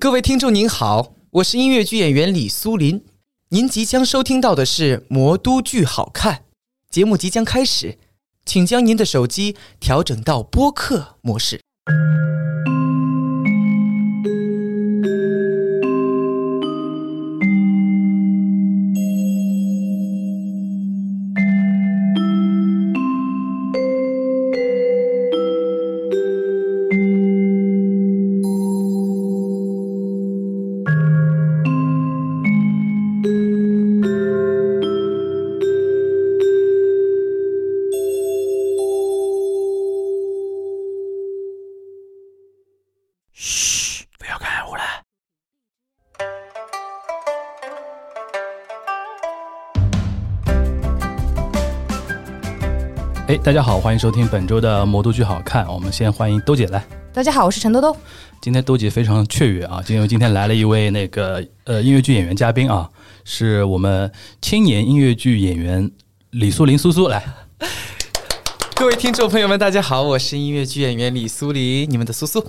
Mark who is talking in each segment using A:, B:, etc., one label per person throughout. A: 各位听众您好，我是音乐剧演员李苏林。您即将收听到的是《魔都剧好看》节目，即将开始，请将您的手机调整到播客模式。
B: 嘘，不要看我了。哎，大家好，欢迎收听本周的《魔都剧好看》。我们先欢迎兜姐来。
C: 大家好，我是陈兜兜。
B: 今天兜姐非常雀跃啊，因为今天来了一位那个呃音乐剧演员嘉宾啊，是我们青年音乐剧演员李苏林苏苏来。
A: 各位听众朋友们，大家好，我是音乐剧演员李苏林，你们的苏苏。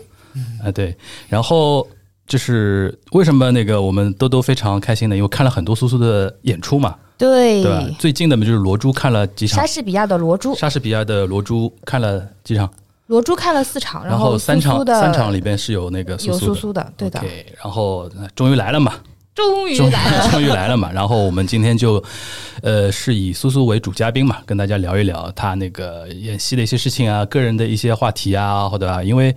B: 啊，对，然后就是为什么那个我们兜兜非常开心呢？因为看了很多苏苏的演出嘛，
C: 对
B: 对吧？最近的嘛就是罗珠看了几场
C: 莎，士比亚的《罗珠》，
B: 莎士比亚的罗珠看了几场，
C: 罗珠看了四场，
B: 然
C: 后
B: 三场
C: 苏苏的
B: 三场里边是有那个苏
C: 有苏
B: 苏的。
C: 苏的，对的，
B: OK，然后呃终于来了嘛，
C: 终于
B: 终
C: 来。
B: 终于来了嘛。然后我们今天就，呃，是以苏苏为主嘉宾嘛，跟大家聊一聊他那个演戏的一些事情啊，个人的一些话题啊，或者啊，因为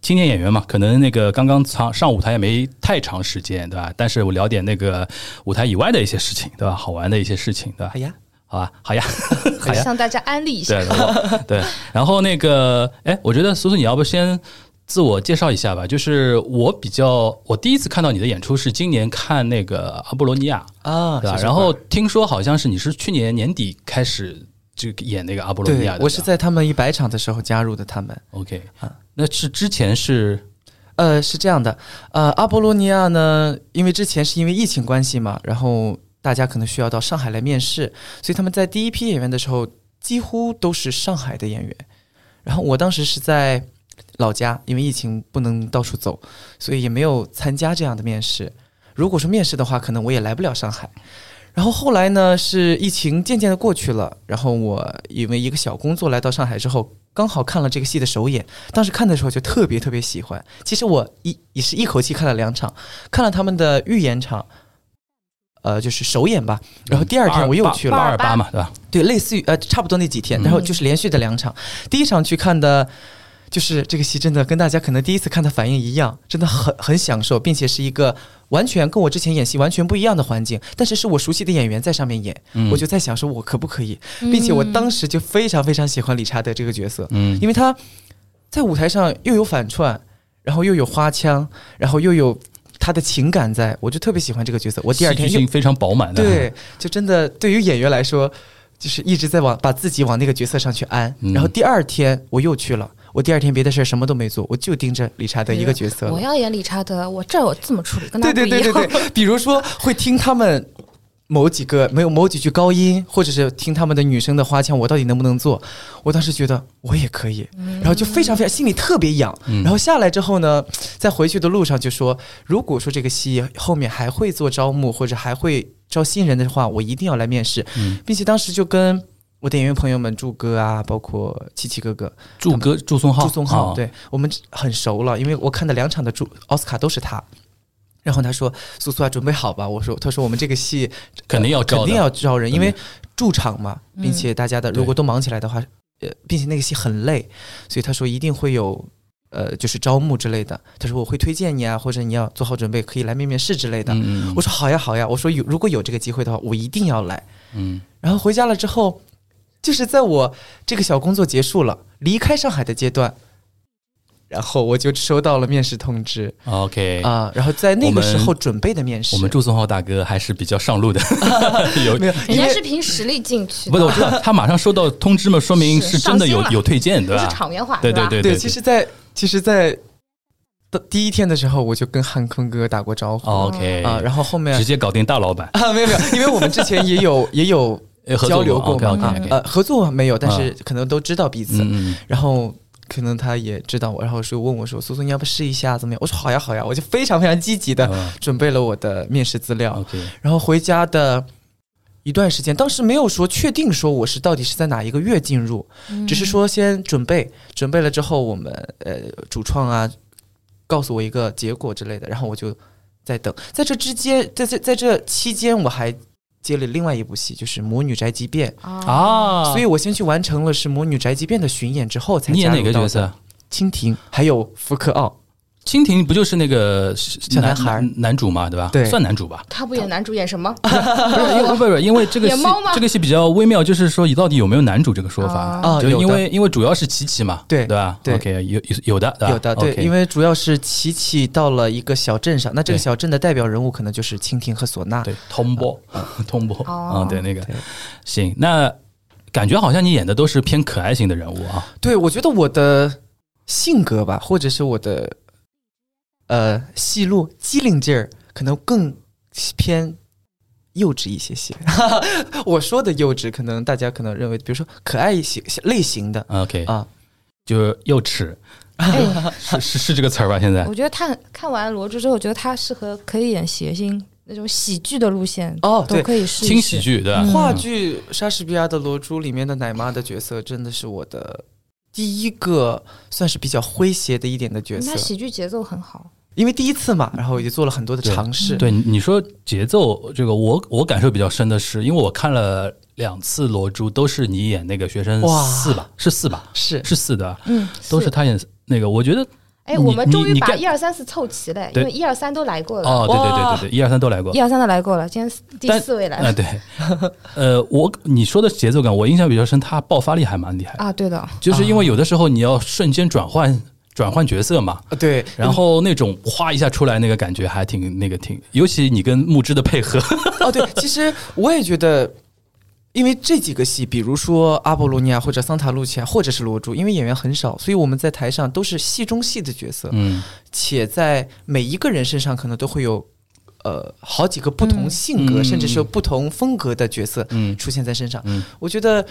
B: 青年演员嘛，可能那个刚刚上上舞台也没太长时间，对吧？但是我聊点那个舞台以外的一些事情，对吧？好玩的一些事情，对吧
A: 哎？呀，
B: 好吧，好呀， 好呀，
C: 向大家安利一下
B: 对，然后对，然后那个，哎，我觉得苏苏，你要不先自我介绍一下吧？就是我比较，我第一次看到你的演出是今年看那个阿波罗尼亚，
A: 啊，
B: 对吧？
A: 小
B: 然
A: 小
B: 后
A: 会儿
B: 听说好像是你是去年年底开始就演那个阿波罗尼亚
A: 对
B: 的，
A: 我是在他们一百场的时候加入的他们。
B: OK，
A: 啊
B: 那是之前是
A: 呃，是这样的，呃，阿波罗尼亚呢，因为之前是因为疫情关系嘛，然后大家可能需要到上海来面试，所以他们在第一批演员的时候，几乎都是上海的演员。然后我当时是在老家，因为疫情不能到处走，所以也没有参加这样的面试。如果说面试的话，可能我也来不了上海。然后后来呢，是疫情渐渐的过去了，然后我因为一个小工作来到上海之后，刚好看了这个戏的首演，当时看的时候就特别特别喜欢。其实我一也是一口气看了两场，看了他们的预演场，呃，就是首演吧。然后第二天我又去了
B: 嗯八二八嘛，对吧？
A: 对，类似于呃，差不多那几天，
B: 嗯
A: 然后就是连续的两场。第一场去看的，就是这个戏真的跟大家可能第一次看的反应一样，真的很很享受，并且是一个完全跟我之前演戏完全不一样的环境，但是是我熟悉的演员在上面演，
B: 嗯
A: 我就在想说我可不可以，
C: 嗯
A: 并且我当
C: 时
A: 时就非常非常喜欢理查德这个角色，
B: 嗯
A: 因为他在舞台上又有反串，然后又有花腔，然后又有他的情感在，我就特别喜欢这个角色。我第二天
B: 戏
A: 又
B: 剧性非常饱满的，
A: 对，就真的对于演员来说，就是一直在往把自己往那个角色上去安。
B: 嗯
A: 然后第二天我又去了，我第二天别的事儿什么都没做，我就盯着理查德一个角色
C: 我
A: 了。
C: 要演理查德，我这儿我这么处理，跟他
A: 对
C: 不
A: 对
C: 一
A: 对对
C: 样。
A: 对，比如说会听他们。某几个没有某几句高音，或者是听他们的女生的花腔，我到底能不能做？我当时觉得我也可以，
C: 嗯
A: 然后就非常非常心里特别痒。
B: 嗯
A: 然后下来之后呢，在回去的路上就说，如果说这个戏后面还会做招募或者还会招新人的话，我一定要来面试。
B: 嗯
A: 并且当时就跟我的演员朋友们，祝哥啊，包括七七哥哥、
B: 祝哥祝松浩，
A: 祝宗浩，
B: 啊，
A: 对我们很熟了，因为我看的两场的祝奥斯卡都是他。然后他说：“苏苏啊，准备好吧。”我说：“他说我们这个戏呃
B: 肯定要招的
A: 肯定要招人，
B: 肯
A: 因
B: 定
A: 为驻场嘛，
C: 嗯
A: 并且大家的如果
B: 对
A: 都忙起来的话，呃，并且那个戏很累，所以他说一定会有呃，就是招募之类的。他说我会推荐你啊，或者你要做好准备，可以来面面试之类的。
B: 嗯嗯
A: 我说好呀好呀，我说有如果有这个机会的话，我一定要来。
B: 嗯
A: 然后回家了之后，就是在我这个小工作结束了，离开上海的阶段，然后我就收到了面试通知
B: 嗯，OK
A: 啊、然后在那
B: 我
A: 个
B: 们
A: 时候准备的面试，
B: 哎我们祝松浩大哥还是比较上 路的，有
A: 没有，哎
C: 人
A: 因
C: 家
A: 为
C: 是凭实力进去
B: 不
C: 的，
B: 是，我知道他马上收到通知嘛，说明
C: 是
B: 是真的
C: 上心
B: 有
C: 了
B: 有推荐，对
C: 不
B: 吧？
C: 是场面话，
B: 对
C: 吧？
B: 对
A: 对，其实在，其实，在的第一天的时候，我就跟汉坤哥打过招呼啊、
B: 哦 OK，
A: 然后后面
B: 直接搞定大老板
A: 啊，没有没有，因为我们之前也有也有
B: 呃合作
A: 交流过嘛，
B: ，OK
A: 啊
B: OK，
A: 呃，合作没有，但是可能都知道彼此。
B: 啊嗯嗯
A: 然后可能他也知道我，然后说问我说：“苏苏，你要不试一下怎么样？”我说：“好呀，好呀。”我就非常非常积极的
B: 嗯
A: 准备了我的面试资料，
B: ，OK，
A: 然后回家的一段时间，当时没有说确定说我是到底是在哪一个月进入，
C: 嗯
A: 只是说先准备，准备了之后我们呃主创啊告诉我一个结果之类的，然后我就在等，在这之间，在这在这期间我还。接了另外一部戏，就是《魔女宅急便》，
C: 啊，。
B: 啊，
A: 哦所以我先去完成了是《魔女宅急便》的巡演之后，才
B: 你演
A: 加
B: 哪
A: 入
B: 个
A: 到
B: 角色？
A: 蜻蜓，还有福克奥，
B: 蜻蜓不就是那个
A: 小男孩
B: 男男主嘛，对吧？
A: 对
B: 算男 主吧
C: 他不演男主演什么？
B: 不是，因为不是因为这个
C: 演
B: 戏
C: 猫吗
B: 这个戏比较微妙，就是说到底有没有男主这个说法？
A: 啊
B: 就
A: 有的
B: 因为因为主要是琪琪嘛，
A: 对
B: 对吧
A: 对
B: ？OK，有有有的，吧
A: 有的，对
B: 啊 OK
A: 因为主要是琪琪到了一个小镇上，那这个
B: 对
A: 小镇的代表人物可能就是蜻蜓和唢呐。
B: 对通波通波啊
C: 哦，
B: 对那个
A: 对
B: 行，那感觉好像你演的都是偏可爱型的人物啊。
A: 对我觉得我的性格吧，或者是我的呃戏路机灵劲儿，可能更偏幼稚一些 些。我说的幼稚，可能大家可能认为，比如说可爱型类型的
B: OK，
A: 啊，
B: 就是幼齿，
C: 哎，
B: 是是是这个词儿吧？现在
C: 我觉得看看完罗志之后，我觉得他适合可以演谐星那种喜剧的路线，
A: 哦
C: 都
A: 对。
C: 可以试一试
B: 轻喜剧对吧？
A: 话
B: 嗯
A: 剧《莎士比亚的罗珠》里面的奶妈的角色，真的是我的第一个算是比较诙谐的一点的角色
C: 那。嗯喜剧节奏很好，
A: 因为第一次嘛，然后也做了很多的尝试。
B: 嗯对，你说节奏这个我，我感受比较深的是，因为我看了两次《罗珠》，都是你演那个学生
A: 哇
B: 四吧，是四吧，
A: 是
B: 是四的，
C: 嗯，
B: 都是。他演那个。我觉得
C: 哎，
B: 你
C: 我们终
B: 你
C: 于
B: 你
C: 把
B: 干
C: 一二三四凑齐了，
B: 对
C: 因为一二三都来过了，
B: 哦，对对对对对，一二三都来过
C: 一。二三都来过了，今天四第
B: 但
C: 四位来
B: 啊、
C: 了
B: 对， 呃，我你说的节奏感，我印象比较深，他爆发力还蛮厉害的，
C: 啊，对的，
B: 就是因为有的时候你要瞬间转换转换角色嘛，
A: 呃对，
B: 然后那种哗一下出来那个感觉还挺那个挺，尤其你跟木之的配合，
A: 哦对，其实我也觉得，因为这几个戏，比如说《阿波罗尼亚》或者《桑塔露琪亚》或者是《罗珠》，因为演员很少，所以我们在台上都是戏中戏的角色，
B: 嗯，
A: 且在每一个人身上可能都会有。呃，好几个不同
C: 嗯
A: 性格，
B: 嗯
A: 甚至是不同风格的角色
B: 嗯
A: 出现在身上。
B: 嗯
A: 我觉得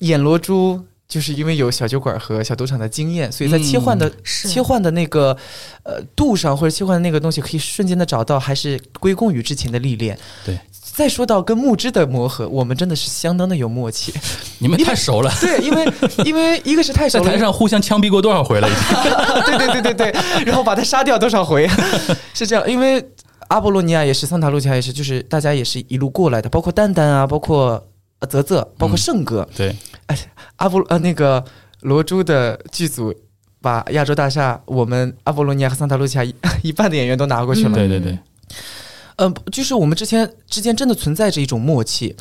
A: 演罗珠就是因为有小酒馆和小赌场的经验，所以
B: 嗯
A: 在切换的
C: 是
A: 切换的那个呃度上，或者切换的那个东西，可以瞬间的找到，还是归功于之前的历练。
B: 对。
A: 再说到跟木之的磨合，我们真的是相当的有默 契。
B: 你们太熟了。
A: 对，因为因为一个是太熟
B: 在
A: 了
B: 台，上互相枪毙过多少回 了？已经
A: 对对对 对对，然后把他杀掉多少回， 是这样。因为阿波罗尼亚也是，桑塔露琪亚也是，就是大家也是一路过来的，包括蛋蛋啊，包括呃泽泽，包括
B: 嗯
A: 胜哥，
B: 对，
A: 阿波呃那个罗珠的剧组把亚洲大厦，我们阿波罗尼亚和桑塔露琪亚一 一半的演员都拿过去了。
B: 对对对，
A: 嗯、就是我们之前之间真的存在着一种默契。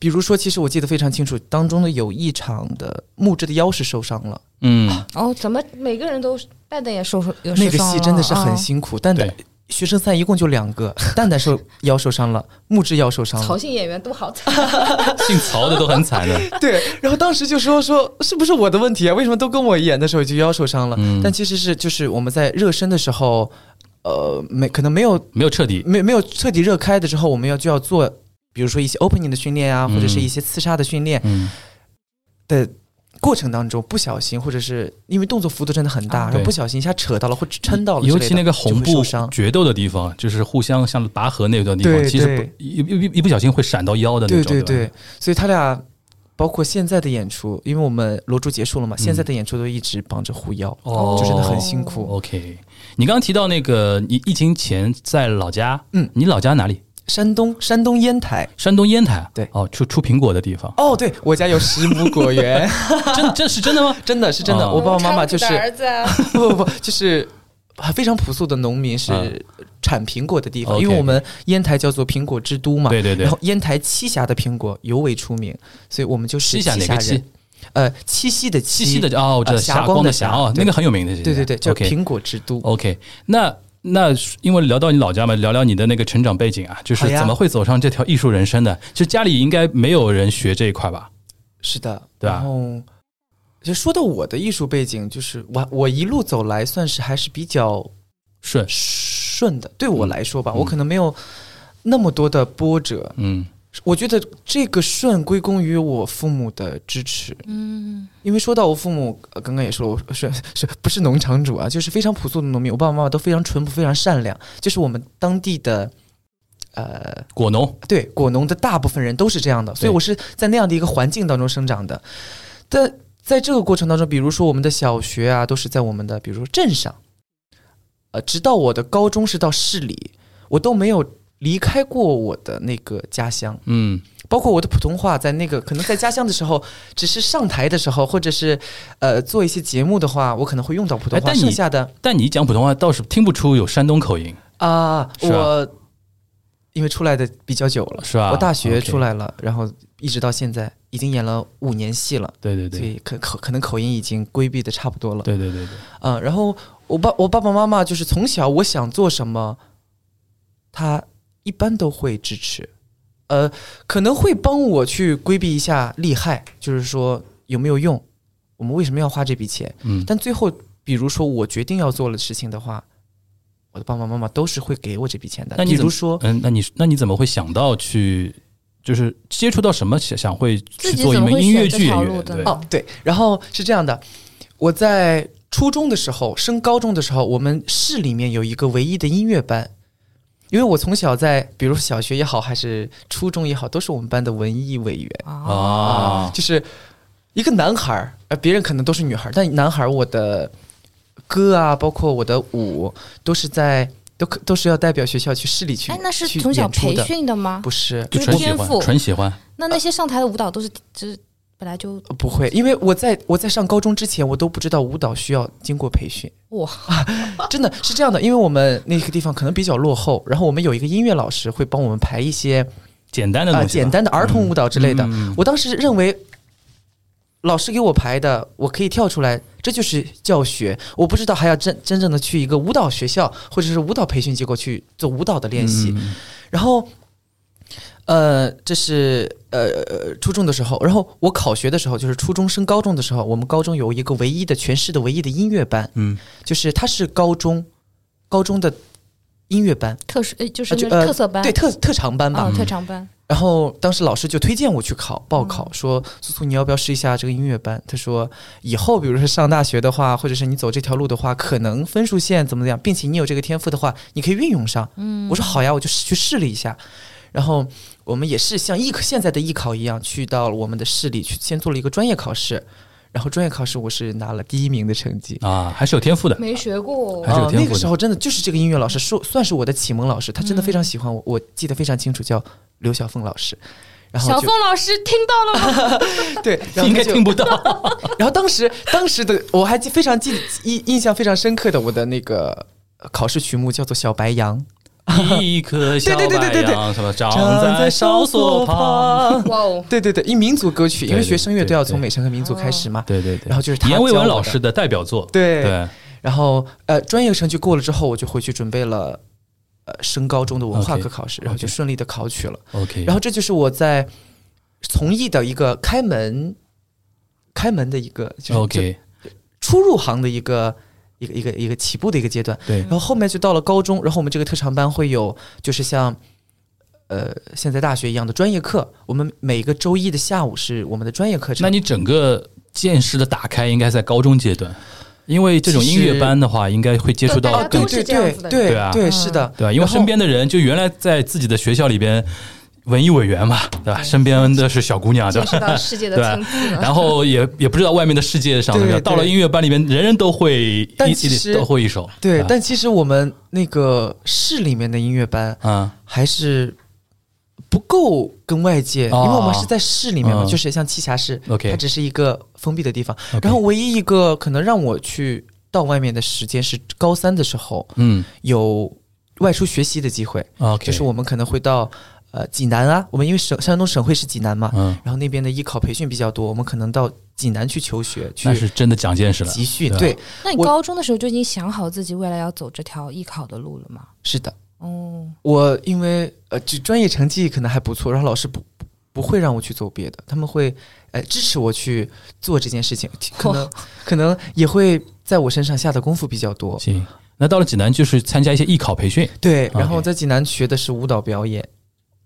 A: 比如说，其实我记得非常清楚，当中的有一场的木质的腰是受伤了，
B: 嗯，
C: 哦，怎么每个人都蛋蛋也受受有受
A: 那个
C: 伤
A: 戏
C: 了
A: 真的是很
C: 啊
A: 辛苦。蛋蛋
B: 对
A: 学生赛一共就两个，蛋蛋 受腰受伤了，木质腰受伤
C: 曹
A: 了。
C: 姓演员多好惨。
B: 嗯姓曹的都很惨的。
A: 对，然后当时就说说是不是我的问题啊？为什么都跟我演的时候就腰受伤了？
B: 嗯
A: 但其实是就是我们在热身的时候，呃，没可能没有
B: 没有彻底，
A: 没没有彻底热开的时候，我们要就要做，比如说一些 opening 的训练啊，
B: 嗯
A: 或者是一些刺杀的训练
B: 嗯，
A: 的过程当中，不小心或者是因为动作幅度真的很大，
B: 啊
A: 然后
B: 对
A: 不小心一下扯到了或者撑到了之类
B: 尤
A: 的，
B: 其那个红
A: 就会
B: 布
A: 受伤。
B: 决斗的地方，就是互相像拔河那段地方，
A: 对
B: 其实
A: 对
B: 不一一一不小心会闪到腰的那
A: 对
B: 种。
A: 对
B: 对
A: 对
B: 吧，，
A: 所以他俩包括现在的演出，因为我们罗珠结束了
B: 嗯
A: 嘛，现在的演出都一直绑着护腰，
B: 哦，
A: 就真的很辛苦。
B: OK，你刚刚提到那个，你疫情前在老家，
A: 嗯，
B: 你老家哪里？
A: 山东山东烟台。
B: 山东烟台，
A: 对
B: 哦，出出苹果的 地方，
A: 哦，对我家有十亩果园，
B: 真这是真的吗？
A: 真的是真的。
B: 哦
A: 我爸爸妈妈就是
C: 我们唱歌的儿 子啊，
A: 不不不，就是非常朴素的农民，
B: 啊
A: 是产苹果的地方，
B: OK
A: 因为我们烟台叫做苹果之都嘛。
B: 对对对
A: 然，后烟台栖霞的苹果尤为出名，所以我们就是
B: 栖霞哪个
A: 人
B: 栖？
A: 呃，栖息的栖
B: 栖息的哦，我知道
A: 呃霞
B: 霞
A: 光
B: 光
A: 的
B: 的霞
A: 霞
B: 哦，
A: 对
B: 那个很有名的。其实
A: 对对对，叫
B: OK 哦
A: 苹果之都。
B: OK，那那因为聊到你老家嘛，聊聊你的那个成长背景啊，就是
A: 好呀
B: 怎么会走上这条艺术人生的？其实家里应该没有人学这一块吧？
A: 是的，
B: 对啊
A: 然后。就说到我的艺术背景，就是我我一路走来算是还是比较
B: 顺，
A: 顺的，对我来说吧，
B: 嗯
A: 我可能没有那么多的波折，
B: 嗯
A: 我觉得这个顺归功于我父母的支持，
C: 嗯
A: 因为说到我父母，呃刚刚也说了，我 是是不是农场主啊，就是非常朴素的农民。我爸爸妈妈都非常淳朴，非常善良，就是我们当地的，呃，
B: 果农，
A: 对果农的大部分人都是这样的，所以我是在那样的一个环境当中生长的。但在这个过程当中，比如说我们的小学啊，都是在我们的比如说镇上，呃，直到我的高中是到市里，我都没有离开过我的那个家乡。
B: 嗯，
A: 包括我的普通话，在那个可能在家乡的时候，只是上台的时候，或者是呃做一些节目的话，我可能会用到普通
B: 哎
A: 话。
B: 但你
A: 剩下的
B: 但你讲普通话倒是听不出有山东口音，
A: 啊，
B: 是啊
A: 我因为出来的比较久了，
B: 是吧？
A: 我大学出
B: OK，
A: 来了，然后一直到现在已经演了五年戏了，
B: 对对
A: 所
B: 对，
A: 以可口可能口音已经规避的差不多了。
B: 对对对对，
A: 嗯，然后我爸我爸爸妈妈就是从小我想做什么，他一般都会支持，呃，可能会帮我去规避一下利害，就是说有没有用，我们为什么要花这笔钱？
B: 嗯，
A: 但最后，比如说我决定要做的事情的话，我的爸爸妈妈都是会给我这笔钱的。
B: 那你
A: 比
B: 怎
A: 如
B: 么
A: 说，
B: 嗯，那你那你怎么会想到去，就是接触到什么想想会去
C: 自己
B: 做一
C: 怎么
B: 名
C: 会
B: 音乐
C: 选这
B: 剧演
C: 条路
B: 员？
C: 的
B: 对
C: 呢，
A: 哦对，然后是这样的，我在初中的时候升高中的时候，我们市里面有一个唯一的音乐班。因为我从小在，比如说小学也好，还是初中也好，都是我们班的文艺委员
C: 啊，
B: 啊，
A: 就是一个男孩儿，呃，别人可能都是女孩儿，但男孩儿我的歌啊，包括我的舞，都是在都可都是要代表学校去市里去
C: 哎，那是
A: 去
C: 从小
A: 演出
C: 培
A: 的
C: 训的吗？
A: 不是
B: 就
C: 就是
B: 纯喜
C: 天
B: 欢，
C: 赋
B: 纯喜欢，
C: 那那些上台的舞蹈都是就是本来就
A: 呃不会，因为我在我在上高中之前，我都不知道舞蹈需要经过培训。
C: 哇，
A: 真的是这样的，因为我们那个地方可能比较落后，然后我们有一个音乐老师会帮我们排一些
B: 简单的
A: 啊
B: 东西吧，
A: 简单的儿童舞蹈之类的。
B: 嗯
A: 我当时认为老师给我排的，我可以跳出来，这就是教学。我不知道还要真真正的去一个舞蹈学校或者是舞蹈培训机构去做舞蹈的练习。
B: 嗯
A: 然后，呃，这是呃呃初中的时候，然后我考学的时候，就是初中升高中的时候，我们高中有一个唯一的全市的唯一的音乐班，
B: 嗯，
A: 就是它是高中高中的音乐班，
C: 特殊，呃就是
A: 啊就
C: 那个
A: 呃
C: 特色班，
A: 对特特长班嗯吧。
C: 哦，特长班，
A: 然后当时老师就推荐我去考报考，
C: 嗯
A: 说苏苏你要不要试一下这个音乐班？他说以后比如说上大学的话，或者是你走这条路的话，可能分数线怎么怎么样，并且你有这个天赋的话，你可以运用上。
C: 嗯，
A: 我说好呀，我就试去试了一下。然后我们也是像艺考现在的艺考一样，去到了我们的市里去先做了一个专业考试，然后专业考试我是拿了第一名的成绩。
B: 啊，还是有天赋的，
C: 没学过
B: 还，是有天赋的
A: 哦那个时候真的就是这个音乐老师，说算是我的启蒙老师，他真的
B: 嗯
A: 非常喜欢我，我记得非常清楚，叫刘晓凤老师。然后
C: 小
A: 就
C: 凤老师听到了 吗？
A: 对，然后
B: 应
A: 他
B: 该
A: 就
B: 听不到。
A: 然后当时当时的我还记非常记印印象非常深刻的我的那个呃考试曲目叫做《小白杨》，
B: 一颗小白
A: 对对对对对
B: 杨，什么 长在哨所旁。。
C: 哇哦，
A: 对对对，一民族歌曲，因为
B: 对对
A: 学声乐都要从
B: 对对哦
A: 美声和民族开始嘛。
B: 对对对，
A: 然后就是他
B: 阎维
A: 教我
B: 文
A: 的
B: 老师的代表作。
A: 对
B: 对，
A: 然后呃，专业程序过了之后，我就回去准备了呃升高中的文化
B: OK，
A: 课考试，然后就
B: OK
A: 顺利的考取了。
B: OK，
A: 然后这就是我在从艺的一个开门开门的一个就是
B: OK，
A: 初入行的一个一个一个一个起步的一个阶段。
B: 对
A: 然后后面就到了高中，然后我们这个特长班会有，就是像，呃，现在大学一样的专业课。我们每个周一的下午是我们的专业课程。
B: 那你整个见识的打开应该在高中阶段，因为这种音乐班的话，应该会接触
C: 大
B: 到
C: 家
B: 更
C: 都
A: 对
C: 是
A: 对
C: 这样子的
A: 对
B: 对啊
A: 对，
C: 嗯
A: 是的，
B: 对吧？因为
A: 然后
B: 身边的人就原来在自己的学校里边，文艺委员嘛，对吧？身边的是小姑娘，对
C: 见
B: 吧？
C: 识到世界的
B: 对吧
C: 层次了。
B: 然后也也不知道外面的世界上，
A: 对
B: 对吧？
A: 对
B: 到了音乐班里面，人人都会一
A: 但
B: 一
A: 其实
B: 都会一首，
A: 对
B: 吧。
A: 但其实我们那个市里面的音乐班
B: 嗯
A: 还是不够跟外界，
B: 哦
A: 因为我们是在市里面嘛，
B: 嗯
A: 就是像栖霞市，
B: ，OK，
A: 它只是一个封闭的地方。
B: OK
A: 然后唯一一个可能让我去到外面的时间是高三的时候
B: 嗯
A: 有外出学习的机会。
B: ，OK，
A: 就是我们可能会到呃济南啊，我们因为省山东省会是济南嘛，
B: 嗯，
A: 然后那边的艺考培训比较多，我们可能到济南去求学去
B: 那是真的长见识了，
A: 集训，
B: 对啊
A: 对，
C: 那你
A: 我
C: 高中的时候就已经想好自己未来要走这条艺考的路了吗？
A: 是的，
C: 哦，
A: 我因为呃就专业成绩可能还不错，然后老师不。不会让我去走别的，他们会，呃，支持我去做这件事情，可能可能也会在我身上下的功夫比较多。
B: 行。那到了济南，就是参加一些艺考培训。
A: 对，
B: OK
A: 然后在济南学的是舞蹈表演，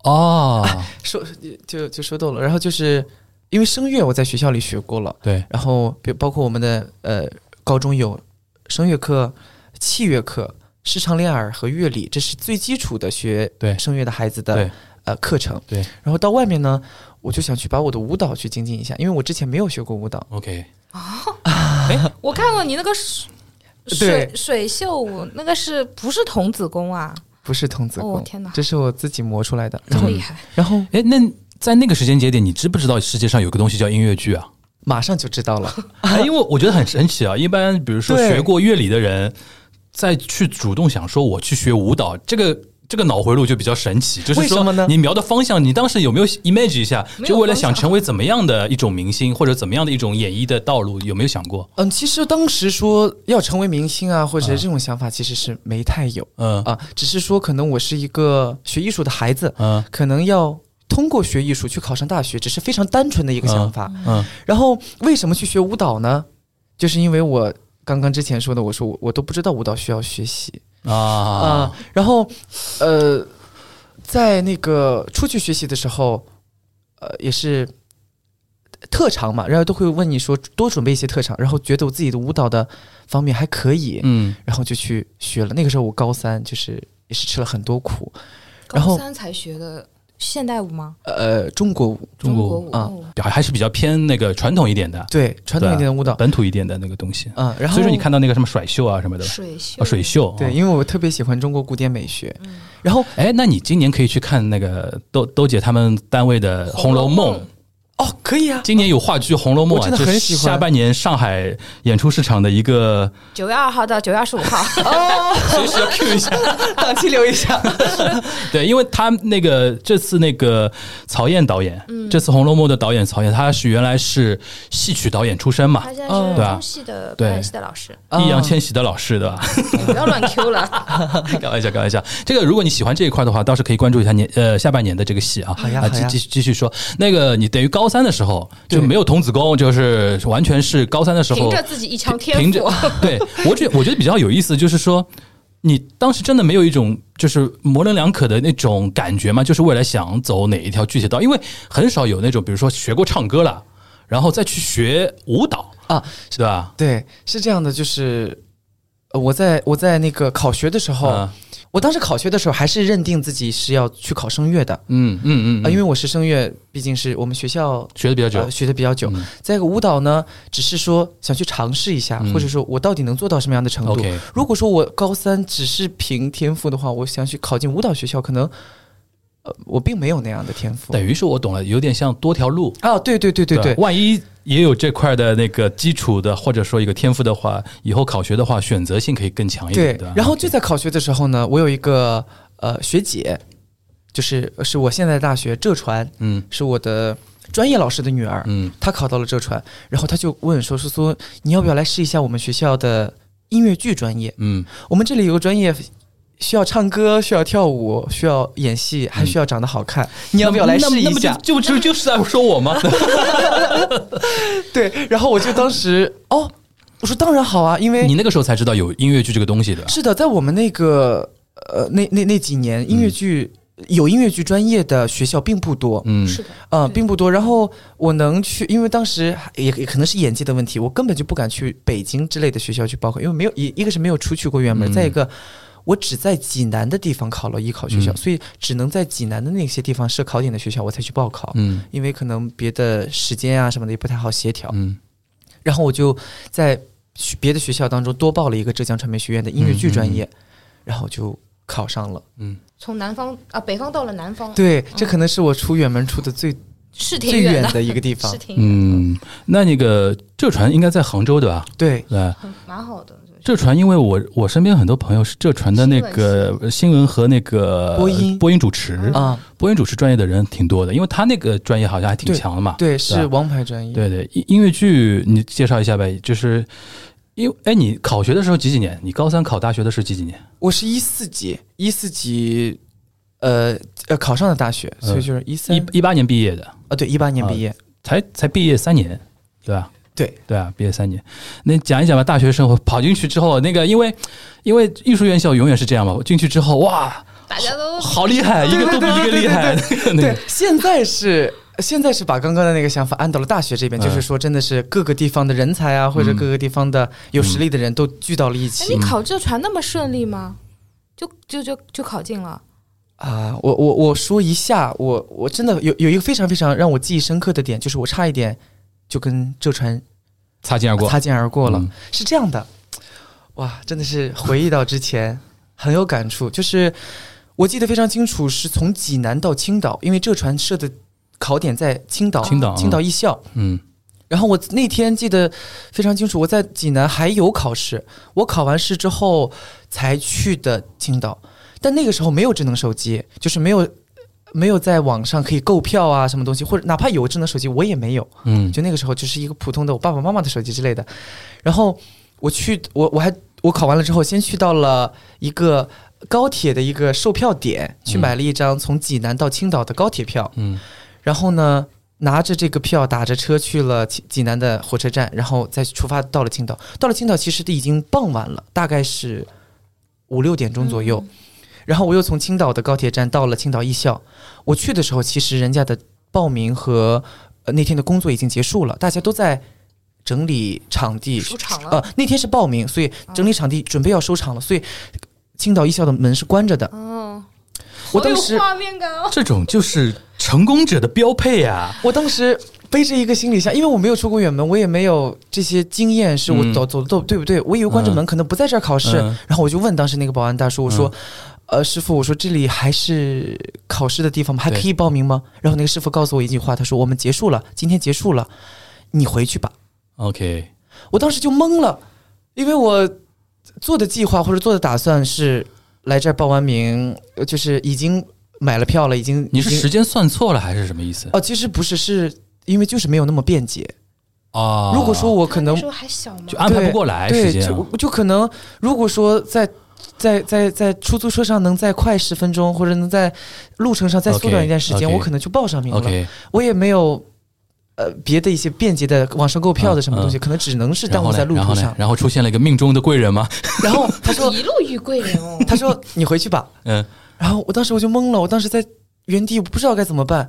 B: 哦，
A: 说就就说到了，然后就是因为声乐我在学校里学过了，
B: 对，
A: 然后比包括我们的呃高中有声乐课、器乐课、视唱练耳和乐理，这是最基础的学
B: 对
A: 声乐的孩子
B: 对
A: 的呃课程。
B: 对，
A: 然后到外面呢，我就想去把我的舞蹈去精进一下，因为我之前没有学过舞蹈。
B: ，OK，
C: 我看过你那个水水
A: 对
C: 水袖舞，那个是不是童子功啊？
A: 不是童子功，
C: 哦天哪
A: 这是我自己磨出来的。然
C: 这
A: 后
C: 么，厉害！
A: 然后
B: 哎，那在那个时间节点，你知不知道世界上有个东西叫音乐 剧啊？
A: 马上就知道了。
B: 哎因为我觉得很神奇啊，一般比如说
A: 啊对
B: 学过乐理的人，再去主动想说我去学舞蹈，这个。这个脑回路就比较神奇， 就是
A: 为什么
B: 说
A: 呢
B: 你瞄的方向，你当时有没有 image 一下，
C: 没有
B: 就为了
C: 方向
B: 想成为怎么样的一种明星，或者怎么样的一种演艺的道路，有没有想过？
A: 嗯，其实当时说要成为明星啊，或者这种想法，其实是没太有
B: 嗯
A: 啊，只是说可能我是一个学艺术的孩子，
B: 嗯
A: 可能要通过学艺术去考上大学，只是非常单纯的一个想法。
B: 嗯
A: 然后为什么去学舞蹈呢？就是因为我刚刚之前说的，我说我我都不知道舞蹈需要学习啊、
B: 啊
A: 然后，呃，在那个出去学习的时候，呃，也是特长嘛，然后都会问你说多准备一些特长，然后觉得我自己的舞蹈的方面还可以，
B: 嗯
A: 然后就去学了。那个时候我高三，就是也是吃了很多苦，然后
C: 高三才学的现代舞吗？
A: 呃，中国舞
B: 中国
C: 国
B: 舞
C: 舞
A: 啊
C: 哦
B: 还还是比较偏那个传统一点的，
A: 对传统一点的舞蹈。
B: 本土一点的那个东西。
A: 嗯，然后
B: 所以啊说你看到那个什么甩袖啊什么的，
C: 水袖
B: 啊水袖。
A: 对，
B: 啊，
A: 因为我特别喜欢中国古典美学，然后
B: 哎，那你今年可以去看那个豆豆姐他们单位的《红楼
C: 红楼
B: 梦》
C: 梦，
A: 哦，可以啊，
B: 今年有话剧《红楼梦》啊，
A: 我真的
B: 这
A: 很
B: 是
A: 喜欢
B: 下半年上海演出市场的 一个，
C: 九月二号到九月二十五号，哦
B: 随时要 Q 一下。
A: 档期留一下。
B: 对，因为他那个这次那个曹燕导演，
A: 嗯
B: 这次《红楼梦》的导演曹燕，他是原来是戏曲导演出身嘛
C: 他，现在
A: 哦
C: 是
B: 对啊
C: 中戏的
B: 对
C: 表演系的老师，
B: 易烊千玺的老师对吧？
C: 不要乱 Q 了。
B: 开玩笑，开玩笑。这个如果你喜欢这一块的话，倒是可以关注一下年呃下半年的这个戏啊。
A: 好呀
B: 啊，
A: 好
B: 继
A: 呀
B: 继续继续说，那个你等于高三的时候就
A: 对
B: 没有童子功，就是完全是高三的时
C: 凭
B: 候
C: 着自己一腔
B: 凭
C: 天
B: 着
C: 赋，
B: 对我觉得我觉得比较有意思，就是说。你当时真的没有一种就是模棱两可的那种感觉吗？就是未来想走哪一条具体道？因为很少有那种，比如说学过唱歌了，然后再去学舞蹈
A: 啊，
B: 对吧？
A: 对，是这样的，就是呃我在我在那个考学的时候，
B: 嗯
A: 我当时考学的时候还是认定自己是要去考声乐的啊、
B: 嗯嗯嗯，
A: 因为
B: 为
A: 我是声乐，毕竟是我们学校。
B: 学的比较久
A: 呃，，学的比较久。
B: 嗯
A: 再一个舞蹈呢，只是说想去尝试一下，
B: 嗯
A: 或者说我到底能做到什么样的程度。
B: OK，
A: 如果说我高三只是凭天赋的话，我想去考进舞蹈学校，可能呃我并没有那样的天赋。
B: 等于是我懂了，有点像多条路。
A: 哦，对对对对对
B: 吧，万一也有这块的那个基础的，或者说一个天赋的话，以后考学的话，选择性可以更强一点，
A: 对
B: 对吧？
A: 然后就在考学的时候呢，我有一个呃学姐，就是呃是我现在大学浙传，
B: 嗯
A: 是我的专业老师的女儿，
B: 嗯
A: 她考到了浙传，然后她就问说说说你要不要来试一下我们学校的音乐剧专业？
B: 嗯
A: 我们这里有个专业。需要唱歌，需要跳舞，需要演戏，还需要长得好看。你要不要来试
B: 嗯那
A: 一
B: 么
A: 下？
B: 就就就是在说我 吗？
A: 对，然后我就当时哦，我说当然好啊，因为
B: 你那个时候才知道有音乐剧这个东西的，
A: 是的，在我们那个呃那那那几
B: 嗯
A: 年，音乐剧、有音乐剧专业的学校并不多，
B: 嗯
C: 是的，
A: 嗯、
C: 对
A: 并不多。然后我能去，因为当时也也可能是演技的问题，我根本就不敢去北京之类的学校去报考，因为没有一一个是没有出去过院门，
B: 嗯
A: 再一个。我只在济南的地方考了艺考学校，
B: 嗯
A: 所以只能在济南的那些地方设考点的学校，我才去报考。
B: 嗯
A: 因为可能别的时间啊什么的也不太好协调。
B: 嗯
A: 然后我就在学别的学校当中多报了一个浙江传媒学院的音乐剧专业，然后就考上了。
B: 嗯，
C: 从南方啊北方到了南方，
A: 对，这可能是我出远门出的最
C: 是挺
A: 最
C: 远的，
A: 的一个地方
C: 是。挺远的，
B: 嗯，那那个浙传应该在杭州对吧？
A: 对，
B: 对吧，
C: 很蛮好的。
B: 浙传，因为我我身边很多朋友是浙传的那个新闻和那个
A: 播音
B: 播音主持，
C: 嗯
A: 啊，
B: 播音主持专业的人挺多的，因为他那个专业好像还挺强的嘛。
A: 对，
B: 吧
A: 是王牌专业。
B: 对对，音音乐剧你介绍一下呗，就是因为哎，你考学的时候几几年？你高三考大学的是几几年？
A: 我是一四级，一四级，呃呃，考上的大学，所以就是一三
B: 一一八年毕业的，
A: 啊，对，一八年毕业。
B: 才才毕业三年，对吧？
A: 对
B: 对啊，毕业三年，那讲一讲吧。大学生活跑进去之后，那个因为因为艺术院校永远是这样嘛，进去之后哇，
C: 大家都
B: 好厉害，一
A: 对
B: 个都比一个厉害。
A: 对
B: 那个那
A: 对
B: 个，
A: 现在是现在是把刚刚的那个想法按到了大学这边，
B: 嗯
A: 就是说真的是各个地方的人才啊，或者各个地方的有实力的人都聚到了一
C: 哎，
A: 起
C: 你考浙传那么顺利吗？就就就就考进了，
A: 啊。我我我说一下，我我真的有有一个非常非常让我记忆深刻的点，就是我差一点就跟浙传
B: 擦肩而过，
A: 擦肩而过了。
B: 嗯
A: 是这样的，哇，真的是回忆到之前很有感触，就是我记得非常清楚，是从济南到青岛，因为浙传社的考点在青岛，
B: 青岛啊
A: 青岛艺校。
B: 嗯
A: 然后我那天记得非常清楚，我在济南还有考试，我考完试之后才去的青岛，但那个时候没有智能手机，就是没有没有在网上可以购票啊什么东西，或者哪怕有智能手机，我也没有。
B: 嗯
A: 就那个时候就是一个普通的我爸爸妈妈的手机之类的。然后我去，我我还我考完了之后，先去到了一个高铁的一个售票点，去买了一张从济南到青岛的高铁票。
B: 嗯
A: 然后呢，拿着这个票打着车去了济济南的火车站，然后再出发到了青岛。到了青岛其实已经傍晚了，大概是五六点钟左右。
C: 嗯
A: 然后我又从青岛的高铁站到了青岛艺校。我去的时候，其实人家的报名和、呃、那天的工作已经结束了，大家都在整理场地。
C: 出场了。
A: 呃，那天是报名，所以整理场地准备要收场了，所以青岛艺校的门是关着的。
C: 哦，
A: 啊我
C: 好有
A: 当时
C: 画面感哦，
B: 这种就是成功者的标配啊！
A: 我当时背着一个行李箱，因为我没有出过远门，我也没有这些经验，是我
B: 嗯
A: 走、走的对不对？我以为关着门可能不在这儿考试，
B: 嗯
A: 然后我就问当时那个保安大叔，我说。呃，师傅，我说这里还是考试的地方吗？还可以报名吗？然后那个师傅告诉我一句话，他说：“我们结束了，今天结束了，你回去吧。
B: OK，”
A: 我当时就懵了，因为我做的计划或者做的打算是来这儿报完名，呃就是已经买了票了，已经
B: 你是
A: 已经
B: 时间算错了还是什么意思
A: 哦、？其实不是，是因为就是没有那么便捷，
B: 啊，
A: 如果说我可能
C: 那时候还小嘛
B: 就，安排不
A: 对
B: 过来时
A: 对，
B: 间啊
A: 就我就可能如果说在在在在出租车上能再快十分钟，或者能在路程上再缩短
B: OK，
A: 一段时间
B: OK
A: 我可能就报上名了。
B: ，OK，
A: 我也没有呃别的一些便捷的网上购票的什么东西，
B: 嗯
A: 可能只能是
B: 然
A: 耽
B: 后
A: 误
B: 呢
A: 在路
B: 然
A: 途
B: 后呢
A: 上，。
B: 然后出现了一个命中的贵人吗？
A: 然后他说，
C: 一路遇贵人哦
A: 他说你回去吧，
B: 嗯，
A: 然后我当时我就懵了，我当时在原地我不知道该怎么办。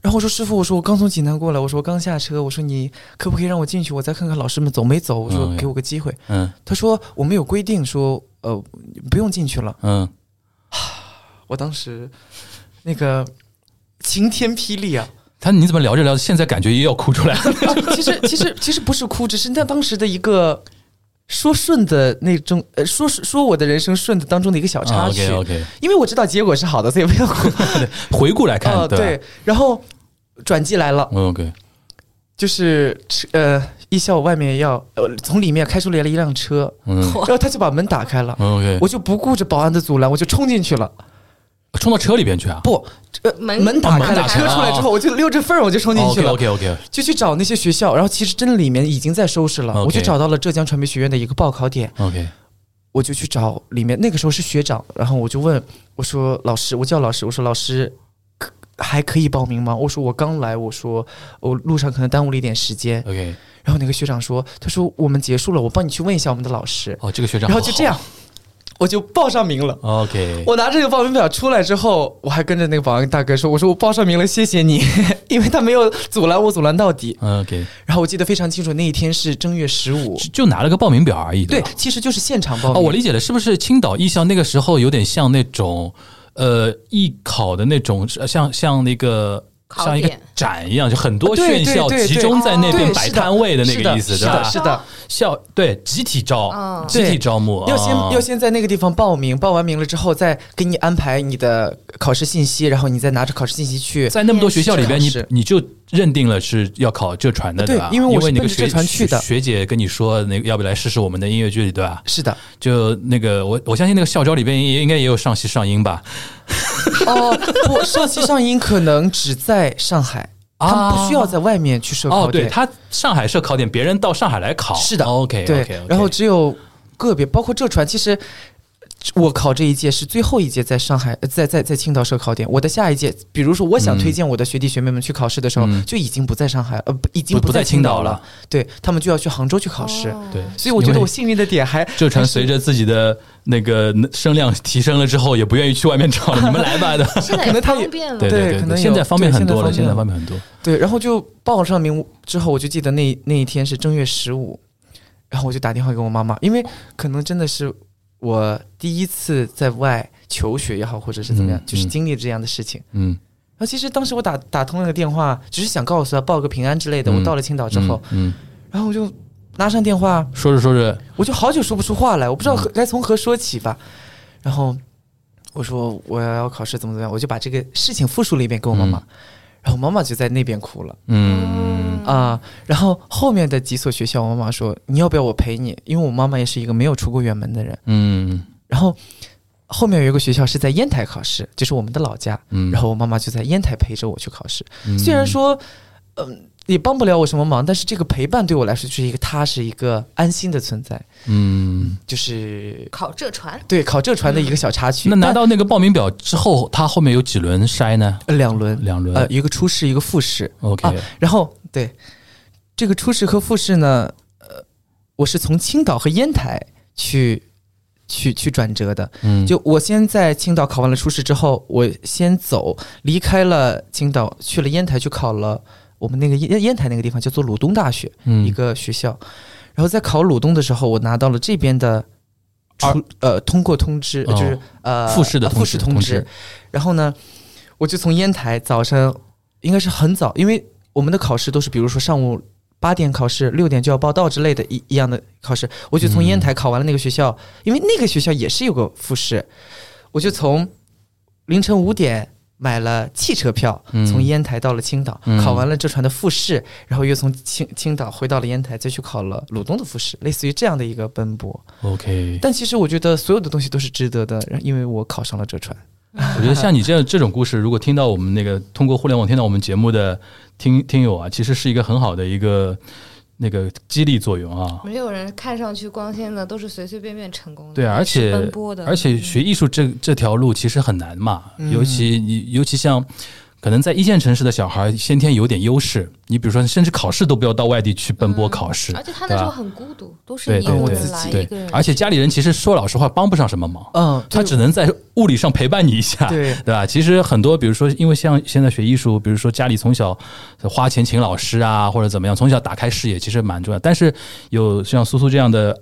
A: 然后我说师傅，我说我刚从济南过来，我说我刚下车，我说你可不可以让我进去，我再看看老师们走没走，我说
B: 嗯
A: 给我个机会。
B: 嗯
A: 他说我们有规定说呃不用进去了。
B: 嗯，
A: 我当时那个晴天霹雳 啊！
B: 他你怎么聊着聊着，现在感觉也要哭出来 了？
A: 哦其实其实其实不是哭，只是那当时的一个说顺的那种，呃，说说我的人生顺的当中的一个小插曲。
B: 啊 OK OK，
A: 因为我知道结果是好的，所以不要哭。
B: 回顾来看
A: 呃，，
B: 对
A: 对，然后转机来了，
B: ，OK，
A: 就是呃，一校外面要呃从里面开出来了一辆车，
B: 嗯
C: 哦
A: 然后他就把门打开了，
B: ，OK，
A: 我就不顾着保安的阻拦，我就冲进去了。
B: 冲到车里边去啊？
A: 不，呃，
C: 门
A: 门打开
B: 门
A: 了，
B: 打开
A: 车
B: 了
A: 出来之后，我就溜着缝儿我就冲进去了。
B: OK OK，
A: 就去找那些学校，然后其实真的里面已经在收拾了。
B: OK
A: 我就找到了浙江传媒学院的一个报考点，
B: OK，
A: 我就去找里面，那个时候是学长，然后我就问我说老师，我叫老师，我说老师可还可以报名吗？我说我刚来，我说我路上可能耽误了一点时间。
B: OK，
A: 然后那个学长说，他说我们结束了，我帮你去问一下我们的老师。
B: 哦，这个学长
A: 然
B: 好好，
A: 后就这样，我就报上名了。
B: ，OK，
A: 我拿这个报名表出来之后，我还跟着那个保安大哥说：“我说我报上名了，谢谢你， 因为他没有阻拦我，阻拦到底。”
B: OK，
A: 然后我记得非常清楚，那一天是正月十五，
B: 就就拿了个报名表而已，
A: 对
B: 吧，
A: 其实就是现场报
B: 哦，
A: 名。
B: 我理解了，是不是青岛艺校那个时候有点像那种呃艺考的那种，呃像像那个
C: 考
B: 像一个
C: 点
B: 展一样，就很多
A: 啊对
B: 炫
A: 对
B: 校
A: 对
B: 集
A: 对
B: 中在那
A: 对
B: 边
A: 是
B: 摆
A: 的
B: 摊位的那个意思，
A: 是
B: 对
A: 的，
B: 吧
A: 是？的，
B: 校对集体招
C: 嗯，
B: 集体招募，
A: 要先
B: 啊
A: 要先在那个地方报名，报完名了之后再给你安排你的考试信息，然后你再拿着考试信息去。
B: 在那么多学校里边，你
A: 面试考试
B: 你就认定了是要考浙传的，
A: 对
B: 吧？因
A: 因为我是
B: 那
A: 奔
B: 个
A: 着
B: 学
A: 浙传去的
B: 学学姐跟你说，那个要不来试试我们的音乐剧，对吧？
A: 是 的，
B: 就那个我我相信那个校招里边也应该也有上戏上音吧？
A: 哦，不，上戏上音可能只在上海，他们不需要在外面去设
B: 啊哦，
A: 考
B: 对
A: 点。
B: 他上海设考点，别人到上海来考，
A: 是的
B: ，OK，
A: 对
B: OK，
A: 然后只有个别，包括浙传，其实我考这一届是最后一届在上海，呃在在在青岛设考点。我的下一届，比如说我想
B: 嗯
A: 推荐我的学弟学妹们去考试的时候，
B: 嗯
A: 就已经不在上海，呃，不已经
B: 不不
A: 在
B: 在青
A: 岛
B: 岛了，
A: 对他们就要去杭州去考试。
C: 哦
B: 对，
A: 所以我觉
B: 因
A: 得
B: 为
A: 我幸运的点 还
B: 浙传随着自己的那个声量提升了之后，也不愿意去外面找了，你们来吧的。
C: 现在
A: 可
C: 也
A: 能他也
C: 方便了，
B: 对
A: 对可
B: 对
A: 能
B: 对，
A: 有
B: 现在方便
A: 对
B: 很多了，
A: 现
B: 现
A: 在
B: 在
A: 方
B: 方便很多。
A: 对，然后就报上名之后，我就记得那那一天是正月十五，然后我就打电话给我妈妈，因为可能真的是我第一次在外求学也好，或者是怎么样，
B: 嗯
A: 就是
B: 嗯
A: 经历这样的事情。
B: 嗯，
A: 然后其实当时我打打通那个电话，只是想告诉她报个平安之类的。
B: 嗯
A: 我到了青岛之后，
B: 嗯，嗯，
A: 然后我就拿上电话，
B: 说着说着，
A: 我就好久说不出话来，我不知道何该从何说起吧。然后我说我要考试怎么怎么样，我就把这个事情复述了一遍给我妈妈，然后妈妈就在那边哭了。
B: 嗯，
A: 啊、然后后面的几所学校，我妈妈说你要不要我陪你？因为我妈妈也是一个没有出过远门的人。
B: 嗯，
A: 然后后面有一个学校是在烟台考试，就是我们的老家。
B: 嗯，
A: 然后我妈妈就在烟台陪着我去考试。
B: 嗯
A: 虽然，说，嗯、也帮不了我什么忙，但是这个陪伴对我来说就是一个踏实、一个安心的存在。
B: 嗯，
A: 就是
C: 考浙传，
A: 对考浙传的一个小插曲。
B: 那拿到那个报名表之后，他后面有几轮筛呢？
A: 但呃两轮，
B: 两轮
A: 呃，一个初试，一个复试。
B: ，OK，
A: 啊然后对这个初试和复试呢，呃，我是从青岛和烟台去去去转折的。
B: 嗯，
A: 就我先在青岛考完了初试之后，我先走离开了青岛，去了烟台去考了我们那个烟烟台那个地方叫做鲁东大学、
B: 嗯
A: 一个学校。然后在考鲁东的时候，我拿到了这边的
B: 二
A: 出呃通过通知，
B: 哦
A: 就是呃
B: 复试的
A: 呃
B: 通
A: 复试
B: 知
A: 通
B: 通
A: 知
B: 知。
A: 然后呢，我就从烟台早上应该是很早，因为我们的考试都是比如说上午八点考试，六点就要报到之类的一一样的考试。我就从烟台考完了那个学校，因为那个学校也是有个复试，我就从凌晨五点。买了汽车票，
B: 嗯
A: 从烟台到了青岛，
B: 嗯
A: 考完了浙传的复试，然后又从青青岛回到了烟台，再去考了鲁东的复试，类似于这样的一个奔波。
B: OK，
A: 但其实我觉得所有的东西都是值得的，因为我考上了浙传。
B: 我觉得像你这样这种故事，如果听到我们那个通过互联网听到我们节目的听听友啊，其实是一个很好的一个那个激励作用啊。
C: 没有人看上去光鲜的，都是随随便便成功的，
B: 对啊而且
C: 是奔波的，嗯
B: 而且学艺术这这条路其实很难嘛，
A: 嗯
B: 尤其你尤其像可能在一线城市的小孩先天有点优势，你比如说甚至考试都不要到外地去奔波考试，
C: 嗯而且他
B: 对
C: 那时
B: 吧
C: 候很孤独，都是
B: 对
C: 你一
B: 对
C: 个
A: 我
C: 人
A: 自
C: 来
A: 己
C: 一
B: 对
C: 个人，，
B: 而且家里人其实说老实话帮不上什么忙，
A: 嗯，
B: 他只能在物理上陪伴你一下，
A: 对
B: 对吧？其实很多，比如说，因为像现在学艺术，比如说家里从小花钱请老师啊，或者怎么样，从小打开视野，其实蛮重要。但是有像苏苏这样的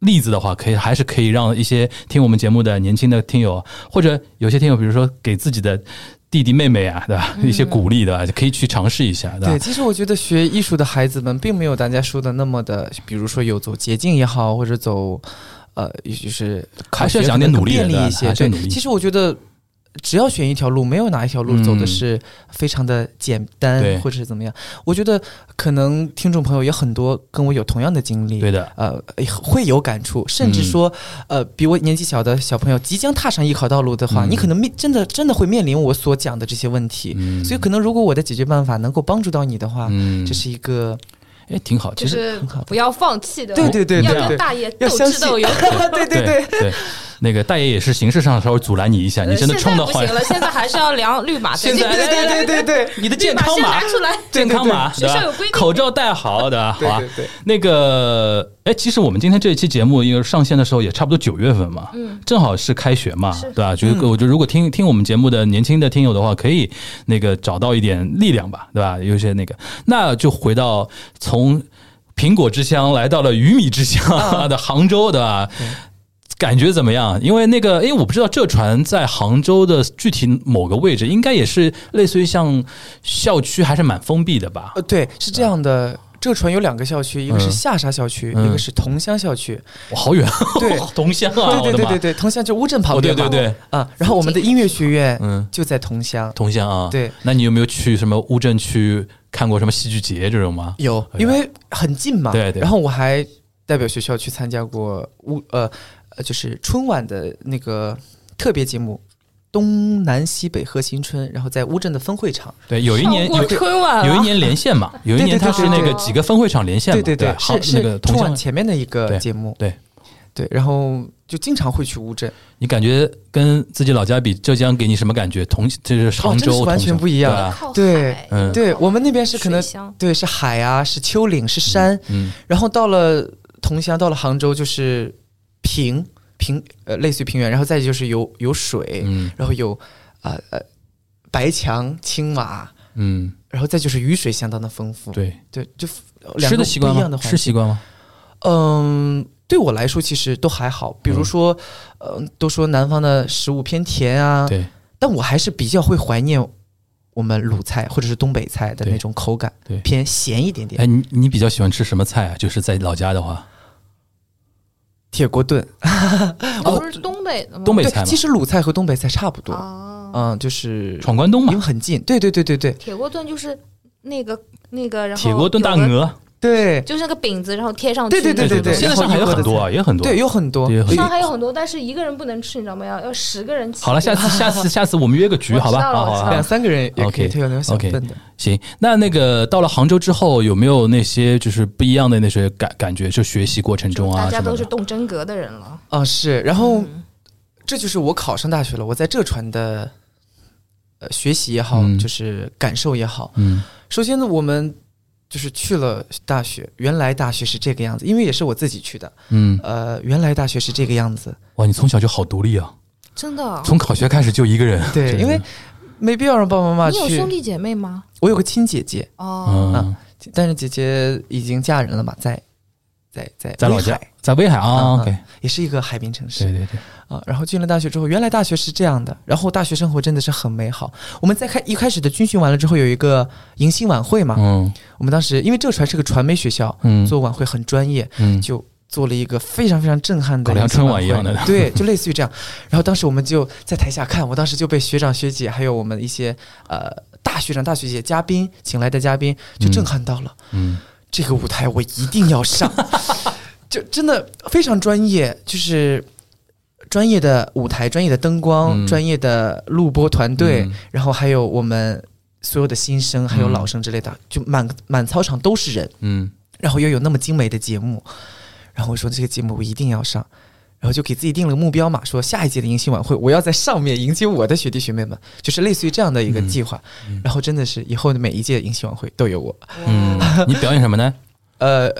B: 例子的话，可以还是可以让一些听我们节目的年轻的听友，或者有些听友，比如说给自己的弟弟妹妹啊，对吧？一些鼓励的，可以去尝试一下，对吧？
A: 嗯对，其实我觉得学艺术的孩子们并没有大家说的那么的，比如说有走捷径也好，或者走呃，也就是考
B: 还是
A: 学
B: 要讲
A: 可
B: 点
A: 能更
B: 努力
A: 便
B: 的
A: 利一
B: 对
A: 些。
B: 还是要
A: 对
B: 努，力
A: 其实我觉得。只要选一条路，没有哪一条路走的
B: 嗯
A: 是非常的简单，
B: 对
A: 或者是怎么样。我觉得可能听众朋友也很多跟我有同样的经历，
B: 对的，
A: 呃，会有感触，甚至
B: 嗯
A: 说，呃，比我年纪小的小朋友即将踏上艺考道路的话，
B: 嗯
A: 你可能面真的真的会面临我所讲的这些问题，
B: 嗯，
A: 所以可能如果我的解决办法能够帮助到你的话，
B: 嗯，
A: 这是一个
B: 哎，挺好，其
C: 就
B: 实。
C: 是
A: 好
C: 不要放弃的，
A: 对对对
C: 要
A: 对
C: 跟
A: 对
C: 大爷
A: 要
C: 斗
A: 相
C: 智
A: 信，
C: 斗勇。
A: 对对对，
B: 对，那个大爷也是形式上稍微阻拦你一哎下，你真的
C: 呃
B: 冲
C: 现在
B: 的
C: 不
B: 话，
C: 行了，现在还是要量绿码。
B: 现在
A: 对
C: 对
A: 对
C: 对
A: 对对对，
B: 你的
C: 对
B: 健
C: 把
B: 康
C: 先
B: 码
C: 拿出来。
A: 对对
B: 健康码，
C: 学
B: 对
C: 校有
B: 吧
C: 规？定
B: 口罩戴好的，好啊吧
A: 对对对。
B: 那个，哎，其实我们今天这一期节目，因为上线的时候也差不多九月份嘛，嗯，正好是开学嘛，对吧？觉得
A: 嗯
B: 我觉得如果听听我们节目的年轻的听友的话，可以那个找到一点力量吧，对吧？有一些那个，那就回到从苹果之乡来到了鱼米之乡 的杭州，嗯对吧？感觉怎么样？因为那个，因哎为我不知道浙传在杭州的具体某个位置，应该也是类似于像校区，还是蛮封闭的吧？
A: 呃，对，是这样的。浙传有两个校区，一个是
B: 嗯
A: 下沙校区，一
B: 嗯
A: 个是桐乡校区。
B: 哇， 好远，
A: 对
B: 桐乡啊，
A: 对对对对
B: 对，
A: 对，桐乡就乌镇旁
B: 哦对
A: 边嘛。
B: 对对，
A: 啊，然后我们的音乐学院
B: 嗯，
A: 就在桐乡。
B: 桐乡啊，
A: 对。
B: 那你有没有去什么乌镇区看过什么戏剧节这种吗？
A: 有，
B: 对
A: 因
B: 吧
A: 为很近嘛。
B: 对对
A: 然后我还代表学校去参加过乌呃呃，就是春晚的那个特别节目。东南西北和新春，然后在乌镇的分会场，
B: 对，有一年
C: 跳过
B: 有
C: 春
A: 啊
C: 晚了
B: 有一年连线嘛，有一年它是那
C: 对对
B: 个
C: 对
B: 几个分会场连线嘛，
A: 对对
B: 对
A: 对，
B: 吧，杭
A: 是
B: 那个
A: 是
B: 桐
A: 春
B: 乡
A: 晚前面的一个
B: 对
A: 节目，
B: 对
A: 对，然后就经常会去乌镇，
B: 你感觉跟自己老家比，浙江给你什么感觉？同就是
A: 哇，
B: 杭
A: 哦真的
B: 州
A: 是完全不
B: 一
A: 一样。
C: 靠
A: 对
C: 海
B: 啊嗯
A: 对
C: 靠
A: 我们那边是可能
C: 水乡
A: 对是海啊，是丘陵，是山，
B: 嗯，
A: 然后到了桐乡，到了杭州就是平平呃类似于平原，然后再就是有有水，
B: 嗯
A: 然后有啊呃白墙青瓦，
B: 嗯，
A: 然后再就是雨水相当的丰富。
B: 对，
A: 对，就呃哦两
B: 吃
A: 个
B: 的习惯
A: 不一样的
B: 吗？
A: 环
B: 吃习惯吗？
A: 嗯，对我来说其实都还好，比如说，嗯、都说南方的食物偏甜啊，
B: 对
A: 但我还是比较会怀念我们鲁菜或者是东北菜的
B: 对
A: 那种口感，
B: 对。
A: 偏咸一点点。
B: 哎，你你比较喜欢吃什么菜啊？就是在老家的话，
A: 铁锅炖，
C: 哦，不是东北的吗？
B: 东北
A: 对
B: 菜，嘛
A: 其，实鲁菜和东北菜差不多，
C: 啊，
A: 嗯，就是
B: 闯关东
A: 因
B: 嘛
A: 为，很近，对对对对对
C: 铁锅炖就是那个那个，然后
B: 铁锅炖大
C: 有个
B: 鹅，
A: 对
C: 就是那个饼子，然后贴上去。
A: 对对对对对
B: 现在上海有很多啊，也有很多。
A: 对，有很多，
B: 对有很
C: 上海有很多，但是一个人不能吃，你知道吗？要要十个人起。
B: 好了，下次下次下次我们约个局，
C: 我
B: 好吧？
C: 知道了
B: 好好
C: 我知道
B: 好
A: 两三个人也可
B: OK，
A: 以，他有那种小
B: OK
A: 份的。
B: 行，那那个到了杭州之后，有没有那些就是不一样的那些感感觉？就学习过程中啊
C: 大
B: 什
C: 家
B: 么
C: 都是
B: 的。
C: 动真格的人了。
A: 啊，是，然后
C: 嗯
A: 这就是我考上大学了，我在浙传的呃学习也好，
B: 嗯
A: 就是感受也好。
B: 嗯
A: 首先呢，我们就是去了大学，原来大学是这个样子，因为也是我自己去的。
B: 嗯，
A: 呃，原来大学是这个样子，
B: 哇，你从小就好独立啊，
C: 真的啊。
B: 从考学开始就一个人。
A: 对，
B: 真的
A: 因为没必要让爸爸妈妈
C: 你有兄
A: 去。
C: 弟姐妹吗？
A: 我有个亲姐姐，
C: 哦，
B: 嗯
A: 啊，但是姐姐已经嫁人了嘛，在在在
B: 在老
A: 威
B: 家
A: 海，
B: 在威海啊
A: 嗯
B: ，OK，
A: 也是一个海滨城市。
B: 对对对，
A: 啊，然后进了大学之后，原来大学是这样的，然后大学生活真的是很美好。我们在开一开始的军训完了之后，有一个迎新晚会嘛，
B: 嗯
A: 我们当时因为浙传是个传媒学校，
B: 嗯
A: 做晚会很专业，
B: 嗯，
A: 就做了一个非常非常震撼的
B: 搞得像
A: 迎新
B: 春晚一样的
A: 会 对，就类似于这样。然后当时我们就在台下看，我当时就被学长学姐还有我们一些呃大学长大学姐嘉宾请来的嘉宾就震撼到了，
B: 嗯
A: 这个舞台我一定要上， 就真的非常专业，就是专业的舞台、专业的灯光、
B: 嗯
A: 专业的录播团队，
B: 嗯
A: 然后还有我们所有的新生还有
B: 嗯
A: 老生之类的，就满满操场都是人，
B: 嗯
A: 然后又有那么精美的节目，然后我说这个节目我一定要上。然后就给自己定了目标嘛，说下一届的迎新晚会我要在上面迎接我的学弟学妹们，就是类似于这样的一个计划。
B: 嗯
A: 然后真的是以后的每一届迎新晚会都有我。
B: 嗯，你表演什么呢？
A: 呃，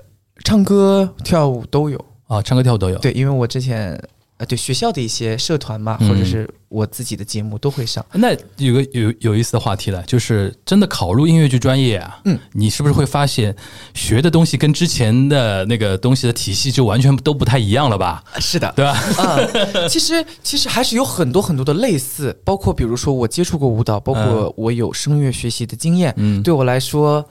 A: 唱歌、跳舞都有。
B: 啊，唱歌跳舞都有。
A: 对，因为我之前呃，对学校的一些社团嘛，
B: 嗯
A: 或者是我自己的节目都会上。
B: 那有个有有意思的话题了，就是真的考入音乐剧专业啊，
A: 嗯，
B: 你是不是会发现学的东西跟之前的那个东西的体系就完全都不太一样了吧？
A: 是的，
B: 对吧？
A: 啊、其实其实还是有很多很多的类似，包括比如说我接触过舞蹈，包括我有声乐学习的经验，
B: 嗯，
A: 对我来说，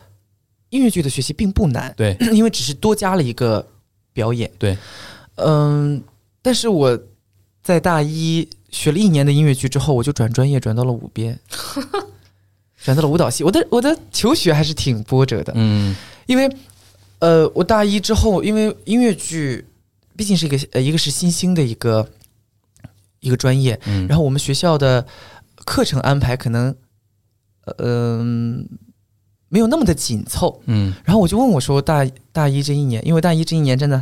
A: 音乐剧的学习并不难，
B: 对，
A: 因为只是多加了一个表演。
B: 对，
A: 嗯，但是我在大一学了一年的音乐剧之后，我就转专业，转到了舞 编，转到了舞蹈系。我的我的求学还是挺波折的，
B: 嗯
A: 因为呃，我大一之后，因为音乐剧毕竟是一个呃，一个是新兴的一个一个专业，
B: 嗯，
A: 然后我们学校的课程安排可能呃嗯、没有那么的紧凑，
B: 嗯
A: 然后我就问我说大大一这一年，因为大一这一年真的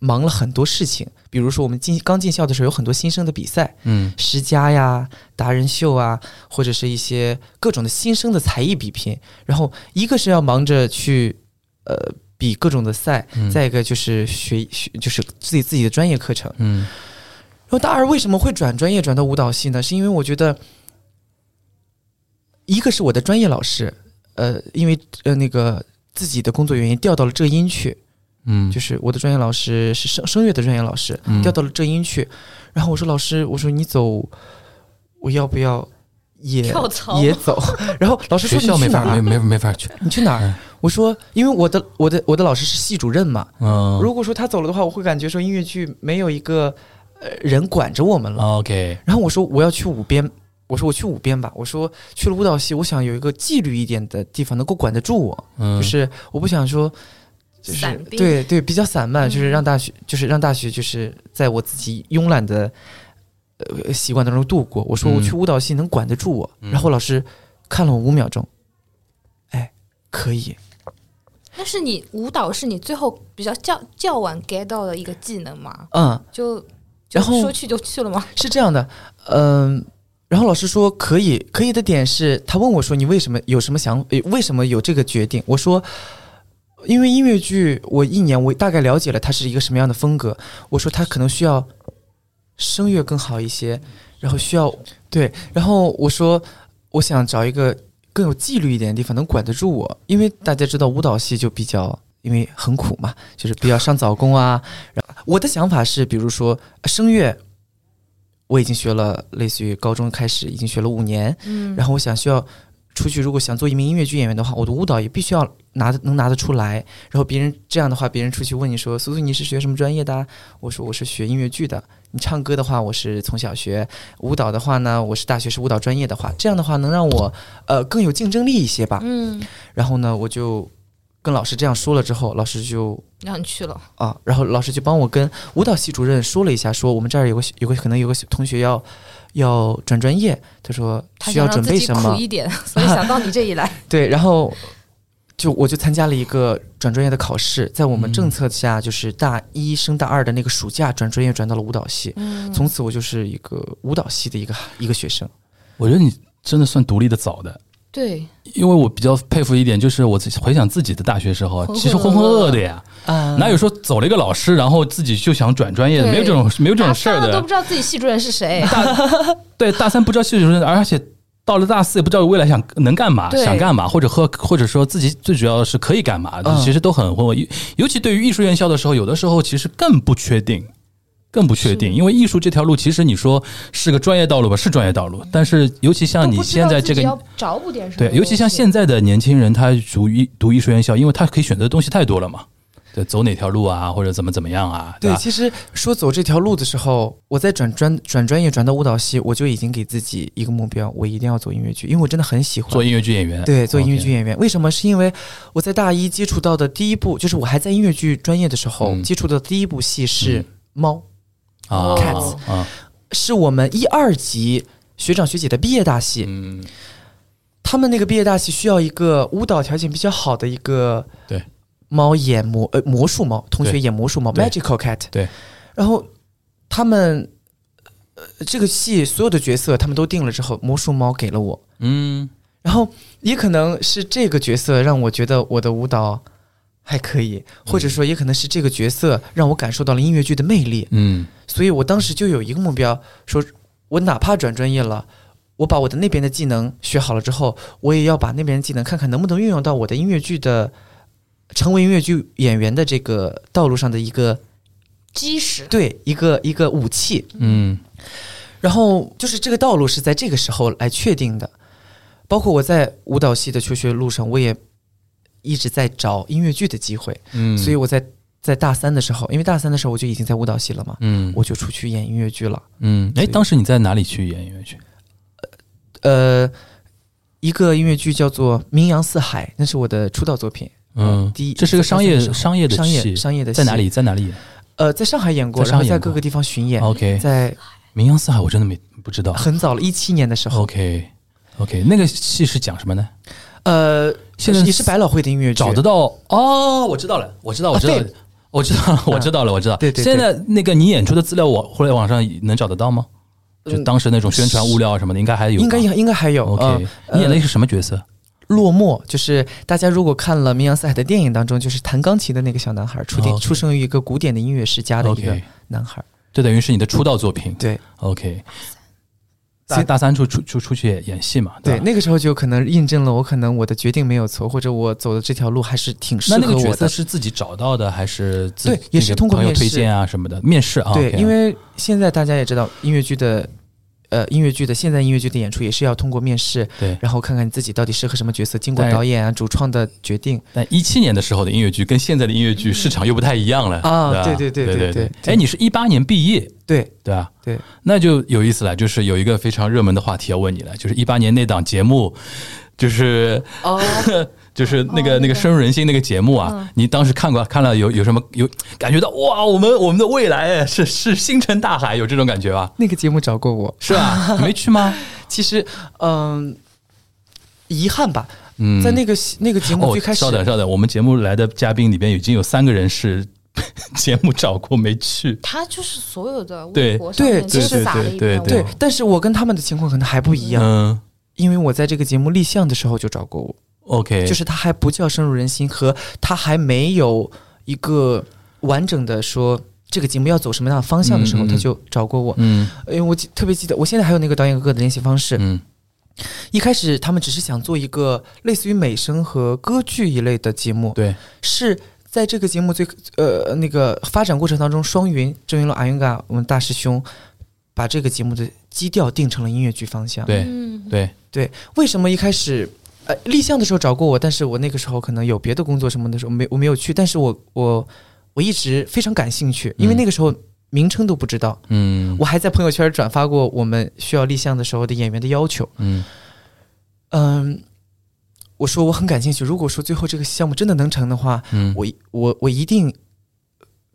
A: 忙了很多事情，比如说我们进刚进校的时候有很多新生的比赛，
B: 嗯
A: 十佳呀、达人秀啊，或者是一些各种的新生的才艺比拼。然后一个是要忙着去呃比各种的赛，
B: 嗯
A: 再一个就是学学就是自己自己的专业课程。
B: 嗯
A: 然后大二为什么会转专业转到舞蹈系呢？是因为我觉得，一个是我的专业老师，呃，因为呃那个自己的工作原因调到了浙音去，
B: 嗯，
A: 就是我的专业老师是声声乐的专业老师
B: 嗯，
A: 调到了浙音去。然后我说老师，我说你走，我要不要也
C: 跳槽
A: 也走？ 然后老师说
B: 学校
A: 你
B: 没
A: 去哪
B: 法没
A: 儿？啊
B: 没没法去，
A: 你去哪儿
B: 嗯？
A: 我说因为我的我的我的老师是系主任嘛。
B: 嗯
A: 如果说他走了的话，我会感觉说音乐剧没有一个呃人管着我们了。
B: ，OK，
A: 然后我说我要去舞编，我说我去舞编吧，我说去了舞蹈系，我想有一个纪律一点的地方能够管得住我，
B: 嗯，
A: 就是我不想说。就是
C: 散兵
A: 对对，比较散漫，
C: 嗯
A: 就是让大学，就是让大学，就是在我自己慵懒的呃习惯当中度过。我说我
B: 嗯
A: 去舞蹈系能管得住我，
B: 嗯
A: 然后老师看了我五秒钟，哎，可以，
C: 但是你舞蹈是你最后比较较较晚 get 到的一个技能嘛？
A: 嗯，
C: 就就
A: 然后
C: 说去就去了吗？
A: 是这样的，嗯、然后老师说可以，可以的点是他问我说你为什么有什么想，呃为什么有这个决定？我说。因为音乐剧，我一年我大概了解了它是一个什么样的风格。我说它可能需要声乐更好一些，然后需要对，然后我说我想找一个更有纪律一点的地方，能管得住我。因为大家知道舞蹈系就比较，因为很苦嘛，就是比较上早功啊。然后我的想法是，比如说声乐，我已经学了，类似于高中开始已经学了五年，
C: 嗯，
A: 然后我想需要出去，如果想做一名音乐剧演员的话，我的舞蹈也必须要拿得能拿得出来。然后别人这样的话，别人出去问你说：“苏苏，你是学什么专业的啊？”我说：“我是学音乐剧的。”你唱歌的话，我是从小学；舞蹈的话呢，我是大学是舞蹈专业的话，这样的话能让我呃更有竞争力一些吧。
C: 嗯，
A: 然后呢，我就跟老师这样说了之后，老师就
C: 然后你去了，
A: 啊，然后老师就帮我跟舞蹈系主任说了一下，说我们这儿有个有个可能有个同学要要转专业，他说
C: 他
A: 需要
C: 想让
A: 准
C: 自
A: 备
C: 己
A: 什
C: 苦
A: 么，
C: 一点， 所以想到你这 一来，
A: 对，然后就我就参加了一个转专业的考试，在我们
B: 嗯
A: 政策下，就是大一升大二的那个暑假转专业转到了舞蹈系，
C: 嗯，
A: 从此我就是一个舞蹈系的一个一个学生。
B: 我觉得你真的算独立的早的，
C: 对，
B: 因为我比较佩服一点，就是我自己回想自己的大学时候，
C: 浑浑
B: 其实浑浑噩噩的呀，
A: 啊
B: 哪有说走了一个老师，然后自己就想转专业的？
C: 嗯对
B: 没有这种没有这种事儿
C: 大三了都
B: 的
C: 不。知道自己系主任是谁，
B: 对，大三不知道系主任，而且到了大四也不知道未来想能干嘛，
C: 对
B: 想干嘛，或者和或者说自己最主要的是可以干嘛的，
A: 嗯
B: 其实都很混混。尤尤其对于艺术院校的时候，有的时候其实更不确定。更不确定，因为艺术这条路，其实你说是个专业道路吧，是专业道路，但是尤其像
C: 都
B: 你
C: 不知道
B: 现在
C: 自
B: 这个
C: 己要找补点什么东
B: 对，
C: 西，
B: 尤其像现在的年轻人，他读艺读艺术院校，因为他可以选择的东西太多了嘛，对，走哪条路啊，或者怎么怎么样啊，
A: 对，
B: 吧？
A: 其实说走这条路的时候，我在转专转专业转到舞蹈系，我就已经给自己一个目标，我一定要做音乐剧，因为我真的很喜欢
B: 做音乐剧演员，
A: 对，做音乐剧
B: OK，
A: 演员。为什么？是因为我在大一接触到的第一部，就是我还在音乐剧专业的时候、
B: 嗯
A: 接触到的第一部戏是《
B: 嗯
A: 猫》，
B: 啊
A: Cats
B: 啊，
A: 是我们一二级学长学姐的毕业大戏。
B: 嗯，
A: 他们那个毕业大戏需要一个舞蹈条件比较好的一个
B: 对
A: 猫演魔呃魔术猫，同学
B: 对
A: 演魔术猫
B: 对
A: Magical Cat。
B: 对，
A: 然后他们。呃，这个戏所有的角色他们都定了之后，魔术猫给了我，
B: 嗯，
A: 然后也可能是这个角色让我觉得我的舞蹈还可以，或者说也可能是这个角色让我感受到了音乐剧的魅力，
B: 嗯，
A: 所以我当时就有一个目标，说我哪怕转专业了。我把我的那边的技能学好了之后，我也要把那边的技能看看能不能运用到我的音乐剧的，成为音乐剧演员的这个道路上的一个
C: 基石，
A: 对 一个一个武器。
B: 嗯，
A: 然后就是这个道路是在这个时候来确定的。包括我在舞蹈系的求学路上，我也一直在找音乐剧的机会，
B: 嗯，
A: 所以，我在在大三的时候，因为大三的时候我就已经在舞蹈系了嘛，
B: 嗯，
A: 我就出去演音乐剧了。
B: 嗯，哎，
A: 所以
B: 当时你在哪里去演音乐剧？
A: 呃，一个音乐剧叫做《名扬四海》，那是我的出道作品。
B: 嗯，
A: 呃第一，
B: 这是个商业
A: 在大三的时候
B: 商业的
A: 商
B: 戏
A: 业商业的戏
B: 在哪？里？在哪里
A: 呃，在上海演过，
B: 在
A: 然
B: 上
A: 后
B: 海
A: 在
B: 演过哦
A: 各个地方巡演
B: 演。？OK，《
A: 在
B: 名扬四海》我真的没不知道。
A: 很早了，一七年的时候，
B: OK OK，那个戏是讲什么呢？
A: 呃，
B: 现在
A: 也是百老汇的音乐剧，
B: 找得到哦，我知道了，我知道，我知道
A: 啊，
B: 我知道了，我知道了，我知道。
A: 对对对
B: 现在那个你演出的资料网，我后来网上能找得到吗？
A: 嗯
B: 就当时那种宣传物料什么的，应该还有吧。
A: 应该应该还有。呃
B: OK。你演的是什么角色？
A: 落寞，就是大家如果看了《名扬四海》的电影当中，就是弹钢琴的那个小男孩，出定
B: 哦 OK
A: 出生于一个古典的音乐世家的一个
B: OK，
A: 男孩。
B: 这等于是你的出道作品。
A: 对
B: OK，
A: 所以
B: 大大三出出出出去演演戏嘛？
A: 对，
B: 吧
A: 那个时候就可能印证了我可能我的决定没有错，或者我走的这条路还是挺适
B: 那那
A: 合
B: 个角
A: 我
B: 色
A: 的。
B: 是自己找到的，还是自
A: 对
B: 那个
A: 也是通过
B: 朋友
A: 面试
B: 推荐啊什么的面试啊？
A: 对，
B: OK
A: 因为现在大家也知道音乐剧的。呃，音乐剧的现在音乐剧的演出也是要通过面试，
B: 对。
A: 然后看看你自己到底适合什么角色，经过
B: 但是
A: 导演啊、主创的决定。
B: 但一七年的时候的音乐剧跟现在的音乐剧市场又不太一样了
A: 啊
B: 吧
A: 对对对
B: 对
A: 对
B: 对
A: 对对
B: 哎，你是一八年毕业，
A: 对，
B: 对吧？
A: 对，
B: 那就有意思了，就是有一个非常热门的话题要问你了，就是一八年那档节目，就是
A: 哦，
B: 就是那个、
C: 哦那个
B: 那个深入人心那个节目啊，
C: 嗯
B: 你当时看过看了有有什么有感觉到哇，我们我们的未来是是星辰大海，有这种感觉吧？
A: 那个节目找过我，
B: 是吧？你没去吗？
A: 其实，嗯、遗憾吧，
B: 嗯
A: 在那个戏那个节目
B: 哦
A: 最开，始，
B: 稍等稍等，我们节目来的嘉宾里边已经有三个人是 节目找过没去，
C: 他就是所有的
B: 对
C: 微博上
A: 对
C: 面都
A: 对
C: 是
B: 对
C: 撒了一
B: 对
C: 片
B: 对
A: 对，但是我跟他们的情况可能还不一样，
B: 嗯
A: 因为我在这个节目立项的时候就找过我，
B: ，OK，
A: 就是他还不叫深入人心，和他还没有一个完整的说这个节目要走什么样的方向的时候，
B: 嗯嗯嗯
A: 他就找过我。
B: 嗯
A: 因为我记特别记得，我现在还有那个导演哥哥的联系方式。
B: 嗯
A: 一开始他们只是想做一个类似于美声和歌剧一类的节目，
B: 对，
A: 是在这个节目最呃那个发展过程当中，双云、郑云龙、阿云嘎，我们大师兄把这个节目的基调定成了音乐剧方向。
B: 对
C: 嗯，
B: 对，
A: 为什么一开始呃立项的时候找过我，但是我那个时候可能有别的工作什么的时候没我没有去，但是我我我一直非常感兴趣，因为
B: 嗯
A: 那个时候名称都不知道，
B: 嗯
A: 我还在朋友圈转发过我们需要立项的时候的演员的要求。
B: 嗯
A: 嗯，我说我很感兴趣，如果说最后这个项目真的能成的话，
B: 嗯
A: 我一我我一定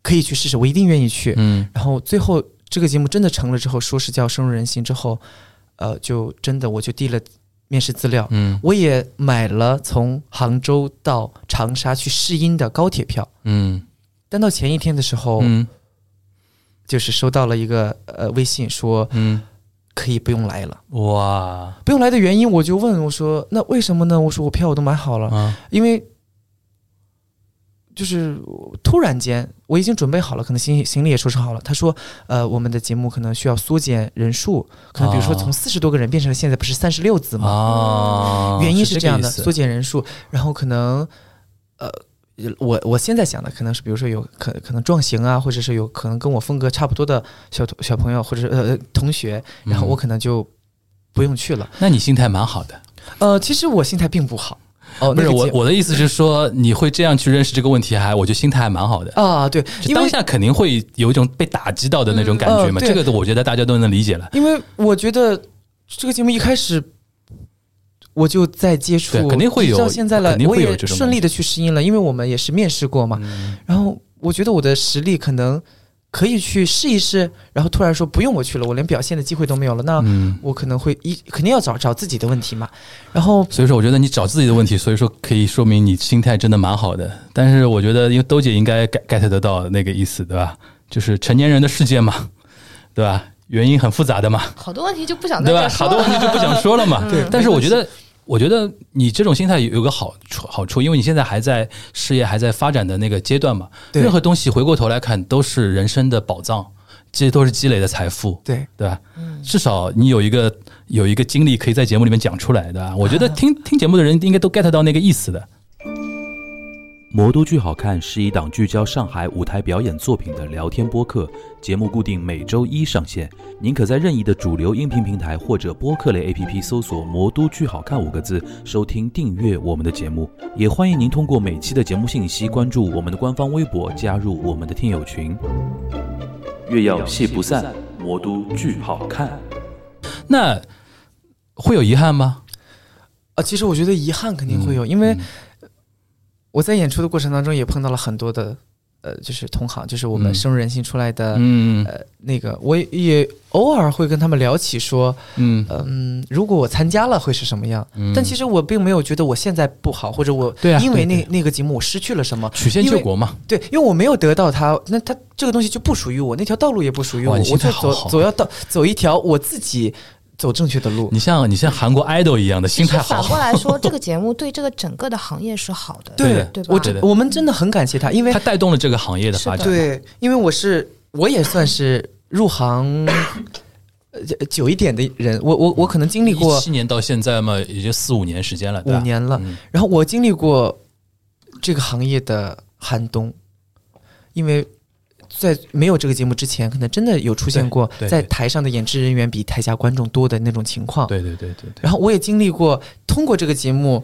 A: 可以去试试，我一定愿意去。
B: 嗯
A: 然后最后这个节目真的成了之后，说是叫深入人心之后，呃，就真的我就递了面试资料，
B: 嗯
A: 我也买了从杭州到长沙去试音的高铁票。
B: 嗯
A: 但到前一天的时候，
B: 嗯
A: 就是收到了一个呃微信说
B: 嗯，
A: 可以不用来了。
B: 哇
A: 不用来的原因，我就问我说：“那为什么呢？”我说：“我票我都买好了，
B: 啊
A: 因为就是突然间我已经准备好了，可能行行李也收拾好了。”他说：“呃，我们的节目可能需要缩减人数，可能比如说
B: 啊
A: 从四十多个人变成了现在不是三十六字吗？
B: 啊，
A: 原因是
B: 是
A: 这样的，
B: 个意思
A: 缩减人数，然后可能呃。”我我现在想的可能是，比如说有可可能撞型啊，或者是有可能跟我风格差不多的小同小朋友，或者是呃同学，然后我
B: 嗯
A: 可能就不用去了。
B: 那你心态蛮好的，
A: 呃，其实我心态并不好。哦，
B: 不是
A: 那个
B: 我
A: 节
B: 我的意思是说，你会这样去认识这个问题，还我觉得心态还蛮好的。
A: 啊，对，
B: 就
A: 因
B: 当
A: 为
B: 下肯定会有一种被打击到的那种感觉嘛，
A: 嗯呃对
B: 这个我觉得大家都能理解了。
A: 因为我觉得这个节目一开始我就在接触，
B: 对肯定会有
A: 到现在了
B: 肯，定
A: 我
B: 会有
A: 也
B: 这种嗯
A: 顺利的去适应了，因为我们也是面试过嘛。然后我觉得我的实力可能可以去试一试，然后突然说不用我去了，我连表现的机会都没有了，那
B: 嗯，
A: 我可能会一肯定要找找自己的问题嘛。然后
B: 所以说我觉得你找自己的问题，所以说可以说明你心态真的蛮好的。但是我觉得，因为兜姐应该 get get 得到那个意思，对吧？就是成年人的世界嘛，对吧？原因很复杂的嘛，
C: 好多问题就不想在
B: 对
C: 这
B: 吧？
C: 儿说嗯
B: 好多问题就不想说了嘛。
A: 对
B: 但是
A: 没
B: 我
A: 关系
B: 觉得，我觉得你这种心态有有个好处，好处，因为你现在还在事业还在发展的那个阶段嘛。
A: 对
B: 任何东西回过头来看都是人生的宝藏，这都是积累的财富，
A: 对，
B: 对吧？
C: 嗯
B: 至少你有一个有一个经历可以在节目里面讲出来，对吧？
C: 嗯
B: 我觉得听听节目的人应该都 get 到那个意思的。
D: 《魔都剧好看》是一档聚焦上海舞台表演作品的聊天播客，节目固定每周一上线。您可在任意的主流音频平台或者播客类 APP 搜索“魔都剧好看”五个字，收听订阅我们的节目。也欢迎您通过每期的节目信息关注我们的官方微博，加入我们的听友群。月要戏不散，魔都剧好看。
B: 那会有遗憾吗？嗯
A: 啊，其实我觉得遗憾肯定会有，因为我在演出的过程当中也碰到了很多的，呃，就是同行，就是我们
B: 嗯
A: 深入人心出来的、
B: 嗯
A: 呃那个，我也偶尔会跟他们聊起说，
B: 嗯，
A: 嗯，如果我参加了会是什么样？但其实我并没有觉得我现在不好，或者我
B: 对啊
A: 因为
B: 对
A: 那
B: 对
A: 那个节目我失去了什么？
B: 曲线救国嘛。
A: 对，因为我没有得到它，那它这个东西就不属于我，那条道路也不属于我，
B: 哇
A: 我
B: 你
A: 就
B: 心态好
A: 走
B: 好
A: 走要到走一条我自己走正确的路。
B: 你像你像韩国 idol 一样的
C: 其
B: 心
C: 实
B: 态好
C: 反
B: 好
C: 过。来说，这个节目对这个整个的行业是好的，
B: 对的
C: 对吧？
A: 我
B: 觉
A: 真
B: 得
A: 我们真的很感谢他，因为
B: 它带动了这个行业的发展。
A: 对，因为我是我也算是入行呃久一点的人，我我我可能经历过
B: 七年到现在嘛，也就四五年时间了，对
A: 五
B: 吧？
A: 年了，
B: 嗯
A: 然后我经历过这个行业的寒冬，因为。在没有这个节目之前，可能真的有出现过
B: 对对
A: 在
B: 对
A: 台上的演职人员比台下观众多的那种情况。
B: 对对对对对，
A: 然后我也经历过通过这个节目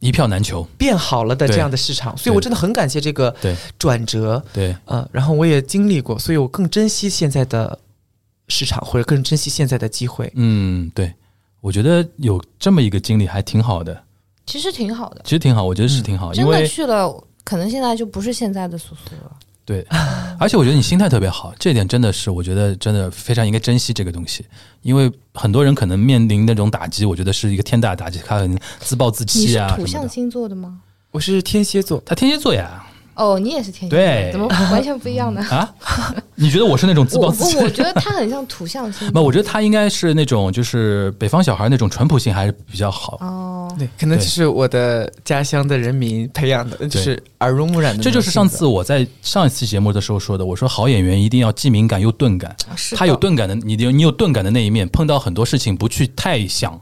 B: 一票难求。
A: 变好了的
B: 对
A: 这样的市场，所以我
B: 对
A: 真的很感谢这个
B: 对
A: 转折。
B: 对，
A: 呃，然后我也经历过，所以我更珍惜现在的市场，或者更珍惜现在的机会。
B: 嗯，对，我觉得有这么一个经历还挺好的，
C: 其实挺好的，
B: 嗯啊其实挺好，我觉得是挺好，因
C: 真的
B: 为
C: 去了，可能现在就不是现在的苏苏了。
B: 对，而且我觉得你心态特别好，这点真的是我觉得真的非常应该珍惜这个东西，因为很多人可能面临那种打击，我觉得是一个天大的打击，他很自暴自
C: 你
B: 弃
C: 是
B: 啊
C: 土
B: 什么
C: 象
B: 的。
C: 星座的吗？
A: 我是天蝎座，
B: 他天蝎座 呀
C: 哦，你也是天蝎座，
B: 对
C: 怎么 完全不一样呢？
B: 啊，你觉得我是那种自
C: 我
B: 暴自弃
C: 我？我觉得他很像土象星
B: 不，
C: 座。
B: 我觉得他应该是那种就是北方小孩那种淳朴性还是比较好。
C: 哦，
A: 对，可能
B: 对
A: 就是我的家乡的人民培养的，就是耳濡目染的那种性格。
B: 这就是上次我在上一期节目的时候说的，我说好演员一定要既敏感又钝感，
C: 啊是
B: 他
C: 的
B: 有钝感的，你有你有钝感的那一面，碰到很多事情不去太想。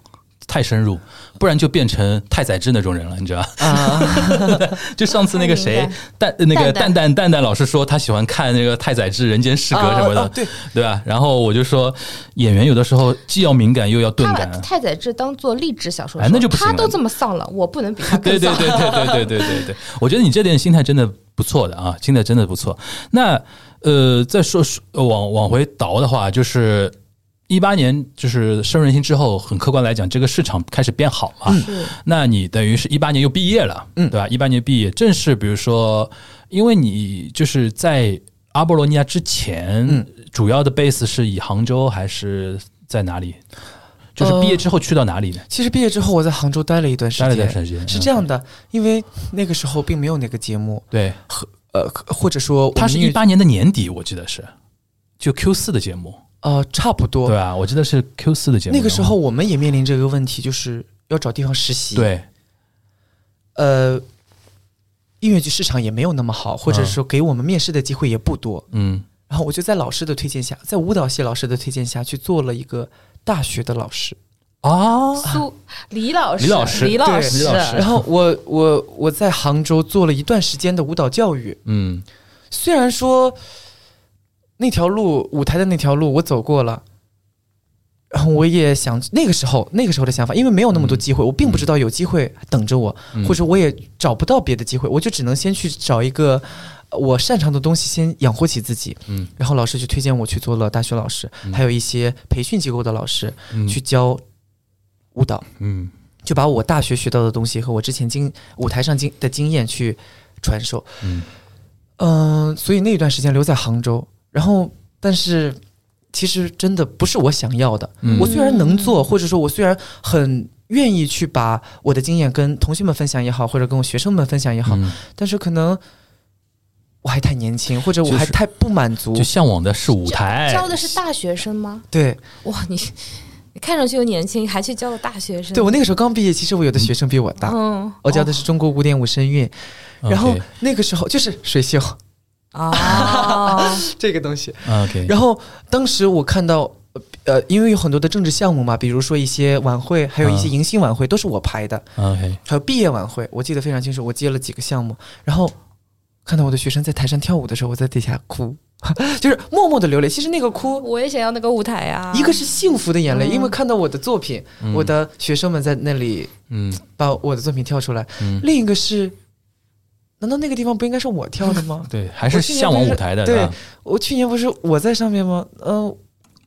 B: 太深入，不然就变成太宰治那种人了，你知道吧？
A: 啊，
B: 就上次那个
C: 太
B: 谁
C: 敏，
B: 蛋那个蛋
C: 蛋蛋
B: 蛋蛋蛋老师说他喜欢看那个太宰治《人间失格》什么
A: 啊
C: 哦
A: 啊
B: 的，
A: 对
B: 对吧？然后我就说，演员有的时候既要敏感又要钝
C: 他把
B: 感，啊
C: 太宰治当做励志小说说，
B: 哎那就不行了
C: 他都这么丧了，我不能比 他
B: 对
C: 更
B: 对
C: 丧。
B: 对对对对对对 对，我觉得你这点心态真的不错的啊，心态真的不错。那呃，再说说呃往往回倒的话，就是一八年就是深入人心之后，很客观来讲，这个市场开始变好嘛。
C: 是
B: 那你等于是一八年又毕业了，
A: 嗯
B: 对吧？一八年毕业，正是比如说，因为你就是在阿波罗尼亚之前，
A: 嗯
B: 主要的 base 是以杭州还是在哪里？就是毕业之后去到哪里呢？
A: 其实毕业之后我在杭州待了一段时
B: 待了一段
A: 间，
B: 时间，
A: 是
B: 嗯
A: 这样的，因为那个时候并没有那个节目，
B: 对。
A: 呃，或者说我们
B: 它是
A: 因为
B: 一八年的年底，我记得是，就 Q 四的节目，
A: 呃差不多
B: 对吧？我记得是 Q 四的节目。
A: 那个时候我们也面临这个问题，就是要找地方实习。，
B: 对
A: 呃，音乐剧市场也没有那么好，或者说给我们面试的机会也不多。
B: 嗯
A: 然后我就在老师的推荐下，在舞蹈系老师的推荐下去做了一个大学的老师。哦
B: 啊，
C: 苏李老师，
B: 李老师
C: 李老
B: 对李老师
A: 然后我我我在杭州做了一段时间的舞蹈教育，
B: 嗯
A: 虽然说那条路舞台的那条路我走过了。然后我也想，那个时候那个时候的想法，因为没有那么多机会，我并不知道有机会等着我，
B: 嗯
A: 或者我也找不到别的机会，我就只能先去找一个呃我擅长的东西，先养活起自己。
B: 嗯
A: 然后老师就推荐我去做了大学老师，
B: 嗯
A: 还有一些培训机构的老师、
B: 嗯
A: 去教舞蹈，
B: 嗯
A: 就把我大学学到的东西和我之前经舞台上经的经验去传授。
B: 嗯
A: 嗯、所以那段时间留在杭州，然后但是其实真的不是我想要的。
B: 嗯
A: 我虽然能做，或者说我虽然很愿意去把我的经验跟同学们分享也好，或者跟我学生们分享也好，
B: 嗯
A: 但是可能我还太年轻，或者我
B: 就
A: 还
B: 是
A: 太不满足。
B: 就向往的是舞台，
C: 教的是大学生吗？
A: 对，
C: 哎哇，你你看上去又年轻，还去教了大学生。
A: 对我那个时候刚毕业，其实我有的学生比我大，
C: 嗯，
A: 我教的是中国古典舞声韵，
B: OK，
A: 然后那个时候就是水袖
C: 哦 啊，
A: 这个东西，
B: OK，
A: 然后当时我看到，呃，因为有很多的政治项目嘛，比如说一些晚会，还有一些
B: 嗯
A: 迎新晚会，都是我排的，
B: OK，
A: 还有毕业晚会，我记得非常清楚，我接了几个项目，然后看到我的学生在台上跳舞的时候，我在底下哭， 就是默默的流泪。其实那个哭。
C: 我也想要那个舞台啊。
A: 一个是幸福的眼泪，
C: 嗯
A: 因为看到我的作品，
B: 嗯
A: 我的学生们在那里
B: 嗯
A: 把我的作品跳出来；
B: 嗯，
A: 另一个是，难道那个地方不应该是我跳的吗？
B: 对，还是向往舞台的，
A: 我去年
B: 吧？
A: 我去年不是我在上面吗？嗯、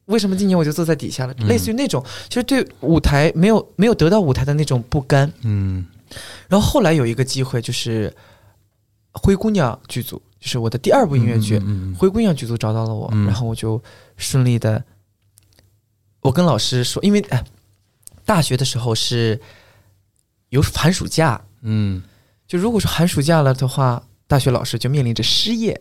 A: 为什么今年我就坐在底下了？
B: 嗯
A: 类似于那种，就是对舞台没有没有得到舞台的那种不甘。
B: 嗯
A: 然后后来有一个机会，就是《灰姑娘》剧组，就是我的第二部音乐剧，
B: 嗯嗯嗯嗯
A: 灰姑娘》剧组找到了我，
B: 嗯
A: 然后我就顺利的，我跟老师说，因为哎，大学的时候是有寒暑假，
B: 嗯，
A: 就如果说寒暑假了的话，大学老师就面临着失业。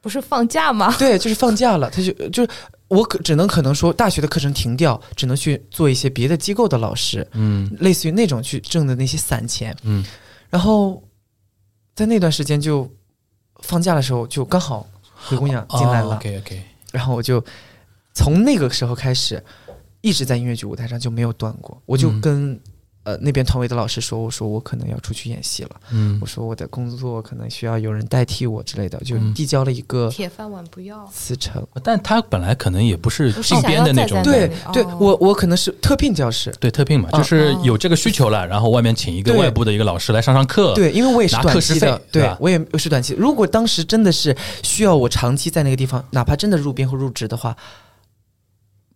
C: 不是放 假吗？
A: 对，就是放假了，他就就是我可只能可能说大学的课程停掉，只能去做一些别的机构的老师，
B: 嗯
A: 类似于那种去挣的那些散钱。
B: 嗯
A: 然后在那段时间就放假的时候，就刚好灰姑
B: 嗯
A: 娘进来了，
B: 哦，OK OK，
A: 然后我就从那个时候开始，一直在音乐剧舞台上就没有断过。我就
B: 嗯
A: 跟、呃那边团委的老师说，我说我可能要出去演戏了，
B: 嗯
A: 我说我的工作可能需要有人代替我之类的，就
B: 嗯
A: 递交了一个
C: 铁饭碗不要。
A: 辞呈。
B: 但他本来可能也不是
C: 不是
B: 竞
C: 想
B: 编
C: 要
B: 的那
C: 再
B: 种
C: 在
B: 的，
C: 那
A: 对
C: 里
A: 对
C: 哦，
A: 我我可能是特聘教师，
B: 对特聘嘛，
A: 啊
B: 就是
C: 哦
B: 有这个需求了，然后外面请一个
A: 对
B: 外部的一个老师来上上课。
A: 对，因为我也是
B: 呃拿
A: 短
B: 课时
A: 期的
B: 费，对
A: 对
B: 吧
A: 我也是短期。如果当时真的是需要我长期在那个地方，哪怕真的入编或入职的话，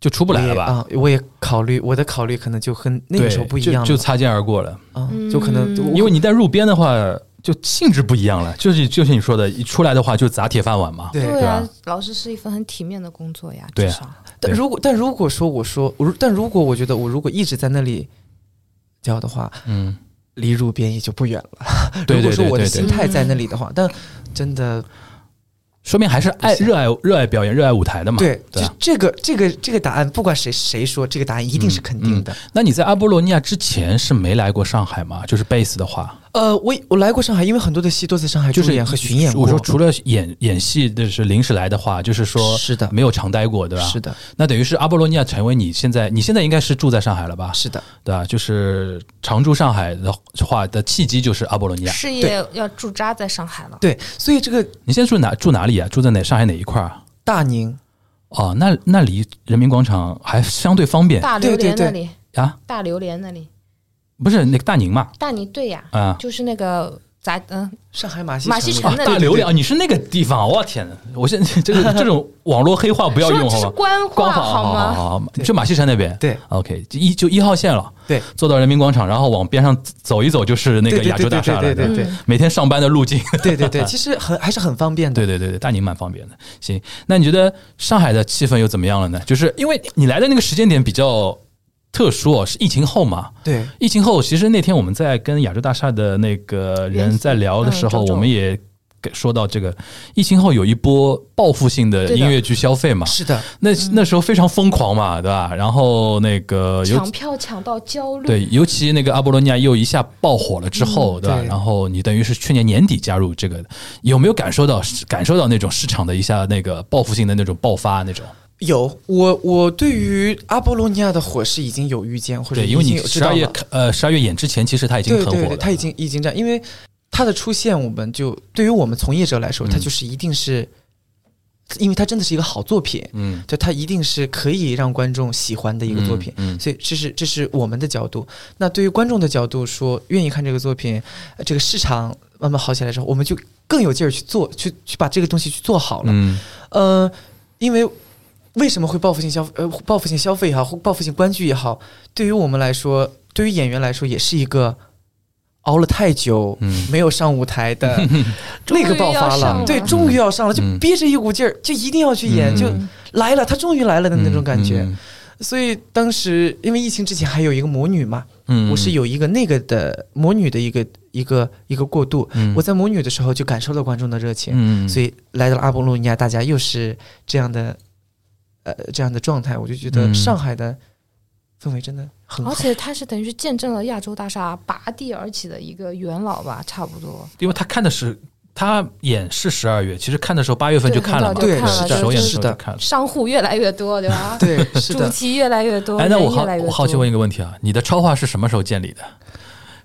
B: 就出不
A: 我
B: 来
A: 也
B: 了吧？
A: 啊，我也考虑我的考虑可能就和那个时候
B: 对
A: 不一样了
B: 就就擦肩而过了。
A: 啊，
C: 嗯
A: 就可能
C: 嗯
A: 我
B: 因为你在入编的话，就性质不一样了，就是就是你说的，一出来的话就砸铁饭碗嘛。
A: 对
C: 对
B: 对
C: 啊，老师是一份很体面的工作呀，
B: 对
C: 至
B: 啊
C: 少
A: 但
B: 对
A: 如果但如果说我说，我如但如果我觉得我如果一直在那里教的话，
B: 嗯，
A: 离入编也就不远了。
B: 对
A: 如
B: 对
A: 果说
B: 对
A: 我的
B: 对
A: 心
B: 对，
A: 态在那里的话，但真的
B: 说明还是爱
A: 不行
B: 热爱热爱表演、热爱舞台的嘛。
A: 对，
B: 对
A: 就是
B: 啊
A: 这个这个这个答案，不管谁谁说，这个答案一
B: 嗯
A: 定是肯定的。
B: 那你在阿波罗尼亚之前是没来过上海吗？就是 base 的话，
A: 呃，我我来过上海，因为很多的戏都在上海
B: 就
A: 驻
B: 是
A: 演和巡演过。
B: 我说除了演演戏，就是临时来的话，就是说
A: 是的
B: 没有常待过，对吧？
A: 是的，
B: 那等于是阿波罗尼亚成为你现在，你现在应该是住在上海了吧？
A: 是的，
B: 对吧？就是常住上海的话的契机就是阿波罗尼亚。
C: 事业要驻扎在上海了。
A: 对，所以这个
B: 你现在住哪住哪里啊？住在哪上海哪一块儿啊？
A: 大宁
B: 哦，那那离人民广场还相对方便
C: 大榴莲那里，
B: 啊？
C: 大榴莲那里，
B: 不是那个大宁嘛？
C: 大泥对呀，
B: 啊、
C: 就是那个杂嗯，
A: 上海马戏
C: 马戏
A: 城
C: 城
A: 那个
C: 那里
B: 大
C: 对
B: 流量，你是那个地方，我天哪！我现在这个这种网络黑话不要
C: 说
B: 用
C: 这
B: 好
C: 是
B: 吗？
C: 官
B: 官话，
C: 话
B: 好
C: 好
B: 好
C: 吗？
B: 好好，
A: 对
B: 就马戏山那边。
A: 对
B: ，OK，就一就一号线了，
A: 对，
B: 坐到人民广场，然后往边上走一走就是那个
A: 对对
B: 亚洲大厦了。
A: 对对
B: 吧
A: 对对
C: 嗯
B: 每天上班的路径。
A: 对对对，其实很还是很方便的。
B: 对对对对，大宁蛮方便的。行，那你觉得上海的气氛又怎么样了呢？就是因为你来的那个时间点比较特殊哦，是疫情后嘛。
A: 对
B: 疫情后，其实那天我们在跟亚洲大厦的那个人在聊的时候，
C: 嗯周周
B: 我们也给说到这个疫情后有一波报复性的
C: 对的嗯
B: 音乐剧消费嘛，
A: 是的，
B: 那那时候非常疯狂嘛，对吧？然后那个尤
C: 抢票抢到焦虑，
B: 对，尤其那个阿波罗尼亚又一下爆火了之后，对吧？
A: 嗯对
B: 然后你等于是去年年底加入这个，有没有感受到感受到那种市场的一下那个报复性的那种爆发那种？
A: 有我我对于阿波罗尼亚的火是已经有预见，或者
B: 对，因为
A: 已
B: 你
A: 经有知
B: 十
A: 道
B: 二
A: 了
B: 月呃十二月演之前，其实它已经
A: 对
B: 很
A: 对
B: 火了，
A: 对，
B: 啊
A: 他已经已经这样，因为他的出现，我们就对于我们从业者来说，
B: 嗯
A: 他就是一定是，因为他真的是一个好作品，
B: 嗯
A: 就他一定是可以让观众喜欢的一个作品。
B: 嗯嗯
A: 所以这是这是我们的角度。那对于观众的角度说，愿意看这个作品，呃这个市场慢慢好起来之后，我们就更有劲儿去做，去去把这个东西去做好了。
B: 嗯
A: 呃，因为为什么会报复性消呃报复性消费也好，或报复性观剧也好，对于我们来说，对于演员来说，也是一个熬了太久、
B: 嗯
A: 没有上舞台的
C: 终于
A: 那个爆发
C: 要上了
A: 对，终于要上了，就
B: 嗯
A: 憋着一股劲儿，就一定要去演，
B: 嗯
A: 就来了，他终于来了的那种感觉。
B: 嗯
A: 所以当时因为疫情之前还有一个魔女嘛，
B: 嗯
A: 我是有一个那个的魔女的一个一个一个过渡。
B: 嗯
A: 我在魔女的时候就感受到观众的热情，
B: 嗯
A: 所以来到了阿波罗尼亚，大家又是这样的，呃，这样的状态，我就觉得
B: 嗯
A: 上海的氛围真的很好
C: 而。且他是等于是见证了亚洲大厦拔地而起的一个元老吧，差不多。
B: 因为他看的是他演是十二月，其实看的时候八月份就
C: 对
B: 看了嘛，
A: 很早就看
B: 是
A: 了
B: 的
A: 就
B: 首演
A: 是
B: 时候
A: 的
B: 就看了。
C: 商户越来越多，对 吧？
A: 对，是
C: 主
A: 的，
C: 题越来越多，
B: 哎，那我
C: 人
B: 好
C: 越来越，多
B: 我好奇问一个问题啊，你的超话是什么时候建立的？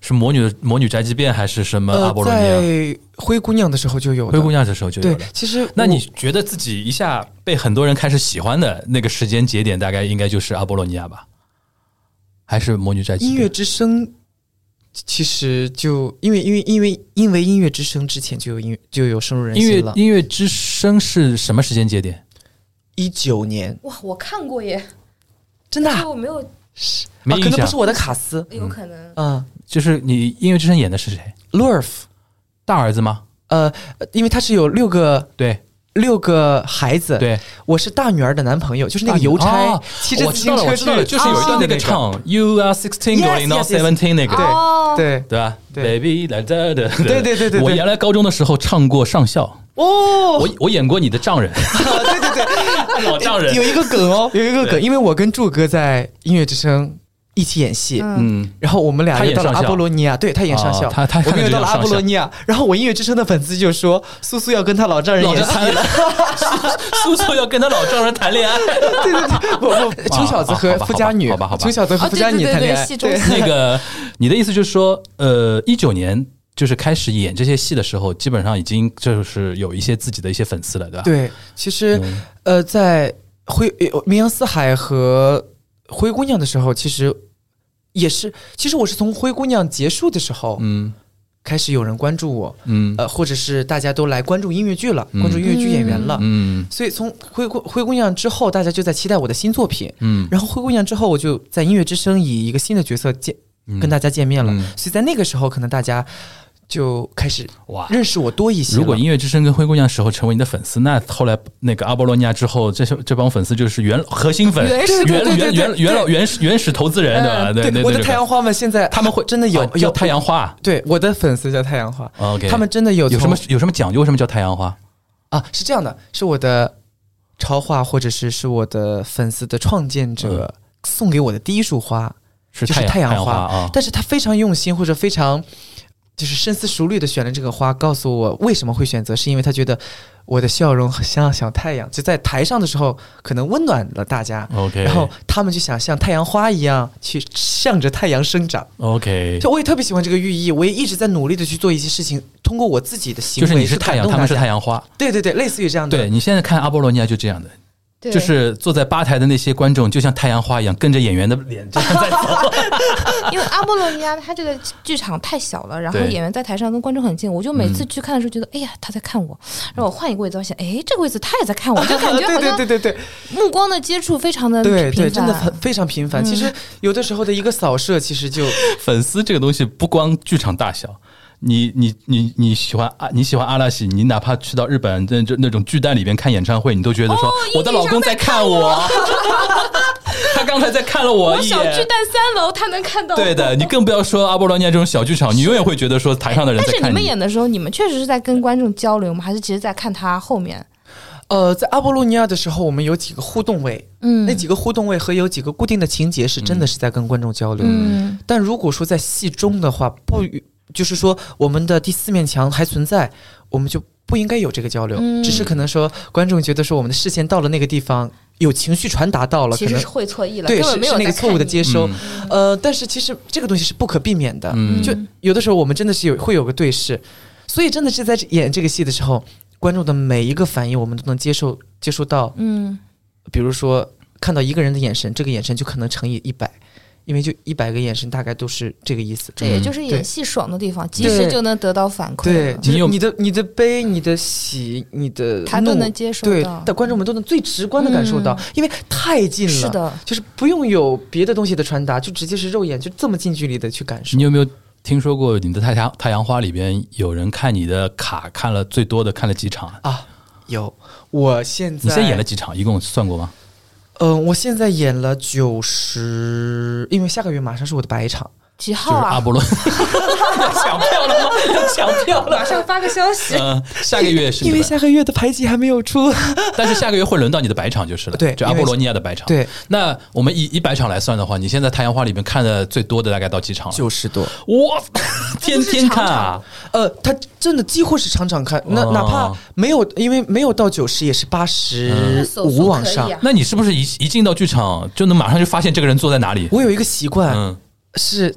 B: 是魔女的魔女宅急便还是什么阿
A: 呃
B: 波，罗尼亚？
A: 在灰姑娘的时候就有的
B: 灰姑娘的时候就有
A: 对
B: 了。，
A: 其实
B: 那
A: 我
B: 你觉得自己一下被很多人开始喜欢的那个时间节点，大概应该就是阿波罗尼亚吧？还是魔女宅急
A: 音
B: 便？
A: 乐之声。其实就因为因为因为因为音乐之声之前就有音就有深入人
B: 音
A: 心了啊
B: 乐，音乐之声是什么时间节点？
A: 一九年
C: 哇，我看过耶，
A: 真的啊、
C: 就没有
B: 没
A: 啊可
B: 印
A: 能
B: 象
A: 不是，我的卡斯，
C: 有可能。
A: 嗯，
B: 就是你音乐之声演的是谁？
A: 鲁尔夫，
B: 大儿子吗？
A: 呃，因为他是有六个
B: 对
A: 六个孩子，
B: 对，
A: 我是大女儿的男朋友，就是那
B: 大
A: 个
B: 女
A: 邮差
B: 哦
A: 骑着
B: 我
A: 自
B: 知道
A: 行
B: 了，
A: 车
B: 我知道了，
A: 去
B: 就是有一段那个唱 “You are sixteen,
A: Yes,
B: going on
A: yes, yes.
B: seventeen” 那个，
A: 对
C: 哦，
A: 对
B: 对吧
A: 对
B: ？Baby，来哒哒哒
A: 对对对对
B: 我原来高中的时候唱过上校，
A: 哦，
B: 我我演过你的丈人，
A: 对对对，
B: 老丈人
A: 有，一个梗 哦，有一个梗，因为我跟柱哥在音乐之声一起演戏。
C: 嗯，
B: 嗯，
A: 然后我们俩
B: 他
A: 又
B: 演
A: 到了
B: 上
A: 阿
B: 校
A: 波罗尼亚，对他演上校，
B: 哦他他
A: 我
B: 看
A: 们
B: 着
A: 又
B: 就
A: 到了
B: 像
A: 阿波罗
B: 上校
A: 尼亚，然后我音乐之声的粉丝就说苏苏要跟她老丈人
B: 老
A: 演
B: 丈
A: 戏，
B: 人， 苏苏要跟他老丈人 谈恋爱。
A: 对对对，我我 穷小子和
B: 好吧好吧
A: 富家女，
B: 好吧好吧
A: 穷小子和
C: 哦
A: 富家女
C: 对对对
A: 谈恋
C: 对
A: 爱，
C: 戏中
A: 对
B: 那个，你的意思就是说，呃，一九年就是开始演这些戏的时候，基本上已经就是有一些自己的一些粉丝了，对吧？
A: 对，其实
B: 嗯
A: 呃，在灰呃《名扬四海》和《灰姑娘》的时候，其实也是，其实我是从《灰姑娘》结束的时候、
B: 嗯
A: 开始有人关注我，
B: 嗯
A: 呃，或者是大家都来关注音乐剧了，
B: 嗯
A: 关注音乐剧演员了。
B: 嗯
A: 所以从灰姑灰姑娘之后，大家就在期待我的新作品。
B: 嗯，
A: 然后灰姑娘之后，我就在音乐之声以一个新的角色见跟大家见面了。
B: 嗯
A: 所以在那个时候，可能大家就开始
B: 哇！
A: 认识我多一些了。
B: 如果音乐之声跟灰姑娘时候成为你的粉丝，那后来那个阿波罗尼亚之后，这些这帮粉丝就是原核心粉、
C: 原始
A: 对对对
B: 原原
A: 对嗯
B: 原原老原始原始投资人，对吧？对
A: 对
B: 对
A: 我
B: 对
A: 的
B: 对
A: 太阳花们现在
B: 他们会
A: 真的有
B: 啊叫
A: 有
B: 太阳花。
A: 对我的粉丝叫太阳花，
B: OK，
A: 他们真的有
B: 有什
A: 从
B: 么有什么讲究？为什么叫太阳花？
A: 啊？是这样的，是我的超话，或者是是我的粉丝的创建
B: 嗯
A: 者送给我的第一束花，
B: 是
A: 就是
B: 太
A: 太阳
B: 阳
A: 花
B: 啊！
A: 但是他非常用心，或者非常就是深思熟虑的选了这个花，告诉我为什么会选择，是因为他觉得我的笑容很像小太阳，就在台上的时候可能温暖了大家。
B: OK，
A: 然后他们就想像太阳花一样去向着太阳生长，
B: OK，
A: 就我也特别喜欢这个寓意，我也一直在努力的去做一些事情，通过我自己的行
B: 就
A: 为
B: 是你是
A: 去
B: 太
A: 感
B: 阳，
A: 动
B: 他
A: 大
B: 们是
A: 家。嗯
B: 太阳花。
A: 对对对，类似于这样的。
B: 对你现在看阿波罗尼亚就这样的，
C: 对，
B: 就是坐在吧台的那些观众，就像太阳花一样，跟着演员的脸这样在走。
C: 因为阿波罗尼亚它这个剧场太小了，然后
B: 对
C: 演员在台上跟观众很近，我就每
A: 嗯
C: 次去看的时候觉得，哎呀，他在看我，然后我换一个位置，发现，哎，这个位置他也在看我，就感觉
A: 啊对
C: 好
A: 对
C: 像
A: 对对对
C: 目光的接触非常的
A: 对对，
C: 频
A: 真的很
C: 繁。
A: 非常频繁。其实有的时候的一个扫射，其实就
B: 粉丝这个东西不光剧场大小。你你你你喜欢啊？你喜欢阿拉西？你哪怕去到日本那那那种巨蛋里边看演唱会，你都觉
C: 哦
B: 得说、我的老公在看我，他刚才在看了我
C: 我
B: 一
C: 小巨
B: 眼。
C: 蛋三楼，他能看到我。
B: 对 的，你更不要说阿波罗尼亚这种小剧场，你永远会觉得说台上的人
C: 但
B: 在
C: 是
B: 看
C: 你们演的时候，你们确实是在跟观众交流吗？还是其实在看他后面？
A: 呃，在阿波罗尼亚的时候，我们有几个互动位，
C: 嗯
A: 那几个互动位和有几个固定的情节是真的是在跟观众交流。
C: 嗯，
A: 但如果说在戏中的话，不与就是说我们的第四面墙还存在，我们就不应该有这个交流，
C: 嗯
A: 只是可能说观众觉得说我们的视线到了那个地方，有情绪传达到了，
C: 其
A: 可
C: 实
A: 能
C: 是会错意了，
A: 对
C: 根
A: 是
C: 本没有
A: 是那
C: 在
A: 个错误的
C: 看你
A: 接收。
B: 嗯
A: 呃，但是其实这个东西是不可避免的，
B: 嗯
A: 就有的时候我们真的是有会有个对视，所以真的是在演这个戏的时候，观众的每一个反应我们都能接受接受到，
C: 嗯，
A: 比如说看到一个人的眼神，这个眼神就可能乘以一百。因为就一百个眼神，大概都是这个意思。
C: 这也
B: 嗯
C: 就是演戏爽的地方，及
A: 对
C: 时就能得到反馈
A: 对
C: 了，
A: 就是
B: 你有
A: 你的你的悲、你的喜、你的
C: 他
A: 怒
C: 都能接受
A: 对
C: 到。
A: 的观众们都能最直观的感受到，
C: 嗯
A: 因为太近了，
C: 是，的，
A: 就是不用有别的东西的传达，就直接是肉眼就这么近距离的去感受
B: 你。有没有听说过你的太阳太阳花里边有人看你的卡看了最多的看了几场啊？
A: 啊，有，我现在
B: 你现在演了，几场？一共算过吗？
A: 嗯、我现在演了九十，因为下个月马上是我的白场，
C: 几
B: 就
C: 号
B: 是
C: 啊
B: 阿？波罗要抢票了吗？ 要抢票了。
C: 马上发个消息。
B: 嗯，下个月是你
A: 因
B: 的
A: 为
B: 白
A: 下个月的排期还没有出，
B: 但是下个月会轮到你的白场就是了，
A: 对
B: 就阿波罗尼亚的白场。，
A: 对，
B: 那我们以以百场来算的话，你现在太阳花里面看的最多的大概到几场了？
A: 九十多，
B: 哇，天天看啊！
A: 呃，他真的几乎是场场看，那、
B: 哦
A: 哪怕没有，因为没有到九十，也是八
B: 嗯
A: 十
C: 手速
A: 五往
C: 可以
A: 上。
C: 啊
B: 那你是不是一一进到剧场就能马上就发现这个人坐在哪里？
A: 我有一个习惯、
B: 嗯，
A: 是。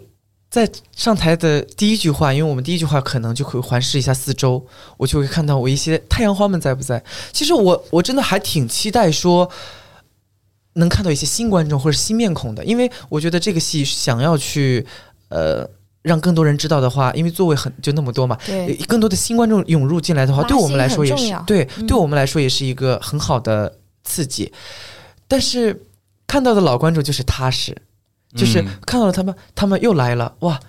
A: 在上台的第一句话，因为我们第一句话可能就会环视一下四周，我就会看到我一些太阳花们在不在。其实我我真的还挺期待说能看到一些新观众或者新面孔的，因为我觉得这个戏想要去呃让更多人知道的话，因为座位很就那么多嘛，
C: 对，
A: 更多的新观众涌入进来的话，
C: 拉
A: 对我们来说也
C: 新很
A: 是
C: 重要
A: 对，
C: 嗯
A: 对我们来说也是一个很好的刺激。但是看到的老观众就是踏实，就是
B: 嗯
A: 看到了他们，他们又来了，哇，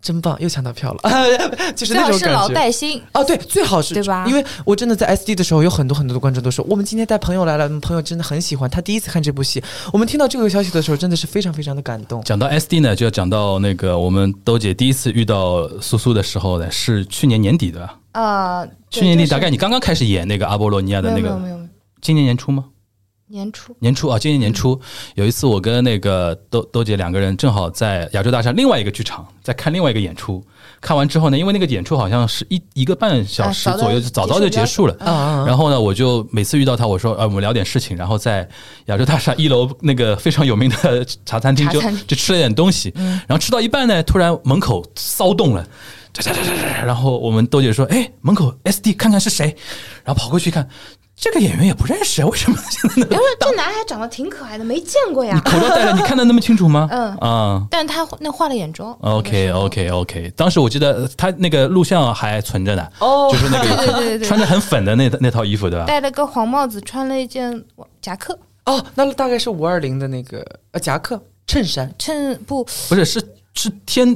A: 真棒，又抢到票了， 就是
C: 最
A: 那
C: 好
A: 种
C: 是老
A: 感觉。
C: 带新，
A: 啊，对，最好是
C: 对吧
A: 因为我真的在 SD 的时候，有很多很多的观众都说，我们今天带朋友来了，朋友真的很喜欢，他第一次看这部戏。我们听到这个消息的时候，真的是非常非常的感动。
B: 讲到 SD 呢，就要讲到那个我们兜姐第一次遇到苏苏的时候呢，是去年年底的吧，
C: 呃，
B: 去年
C: 对
B: 底
C: 就是
B: 大概你刚刚开始演那个阿波罗尼亚的
C: 没有
B: 那
C: 没有
B: 个，
C: 没有没有
B: 今年年初吗？
C: 年初，
B: 年初啊，今年年初有一次，我跟那个兜兜姐两个人正好在亚洲大厦另外一个剧场在看另外一个演出，看完之后呢，因为那个演出好像是一一个半小时
C: 啊早早
B: 左右，就早早就结束了。
A: 啊
C: 嗯
A: 啊！啊
B: 然后呢，我就每次遇到他，我说，呃，我们聊点事情。然后在亚洲大厦一楼那个非常有名的茶餐厅
C: 茶
B: 就
C: 餐厅嗯
B: 就吃了点东西，然后吃到一半呢，突然门口骚动了，喳喳喳喳喳。然后我们豆姐说，哎，门口 SD 看看是谁，然后跑过去一看，这个演员也不认识，为什么现在能
C: 然哎后说这男孩长得挺可爱的，没见过呀
B: 你。口罩戴了，你看得那么清楚吗？
C: 嗯
B: 啊、
C: 但他那画了眼妆
B: OK OK OK，当时我记得他那个录像还存着呢，
A: 哦
B: 就是那
C: 对对
B: 个
C: 对对
B: 穿
C: 对，
B: 着很粉的那那套衣服，对吧？
C: 戴了个黄帽子，穿了一件夹克，
A: 哦，那大概是五二零的那个呃夹克衬衫，
C: 衬不
B: 不是，是是天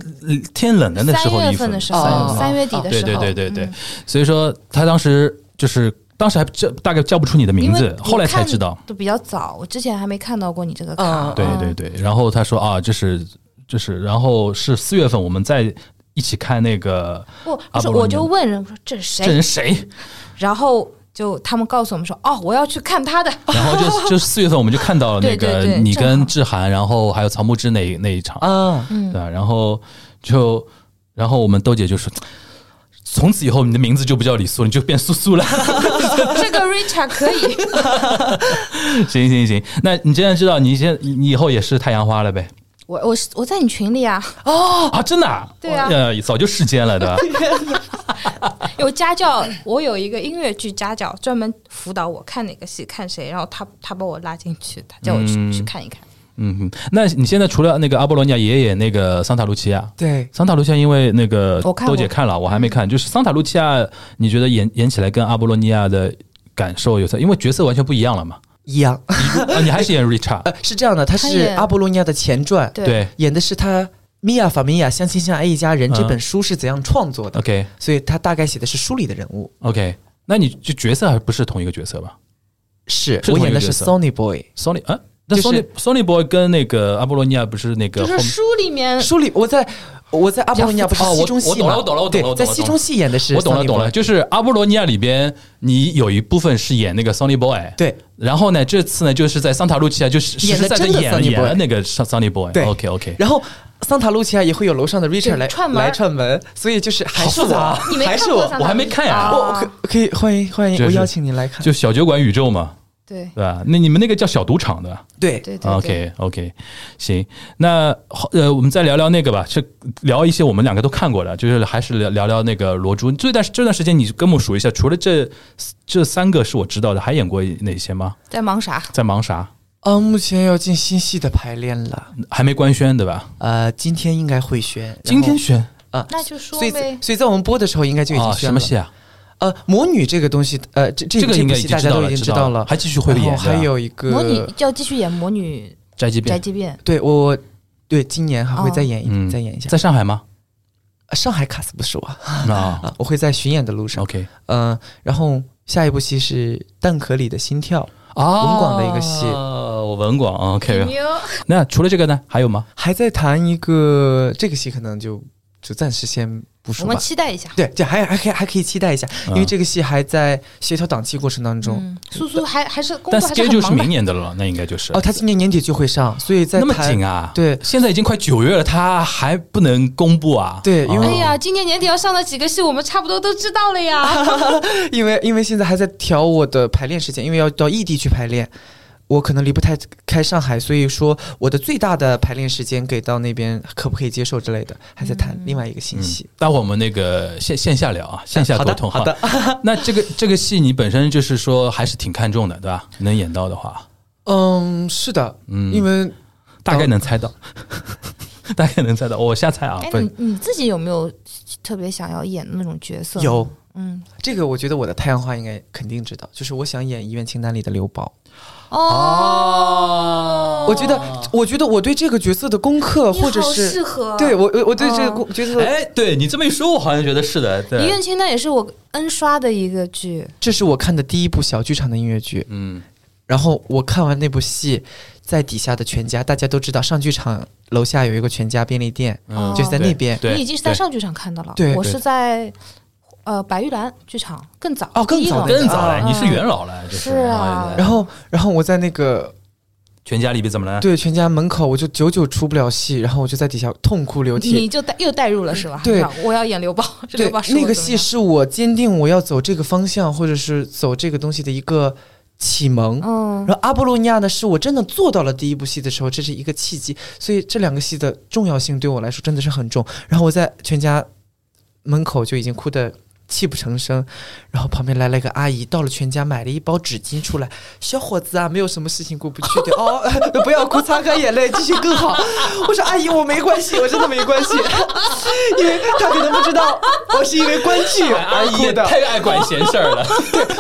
B: 天冷的那时候
C: 三
B: 的
C: 月
B: 衣服
C: 份，的时
A: 三月
C: 候，
A: 份
C: 三月底的时
B: 对
C: 候，
B: 对对对对
C: 嗯，
B: 所以说他当时就是当时还叫大概叫不出你的名
C: 嗯因
B: 字
C: 为，我
B: 后来才
C: 看嗯
B: 知道，啊
C: 都比较早，我之前还没看到过你这个卡。
A: 嗯
B: 对对对，然后他说啊，这是这是，然后是四月份我们在一起看那个
C: 不，
B: 阿
C: 不是，
B: 波罗
C: 我
B: 尼
C: 就
B: 亚
C: 问人我说这是
B: 这
C: 谁，
B: 人谁，
C: 然后就他们告诉我们说，哦，我要去看 他的。
B: 然后 就就四月份我们就看到了那
C: 对
B: 个
C: 对对
B: 你
C: 正
B: 跟
C: 好
B: 志涵，然后还有曹木之那那一场，
A: 啊，
B: 对
C: 嗯
B: 吧？然后就然后我们豆姐就说。从此以后，你的名字就不叫李素，你就变苏苏了。
C: 这个 Richard 可以，
B: 行行行，那你现在知道，你现你你以后也是太阳花了呗？
C: 我我是我在你群里啊，
B: 啊，真的、啊？
C: 对啊
B: 呃，早就世间了，对吧？
C: 有家教，我有一个音乐剧家教，专门辅导我看哪个戏看谁，然后他他把我拉进去，他叫我去、去看一看。
B: 嗯哼，那你现在除了那个阿波罗尼亚，也演那个桑塔露琪亚。
A: 对，
B: 桑塔露琪亚，因为那个
C: 我看
B: 豆
C: 过
B: 姐看了，我还
A: 嗯
B: 没看。就是桑塔露琪亚，你觉得演演起来跟阿波罗尼亚的感受有啥？因为角色完全不一样 了嘛。
A: 一样。
B: 啊，你还是演 Richard，
A: 呃，是这样的，它
C: 他
A: 是
C: 演
A: 阿波罗尼亚的前传，
C: 对
B: 对
A: 演的是他《米娅·法米娅相亲相爱一家
C: 嗯
A: 人》这本书是怎样创作的，
B: ，OK
A: 所以他大概写的是书里的人物。
B: OK，那你就角色还不是同一个角色吧
A: 是
B: 是
A: 我
B: 同一
A: 演
B: 个
A: 的是
B: 角色
A: Sony Boy，
B: ？Sony 啊，那
A: 就是
B: Sony Sony Boy 跟那个阿波罗尼亚不是那个
C: 就是书里面
A: 书里我在我在阿波罗尼亚不是
B: 嗯哦我
A: 戏中戏
B: 我懂了
A: 嘛，
B: 我懂了我懂了
A: 对，
B: 我懂
A: 在
B: 了
A: 戏中戏演的是
B: 我懂了
A: Sonny
B: 懂了，
A: Boy
B: 就是阿波罗尼亚里边，你有一部分是演那个 Sony Boy，哎
A: 对
B: 然后呢，这次呢就是在桑塔露琪亚，就是实
A: 演
B: 实
A: 的
B: 在在
A: 真的
B: 演
A: Sonny
B: 演
A: Boy
B: 了那个 Sony Boy，
A: 对
B: OK OK，
A: 然后桑塔露琪亚也会有楼上的 Richard
C: 对
A: 来
C: 串门
A: 来串门，所以就是还是
B: 复杂
A: 我
B: 啊，
C: 你没
A: 还
C: 看
A: 是
C: 过
A: 我
C: 桑塔
B: 我
C: 露
B: 还没看
C: 啊
B: 呀
A: 我我可可以欢迎欢迎，
B: 就
A: 我
B: 是
A: 邀请您来看，
B: 就小酒馆宇宙嘛，
C: 对
B: 对吧？那你们那个叫小赌场的
A: 对
C: 对对对
B: ，OK OK，行，那好呃，我们再聊聊那个吧，是聊一些我们两个都看过的，就是还是聊聊聊那个罗珠。这段这段时间你跟我数一下，除了这这三个是我知道的，还演过哪些吗？
C: 在忙啥？
B: 在忙啥？
A: 啊，目前要进新戏的排练了，
B: 还没官宣对吧？
A: 呃，今天应该会宣，然后
B: 今天宣
A: 啊，
C: 那就说
A: 所以
C: 呗
A: 所以在我们播的时候应该就已经
B: 啊，
A: 宣
B: 什
A: 了
B: 么。戏啊？
A: 呃，魔女这个东西，呃，这这
B: 这个
A: 这
B: 应
A: 部
B: 该
A: 戏
B: 已经
A: 大家
B: 知道
A: 都
B: 了
A: 已经
B: 知道了
A: 了，
B: 还继续会
A: 然后
B: 演
A: 还
B: 对吧
A: 有一个
C: 魔女就要继续演魔女
B: 宅急
C: 宅
B: 便
C: 急便，
A: 对我对今年
C: 哦
A: 还会再演一、
B: 嗯
A: 再演一下，
B: 在上海吗？
A: 啊上海卡斯不是我
B: 啊
A: 啊， 我会在巡演的路上，
B: ，OK
A: 嗯、然后下一部戏是《蛋壳里的心跳》，
B: 啊
A: 文广的一个戏
B: 我文广啊，OK。
C: 牛
B: 那除了这个呢，还有吗？
A: 还在谈一个这个戏，可能就就暂时先不
C: 我
A: 说
C: 们
A: 吧。
C: 期待一下。
A: 对，这还还可以还可以期待一下，因
B: 嗯
A: 为这个戏还在协调档期过程当中。
C: 嗯，苏苏还还是工
B: 但
C: 作还是
B: schedule 是
C: 很忙
B: 明
C: 的。
B: 年的了，那应该就是
A: 哦，他今年年底就会上，所以在
B: 那么
A: 谈
B: 紧啊？
A: 对
B: 现在已经快九月了，他还不能公布啊？
A: 对因为
B: 哦
C: 哎呀，今年年底要上的几个戏，我们差不多都知道了呀。
A: 因为因为现在还在调我的排练时间，因为要到异地去排练，我可能离不太开上海，所以说我的最大的排练时间给到那边，可不可以接受之类的，还在谈另外一个信
B: 嗯
A: 息。
B: 待会我们那个线线下聊啊，线下
A: 好
B: 沟
A: 的
B: 通
A: 好的。
B: 那这个这个戏你本身就是说还是挺看重的，对吧？能演到的话，
A: 嗯，是的，
B: 嗯，
A: 因为
B: 大概能猜到， 大概能猜到，我瞎猜啊
C: 哎，，
B: 不是
C: 你你自己有没有特别想要演的那种角色？
A: 有。
C: 嗯，
A: 这个我觉得我的太阳花应该肯定知道，就是我想演《医院清单》里的刘宝。
C: 哦，
A: 我觉得，我觉得我对这个角色的功课，
C: 你
A: 或者
C: 好
A: 是
C: 适合
A: 对我，我我对这个
C: 嗯
A: 功角色，
B: 哎，对你这么一说，我好像觉得是的。
C: 遗
B: 对，
C: 愿清单也是我 N 刷的一个剧，
A: 这是我看的第一部小剧场的音乐剧。
B: 嗯，
A: 然后我看完那部戏，在底下的全家，大家都知道上剧场楼下有一个全家便利店，
B: 嗯
A: 就是在那边。
B: 对
C: 你已经是在上剧场看的了。
A: 对
C: 我
B: 对
C: 是在呃白玉兰剧场更早
A: 哦更
C: 第一
A: 早
C: 轮
A: 的
B: 更早了，
A: 啊
B: 你是元老了，就是哎
C: 啊
A: 然后，然后我在那个
B: 全家里边怎么了？
A: 对全家门口，我就久久出不了戏，然后我就在底下痛哭流涕
C: 你。就带又带入了是吧？
A: 对
C: 是吧，我要演刘宝，这
A: 对
C: 刘宝，是我
A: 那个
C: 怎么
A: 戏
C: 样
A: 是我坚定我要走这个方向，或者是走这个东西的一个启蒙。
C: 嗯
A: 然，后阿波罗尼亚呢，是我真的做到了第一部戏的时候，这是一个契机，所以这两个戏的重要性对我来说真的是很重。然后我在全家门口就已经哭得泣不成声，然后旁边来了一个阿姨，到了全家买了一包纸巾出来，小伙子啊，没有什么事情过不去的哦， 不要哭，擦干眼泪，继续更好。我说阿姨，我没关系，我真的没关系，因为她可能不知道我是因为关剧
B: 阿
A: 而
B: 姨
A: 哭
B: 哎也
A: 的。
B: 太爱管闲事儿了，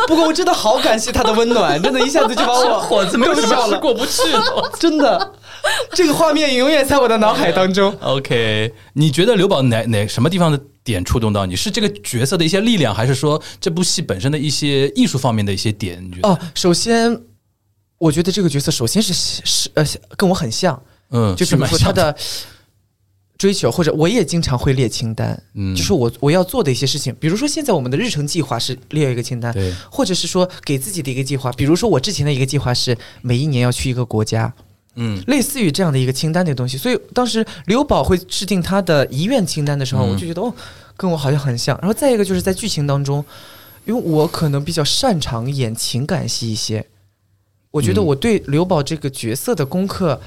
A: 不过我 真的好感谢她的温暖，真的一下子就把我
B: 小伙子没有什么事过不去的。
A: 真的，这个画面永远在我的脑海当中。
B: OK，你觉得刘宝哪哪什么地方的点触动到你？是这个角色的一些力量，还是说这部戏本身的一些艺术方面的一些点？你觉得？
A: 哦，首先，我觉得这个角色首先是是呃跟我很像，
B: 嗯，
A: 就比
B: 是
A: 如
B: 蛮
A: 说
B: 像
A: 他的追求，或者我也经常会列清单，
B: 嗯，
A: 就是我我要做的一些事情，比如说现在我们的日程计划是列一个清 单，
B: 对，
A: 或者是说给自己的一个计划，比如说我之前的一个计划是每一年要去一个国家，
B: 嗯
A: 类似于这样的一个清单的东西。所以当时刘宝会制定他的遗愿清单的时候，
B: 嗯
A: 我就觉得哦，跟我好像很像。然后再一个就是在剧情当中，因为我可能比较擅长演情感戏一些，我觉得
B: 嗯
A: 我对刘宝这个角色的功课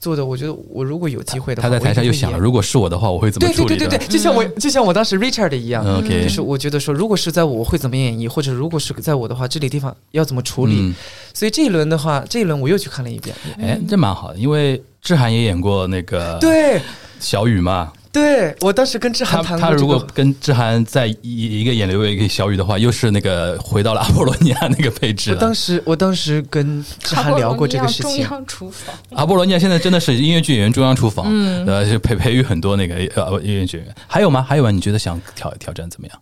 A: 做的，我觉得我如果有机会的话，
B: 他在台上又
A: 我一定会
B: 想了，
A: 演。
B: 如果是我的话，我会怎么
A: 对
B: 处
A: 对
B: 理？
A: 对对对，
B: 吧
A: 就像我就像我当时 Richard 一样，
B: 嗯，OK，
A: 就是我觉得说，如果是在我，我会怎么演绎，或者如果是在我的话，这里地方要怎么处理？
B: 嗯
A: 所以这一轮的话，这一轮我又去看了一遍。
B: 哎，这蛮好的，因为志涵也演过那个
A: 对，
B: 小雨嘛。
A: 对我当时跟志涵
B: 他
A: 谈过、
B: 他
A: 这个，
B: 如果跟志涵在一一个演刘一个小雨的话，又是那个回到了阿波罗尼亚那个配置
A: 我
B: 了。
A: 当时我当时跟志涵聊过这个事
C: 中
A: 情，啊
C: 央 厨房，
B: 阿波罗尼亚现在真的是音乐剧演员中央厨房，
C: 嗯
B: 呃，就培培育很多那个呃音乐剧演员。还有吗？还有吗？你觉得想挑挑战怎么样？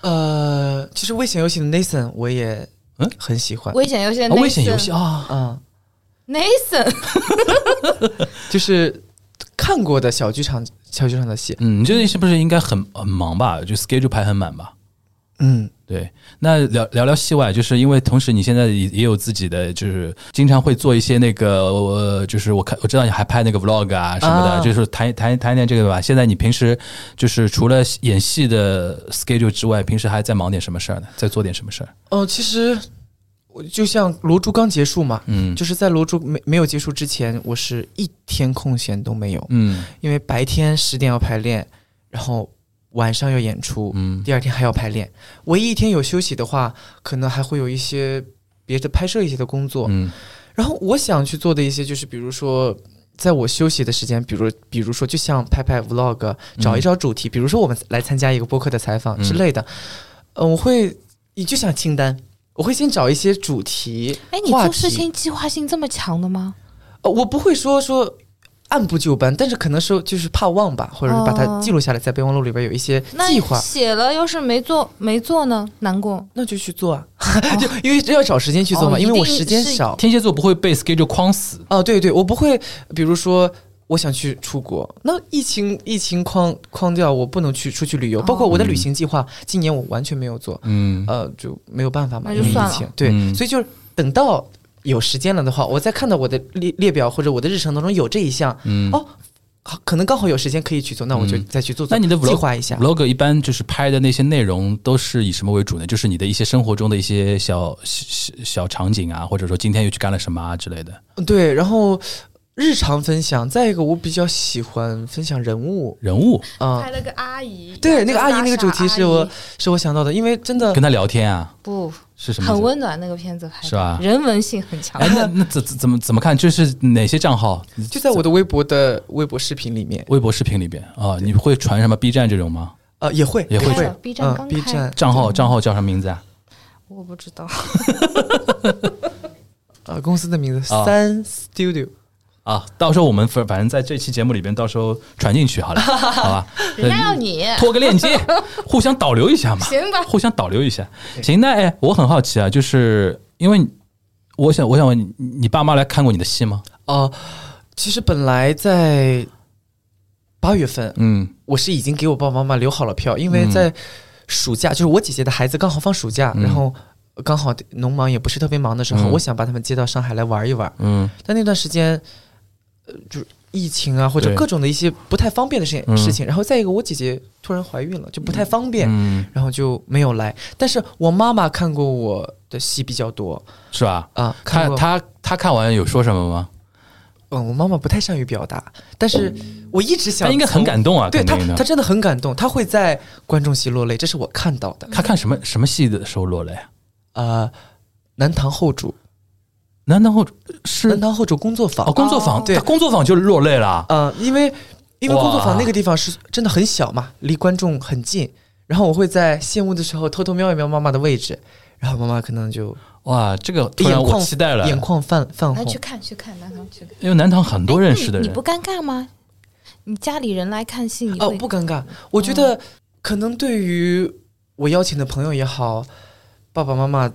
A: 呃，其实《危险游戏》的 Nathan 我也
B: 嗯
A: 很喜欢，
C: 危险游戏的
B: 啊
A: 哦
C: Nathan，
B: 危险游戏啊，
A: 嗯，
C: Nathan，
A: 就是看过的小剧场小剧场的戏，
B: 嗯，你最近是不是应该很很忙吧？就 schedule 排很满吧？
A: 嗯，
B: 对，那聊聊聊戏外，就是因为同时你现在也也有自己的，就是经常会做一些那个，呃、就是我看我知道你还拍那个 vlog 啊什么的，
A: 啊
B: 就是谈谈谈一点这个吧。现在你平时就是除了演戏的 schedule 之外，平时还在忙点什么事儿呢？在做点什么事儿？
A: 哦、其实我就像《罗珠》刚结束嘛，
B: 嗯，
A: 就是在《罗珠》没没有结束之前，我是一天空闲都没有，
B: 嗯
A: 因为白天十点要排练，然后晚上要演出，
B: 嗯
A: 第二天还要排练。唯一一天有休息的话，可能还会有一些别的拍摄一些的工作。
B: 嗯
A: 然后我想去做的一些就是，比如说。在我休息的时间，比如比如说，就像拍拍 vlog，找一找主题，比如说我们来参加一个播客的采访之类的，嗯、我会，你就像清单，我会先找一些主题，
C: 哎，你
A: 话
C: 做
A: 题
C: 事情计划性这么强的吗？
A: 呃，我不会说说按部就班，但是可能是就是怕忘吧，或者是把它
C: 哦
A: 记录下来，在备忘录里边有一些
C: 那
A: 计划，
C: 写了，要是没做没做呢，难过。
A: 那就去做啊， 就因为要找时间去做嘛，
C: 哦
A: 因为我
C: 一定
A: 时间
C: 是
A: 少。
B: 天蝎座不会被 schedule 框死，
A: 哦，对对，我不会，比如说我想去出国，那疫情疫情框框掉，我不能去出去旅游，包括我的旅行计划，今年我完全没有做，
B: 哦嗯
A: 呃，就没有办法嘛，
C: 那
A: 因
C: 就
A: 为疫
C: 算了
A: 情，对，
B: 嗯
A: 所以就是等到有时间了的话，我再看到我的列列表或者我的日程当中有这一项，
B: 嗯
A: 哦好可能刚好有时间可以去做，那我就
B: 嗯
A: 再去做做，
B: 那你的
A: 计
B: vlog
A: 划一下。
B: vlog 一般就是拍的那些内容都是以什么为主呢？就是你的一些生活中的一些小小小场景啊，或者说今天又去干了什么啊之类的
A: 对，然后日常分享，再一个我比较喜欢分享人物，
B: 人物，
A: 啊、
C: 了个阿姨
A: 对那个阿姨那个主题是我是我想到的，因为真的
B: 跟他聊天啊，
C: 不
B: 是什么意思？
C: 很温暖那个片子拍的
B: 是吧
C: 人文性很强
B: 哎，，那那怎怎怎么怎么看？这是哪些账号？
A: 就在我的微博的微博视频里面，
B: 微博视频里边啊，你会传什么 B 站这种吗？
A: 呃，也会
B: 也会
C: 开了 B 站
A: 嗯
C: 刚
A: ，B
C: 开
A: 站，
B: 账号账号叫什么名字啊？
C: 我不知道，
A: 呃，公司的名字
B: 啊
A: 三 Studio，
B: 啊，到时候我们反反正在这期节目里边，到时候传进去好了，好 吧？
C: 人家要你
B: 拖个链接，互相导流一下嘛，
C: 行吧？
B: 互相导流一下。行，那哎，我很好奇啊，就是因为我想我想问你，你爸妈来看过你的戏吗？
A: 哦、其实本来在八月份，
B: 嗯
A: 我是已经给我爸爸妈妈留好了票，因为在暑假，就是我姐姐的孩子刚好放暑假，
B: 嗯
A: 然后刚好农忙也不是特别忙的时候，
B: 嗯
A: 我想把他们接到上海来玩一玩。
B: 嗯
A: 但那段时间，呃，就是疫情啊，或者
B: 对
A: 各种的一些不太方便的事情
B: 嗯
A: 事情。然后再一个，我姐姐突然怀孕了，就不太方便，
B: 嗯，
A: 然后就没有来。但是我妈妈看过我的戏比较多
B: 是吧？
A: 啊，看
B: 他
A: 过。
B: 他他看完有说什么吗？
A: 嗯，我妈妈不太善于表达，但是我一直想
B: 他
A: 从，
B: 应该很感动啊，
A: 对她
B: 肯定，的
A: 她真的很感动，她会在观众席落泪，这是我看到的。
B: 他看什么什么戏的时候落泪？啊
A: 呃，南唐后主，
B: 难道是
A: 南唐后主工作坊
B: 哦，，工作坊，
A: 对
B: 他工作坊就落泪了。啊
A: 呃，因为因为
B: 哇
A: 工作坊那个地方是真的很小嘛，离观众很近，然后我会在谢幕的时候偷偷瞄一瞄妈妈的位置，然后妈妈可能就
B: 哇，这个突然
A: 眼
B: 我
A: 眶
B: 期待了，
A: 眼眶泛泛
C: 那
A: 红
C: 去。看去看，那他去看。哎
B: 因为南唐很多认识的人
C: 你
A: 哎
C: 你，不尴尬吗？你家里人来看戏，你
A: 哦，
C: 会哦
A: 不尴尬，我觉得可能对于我邀请的朋友也好，爸爸妈妈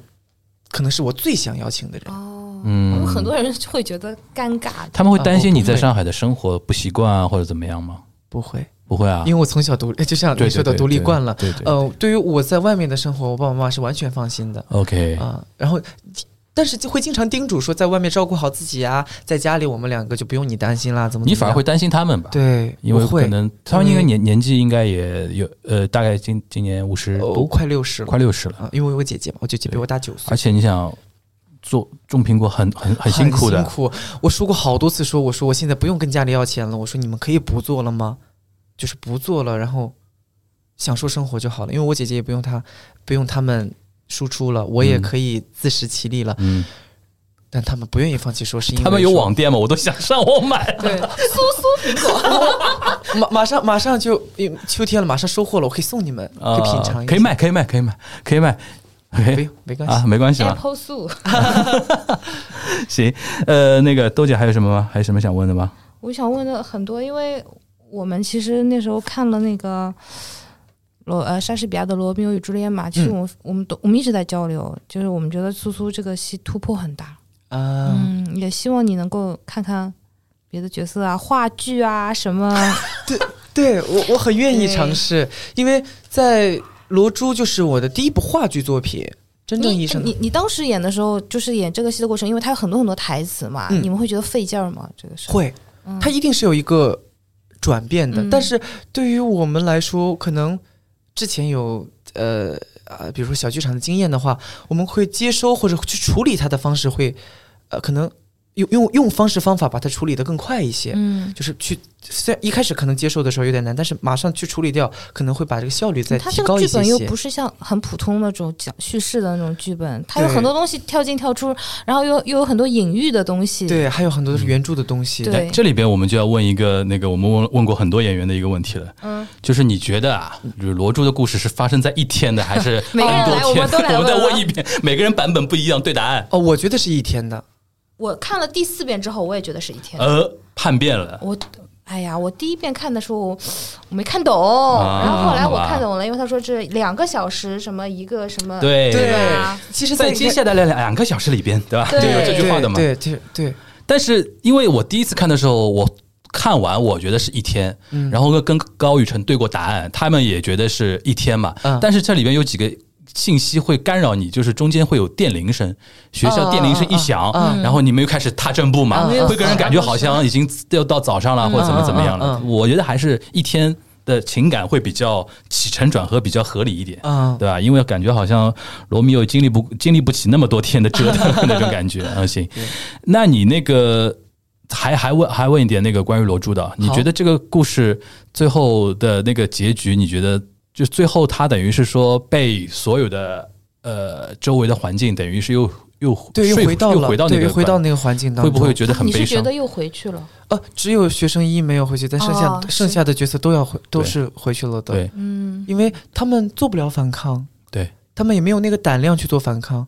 A: 可能是我最想邀请的人。
C: 哦，我
B: 嗯
C: 们，很多人就会觉得尴 尬的。
B: 他们会担心你
A: 啊
B: 在
A: 我不会
B: 上海的生活不习惯啊，或者怎么样吗？
A: 不会，
B: 不会啊，
A: 因为我从小独，就像
B: 对
A: 你说的独立惯了。
B: 对对对对
A: 呃，对于我在外面的生活，我爸爸妈妈是完全放心的
B: ，OK，
A: 啊。然后，但是就会经常叮嘱说，在外面照顾好自己啊，在家里我们两个就不用你担心啦，怎么怎么样
B: 你反而会担心他们吧？，
A: 对，
B: 因为
A: 我
B: 可
A: 会
B: 能他们应该年年纪应该也有呃，大概今今年五十
A: 我
B: 多，
A: 哦快六十了
B: 快六十了，
A: 啊，因为我姐姐嘛，我姐姐比我大九岁
B: 而，且你想做种苹果很很很辛苦的
A: 辛，苦。我说过好多次说，我说我现在不用跟家里要钱了，我说你们可以不做了吗？就是不做了，然后享受生活就好了，因为我姐姐也不用她，不用他们输出了，我也
B: 嗯
A: 可以自食其力了。
B: 嗯，
A: 但他们不愿意放弃，说是因为
B: 他们有
A: 说
B: 网店吗？我都想上网买。
C: 对，苏苏苹果，
A: 马马上马上就因为秋天了，马上收获了，我可以送你们， 可以品尝一下，
B: 啊可以卖，可以卖，可以卖，可以卖。
A: 不
B: OK
A: 用没关系。
B: 啊，没关 系啊，
C: Apple 素。
B: 行。呃，那个豆姐还有什么吗？还有什么想问的吗？
C: 我想问的很多，因为我们其实那时候看了那个罗呃莎士比亚的《罗密欧与朱丽叶》嘛，其
A: 嗯
C: 实我们、我们都我们一直在交流，就是我们觉得苏苏这个戏突破很大，
A: 啊，
C: 嗯，也希望你能够看看别的角色啊，话剧啊什么，
A: 对我我很愿意
C: 对
A: 尝试，因为在《罗珠》就是我的第一部话剧作品， 真正意
C: 你
A: 义上的
C: 你你当时演的时候，就是演这个戏的过程，因为它有很多很多台词嘛，
A: 嗯
C: 你们会觉得费劲儿吗？这个是
A: 会，它一定是有一个转变的。
C: 嗯
A: 但是对于我们来说，可能之前有呃啊，比如说小剧场的经验的话，我们会接收或者去处理它的方式会，呃，可能用用用方式方法把它处理得更快一些。
C: 嗯，
A: 就是去，虽然一开始可能接受的时候有点难，但是马上去处理掉，可能会把这个效率再
C: 嗯它
A: 提
C: 这
A: 高
C: 个
A: 一
C: 剧
A: 些
C: 本又
A: 些。
C: 不是像很普通那种讲叙事的那种剧本，它有
A: 对
C: 很多东西跳进跳出，然后又又有很多隐喻的东西。，
A: 对，还有很多都是原著的东西。
C: 对
B: 哎这里边我们就要问一个那个我们问问过很多演员的一个问题了，
C: 嗯，
B: 就是你觉得啊，就是罗珠的故事是发生在一天的，还 是
C: 每个人
B: 很多
C: 哎来我们
B: 天
C: 都来
B: 我们再
C: 问了
B: 问一遍，每个人版本不一样，对答案，
A: 哦，我觉得是一天的。
C: 我看了第四遍之后，我也觉得是一天。
B: 呃，叛变了。
C: 我哎呀，我第一遍看的时候我我没看懂，
A: 啊
C: 然后后来我看懂了，因为他说这两个小时什么一个什么，
B: 对
A: 对
C: 吧
A: 其实
B: 在
A: 一个
B: 接下来的两个小时里边，对吧？
C: 对
B: 就有这句话的嘛。
A: 对对对，
B: 但是因为我第一次看的时候，我看完我觉得是一天，然后跟高宇辰对过答案，他们也觉得是一天嘛。
A: 嗯
B: 但是这里边有几个信息会干扰你，就是中间会有电铃声，学校电铃声一响，
A: 嗯
B: 然后你们又开始踏正步嘛，
A: 嗯
B: 会给人感觉好像已经要到早上了，或者怎么怎么样了
A: 嗯嗯。
B: 我觉得还是一天。的情感会比较起承转合比较合理一点，
A: 嗯
B: 对吧？因为感觉好像罗密欧经历不经历不起那么多天的折 腾那种感觉啊。行，那你那个还还问还问一点那个关于罗珠的，啊你觉得这个故事最后的那个结局，你觉得就最后他等于是说被所有的呃周围的环境等于是又又
A: 对，又
B: 说服
A: 回到
B: 又
A: 了，
B: 回到那
A: 对，
B: 个
A: 又回到
B: 环
A: 那个环境当
B: 会
A: 中。
B: 不会觉得很
C: 你
B: 悲
C: 是觉
B: 伤
C: 得？又回去了？
A: 呃，只有学生一没有回去，但剩下、
C: 哦
A: 剩
C: 是
A: 下的角色都要回，都
B: 对
A: 是回去了的。，
B: 对
C: 嗯，
A: 因为他们做不了反抗，
B: 对，
A: 他们也没有那个胆量去做反抗。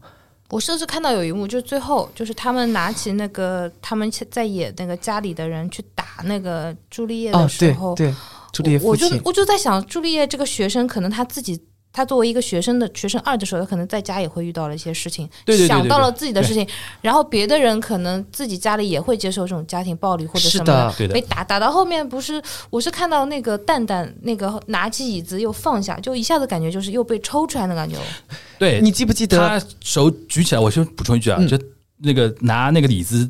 C: 我甚至看到有一幕，就是最后就是他们拿起那个他们在演那个家里的人去打那个朱丽叶
A: 啊
C: 的，时
A: 对
C: 候，
A: 对，朱丽叶
C: 我
A: 父
C: 我就
A: 亲，
C: 我就在想，朱丽叶这个学生，可能她自己，她作为一个学生的学生二的时候，她可能在家也会遇到了一些事情，
B: 对对对对
C: 想到了自己的事情，然后别的人可能自己家里也会接受这种家庭暴力或者什
A: 是
C: 么
A: 的，
B: 对的
C: 被，打打到后面不是，我是看到那个蛋蛋那个拿起椅子又放下，就一下子感觉就是又被抽出来的感觉。
B: 对，
A: 你记不记得？
B: 他手举起来，我先补充一句啊，
A: 嗯
B: 就那个拿那个椅子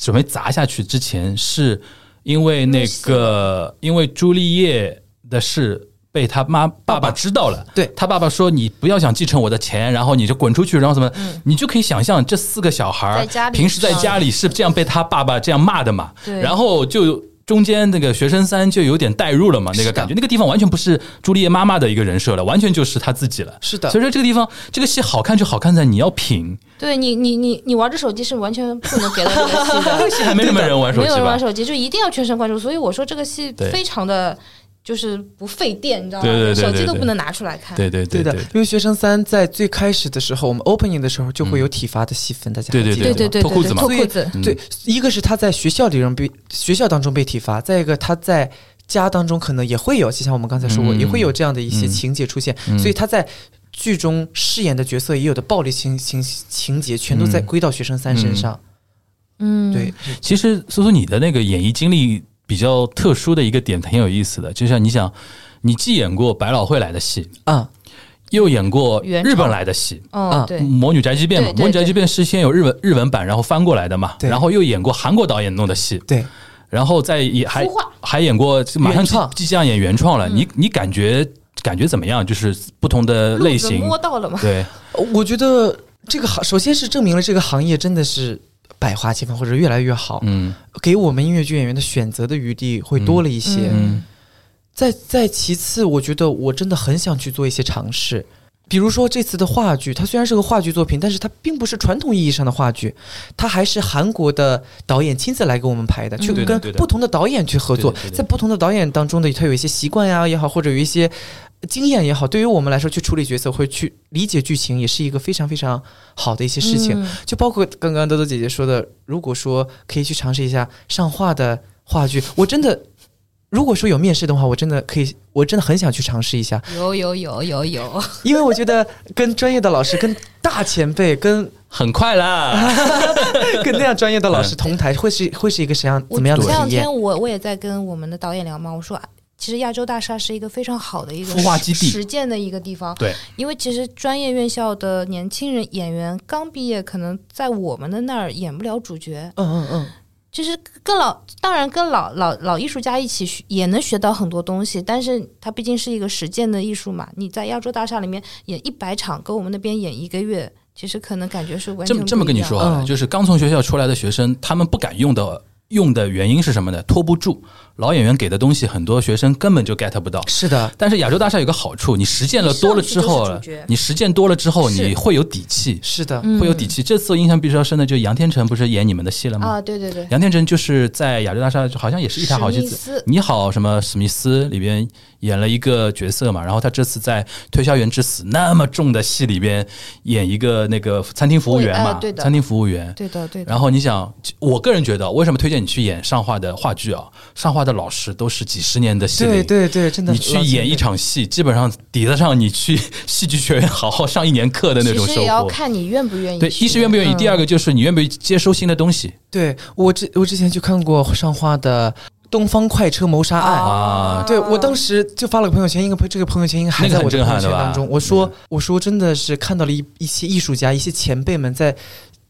B: 准备砸下去之前，是因为那个因为朱丽叶的事被他妈爸爸知道了，
A: 对
B: 他爸爸说你不要想继承我的钱，然后你就滚出去，然后什么，
A: 嗯
B: 你就可以想象这四个小孩儿
C: 在家里
B: 平时在家里是这样被他爸爸这样骂的嘛，
C: 对
B: 然后就。中间那个学生三就有点代入了嘛，那
A: 是
B: 个
A: 的
B: 感觉，那个地方完全不是朱丽叶妈妈的一个人设了，完全就是她自己了。
A: 是的
B: 所以说这个地方，这个戏好看就好看在你要 品，
C: 对你你你你玩着手机是完全不能给到这个戏的。
B: 还没什么人玩手
C: 没
B: 机
C: 有人
B: 吧
C: 玩？手机，就一定要全神贯注。所以我说这个戏
B: 对
C: 非常的就是不费电，你知道吗？
B: 对对对对
C: 手机都
B: 对
C: 不能拿出来看。
B: 对对对
A: 的，因为学生三在最开始的时候，我们 opening 的时候就会有体罚的细分，大家还
B: 嗯对对
A: 记得
C: 对
A: 吗
C: 对对，
B: 脱裤子嘛
C: 脱裤子。
B: 嗯
A: 对，一个是他在学校里人被学校当中被体罚，再一个他在家当中可能也会有，就像我们刚才说过，
B: 嗯
A: 也会有这样的一些
B: 嗯
A: 情节出现，
B: 嗯
A: 所以他在剧中饰演的角色也有的暴力情情情节，全都在
B: 嗯
A: 归到学生三身上。
C: 嗯，
A: 对，
B: 其实苏苏，你的那个演艺经历比较特殊的一个点，挺有意思的。就像你想，你既演过百老汇来的戏，
A: 啊、
B: 又演过
C: 原
B: 日
C: 创
B: 本来的戏，
C: 哦
A: 啊
B: 《
C: 对，
B: 魔女宅急便》嘛，
C: 对
B: 《
C: 对
B: 魔女宅急便》是先有日文日文版，然后翻过来的嘛，
A: 对
B: 然后又演过韩国导演弄的戏，
A: 对，
B: 然后再也还
C: 孵化嗯
B: 还演过，马上
A: 原
B: 即
A: 创
B: 即将演原创了。你你感觉感觉怎么样？就是不同的
C: 路
B: 类
C: 子
B: 型，
C: 摸到了嘛？
B: 对，
A: 我觉得这个行，首先是证明了这个行业真的是百花齐放，或者越来越好，
B: 嗯
A: 给我们音乐剧演员的选择的余地会多了一些。
B: 嗯
A: 再再其次，我觉得我真的很想去做一些尝试，比如说这次的话剧，它虽然是个话剧作品，但是它并不是传统意义上的话剧，它还是韩国的导演亲自来给我们拍的，去
C: 对的
A: 跟
B: 嗯对的
A: 不同的导演去合作
B: 对的对，的
A: 在不同的导演当中的，他有一些习惯呀也好，或者有一些经验也好，对于我们来说去处理角色或者去理解剧情，也是一个非常非常好的一些事情。
C: 嗯
A: 就包括刚刚豆豆姐姐说的，如果说可以去尝试一下上话的话剧，我真的如果说有面试的话，我真的可以，我真的很想去尝试一 下，
C: 有有有有有，
A: 因为我觉得跟专业的老师、跟大前辈、跟
B: 很快
C: 啊
B: 啦，
A: 跟那样专业的老师同 台，会是会是一个什么样
C: 我
A: 怎么样的
C: 前两
A: 体验
C: 天？我我也在跟我们的导演聊嘛，我说啊其实亚洲大厦是一个非常好的一个
B: 孵化基地
C: 实实践的一个地方。
B: 对，
C: 因为其实专业院校的年轻人演员刚毕业，可能在我们的那儿演不了主角，
A: 嗯嗯嗯，
C: 就是跟老当然跟老老老艺术家一起学也能学到很多东西，但是它毕竟是一个实践的艺术嘛。你在亚洲大厦里面演一百场，跟我们那边演一个月，其实可能感觉是完
B: 这
C: 全
B: 么
C: 不
B: 这么跟
C: 一
B: 你
C: 样
B: 说好了，
A: 嗯
B: 就是刚从学校出来的学生，他们不敢用的用的原因是什么呢？拖不住，老演员给的东西，很多学生根本就 get 不到。
A: 是的，
B: 但是亚洲大厦有个好处，你实践了多了之后啊
C: 你上去就是主角，
B: 你实践多了之后，
C: 是
B: 你会有底气，
A: 是的，
C: 嗯
B: 会有底气。这次我印象比较深的就是杨天成不是演你们的戏了吗？
C: 啊，对对对，
B: 杨天成就是在亚洲大厦，好像也是一台好戏
C: 史密
B: 子。
C: 斯
B: 你好，什么史密斯里边演了一个角色嘛，然后他这次在《推销员之死》那么重的戏里边演一个那个餐厅服务员
C: 会
B: 嘛，
C: 呃对的
B: 餐厅服务员。
C: 对的对的。
B: 然后你想，我个人觉得，为什么推荐你去演上画的话剧啊？上画的老师都是几十年的戏龄，
A: 对对对，真的，
B: 你去演一场戏，基本上抵得上你去 戏剧学院好好上一年课的那种
C: 其实
B: 收
C: 也要
B: 获。
C: 看你愿不愿意
B: 对，
C: 去
B: 一是愿不愿意，
C: 嗯
B: 第二个就是你愿不愿意接收新的东西
A: 对我之我之前去看过上画的《东方快车谋杀
C: 哦
A: 案》
B: 啊。
A: 对我当时就发了个朋友圈，应该这个朋友圈应该还在我的朋友圈当中。
B: 那个很震撼的吧嗯
A: 我说我说真的是看到了一一些艺术家、一些前辈们在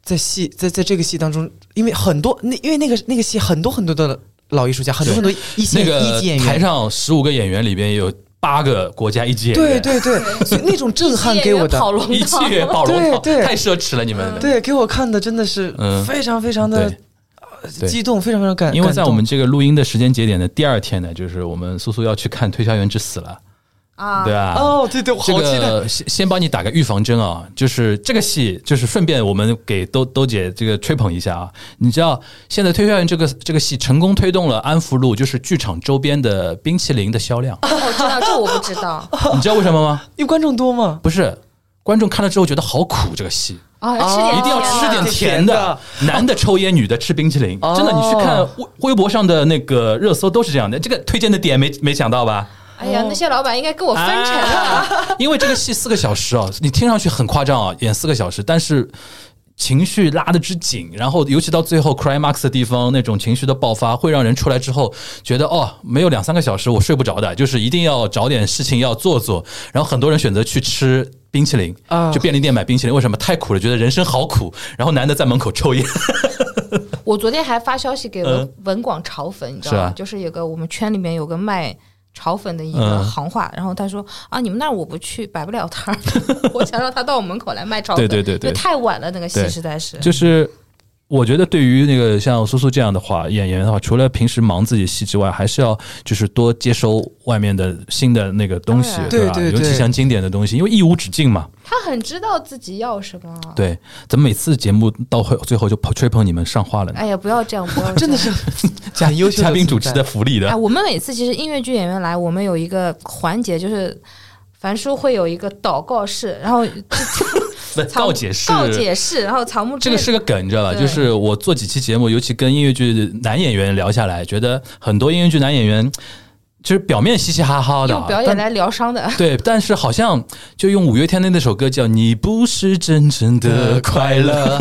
A: 在戏在在这个戏当中，因为很多那因为那个那个戏很多很多的老艺术家，很多很多一线
B: 那
A: 一
B: 个
A: 级演
B: 台
A: 员。
B: 上十五个演员里边有八个国家一级演
A: 对
B: 员，
A: 对对， 所以那种震撼给我的，
C: 跑龙
B: 一级
C: 套
B: 演员保龙套，
A: 对对
B: 太奢侈了你们。
A: 对给我看的真的是
B: 嗯
A: 非常非常的
B: 对对
A: 激动，非常非常感。
B: 因为在
A: 感
B: 我
A: 动
B: 们这个录音的时间节点的第二天呢，就是我们苏苏要去看《推销员之死》了，
C: 啊，
B: 对吧？
A: 哦，对对，我
B: 这
A: 好期待。
B: 个先先帮你打个预防针啊，就是这个戏，就是顺便我们给兜兜姐这个吹捧一下啊。你知道现在推销员这个这个戏成功推动了安福路，就是剧场周边的冰淇淋的销 量，
C: 我知道哦这我不知 道
B: 你知道为什么吗？
A: 因为观众多嘛，
B: 不是。观众看了之后觉得好苦，这个戏
C: 啊，
A: 啊
C: 吃点
B: 一定要
C: 甜
B: 吃
C: 的
B: 点
A: 啊
B: 甜
A: 甜
B: 的
A: 的，
B: 男的抽烟，女的吃冰淇淋，
A: 哦
B: 真的，你去看微微博上的那个热搜都是这样的。这个推荐的点没没想 到吧？
C: 哎呀，
B: 哦
C: 那些老板应该给我分成啊。
B: 因为这个戏四个小时啊，你听上去很夸张啊，演四个小时，但是情绪拉的之紧，然后尤其到最后 climax 的地方，那种情绪的爆发会让人出来之后觉得哦，没有两三个小时我睡不着的，就是一定要找点事情要做做。然后很多人选择去吃冰淇淋，
A: 啊
B: 就便利店买冰淇淋，为什么太苦了？觉得人生好苦。然后男的在门口抽烟，
C: 我昨天还发消息给文
B: 嗯
C: 文广炒粉，你知
B: 是啊
C: 道
B: 吧
C: 吗？就是有个我们圈里面有个卖。炒粉的一个
B: 嗯
C: 行话，然后他说啊，你们那儿我不去，摆不了 摊儿，我想让他到我门口来卖炒
B: 对
C: 粉，
B: 对对对
C: 因为太晚了，那个戏
B: 对
C: 实在是
B: 就是我觉得对于那个像苏苏这样的话演员的话，除了平时忙自己戏之外，还是要就是多接收外面的新的那个东西
C: 当，然
B: 吧？
A: 对对
B: 尤
A: 对
B: 其像经典的东西，因为一无止境嘛。
C: 他很知道自己要什么。，
B: 对，怎么每次节目到后最后就捧吹捧你们上话了呢？
C: 哎呀，不要这样，不要 这样
A: 真的是
B: 嘉
A: 很优秀的
B: 嘉宾
A: 存
B: 主持
A: 在
B: 的福利的
C: 哎，，我们每次其实音乐剧演员来，我们有一个环节就是。樊叔会有一个祷告室，然后
B: 不
C: 藏
B: 告解是
C: 告解室，然后草木之
B: 这个是个梗，你知道吧？
C: 对
B: 就是我做几期节目，尤其跟音乐剧男演员聊下来，觉得很多音乐剧男演员就是表面嘻嘻哈哈的
C: 用
B: 啊，
C: 表演
B: 但
C: 来疗 伤的。
B: 对，但是好像就用五月天的那首歌叫《你不是真正的快乐》，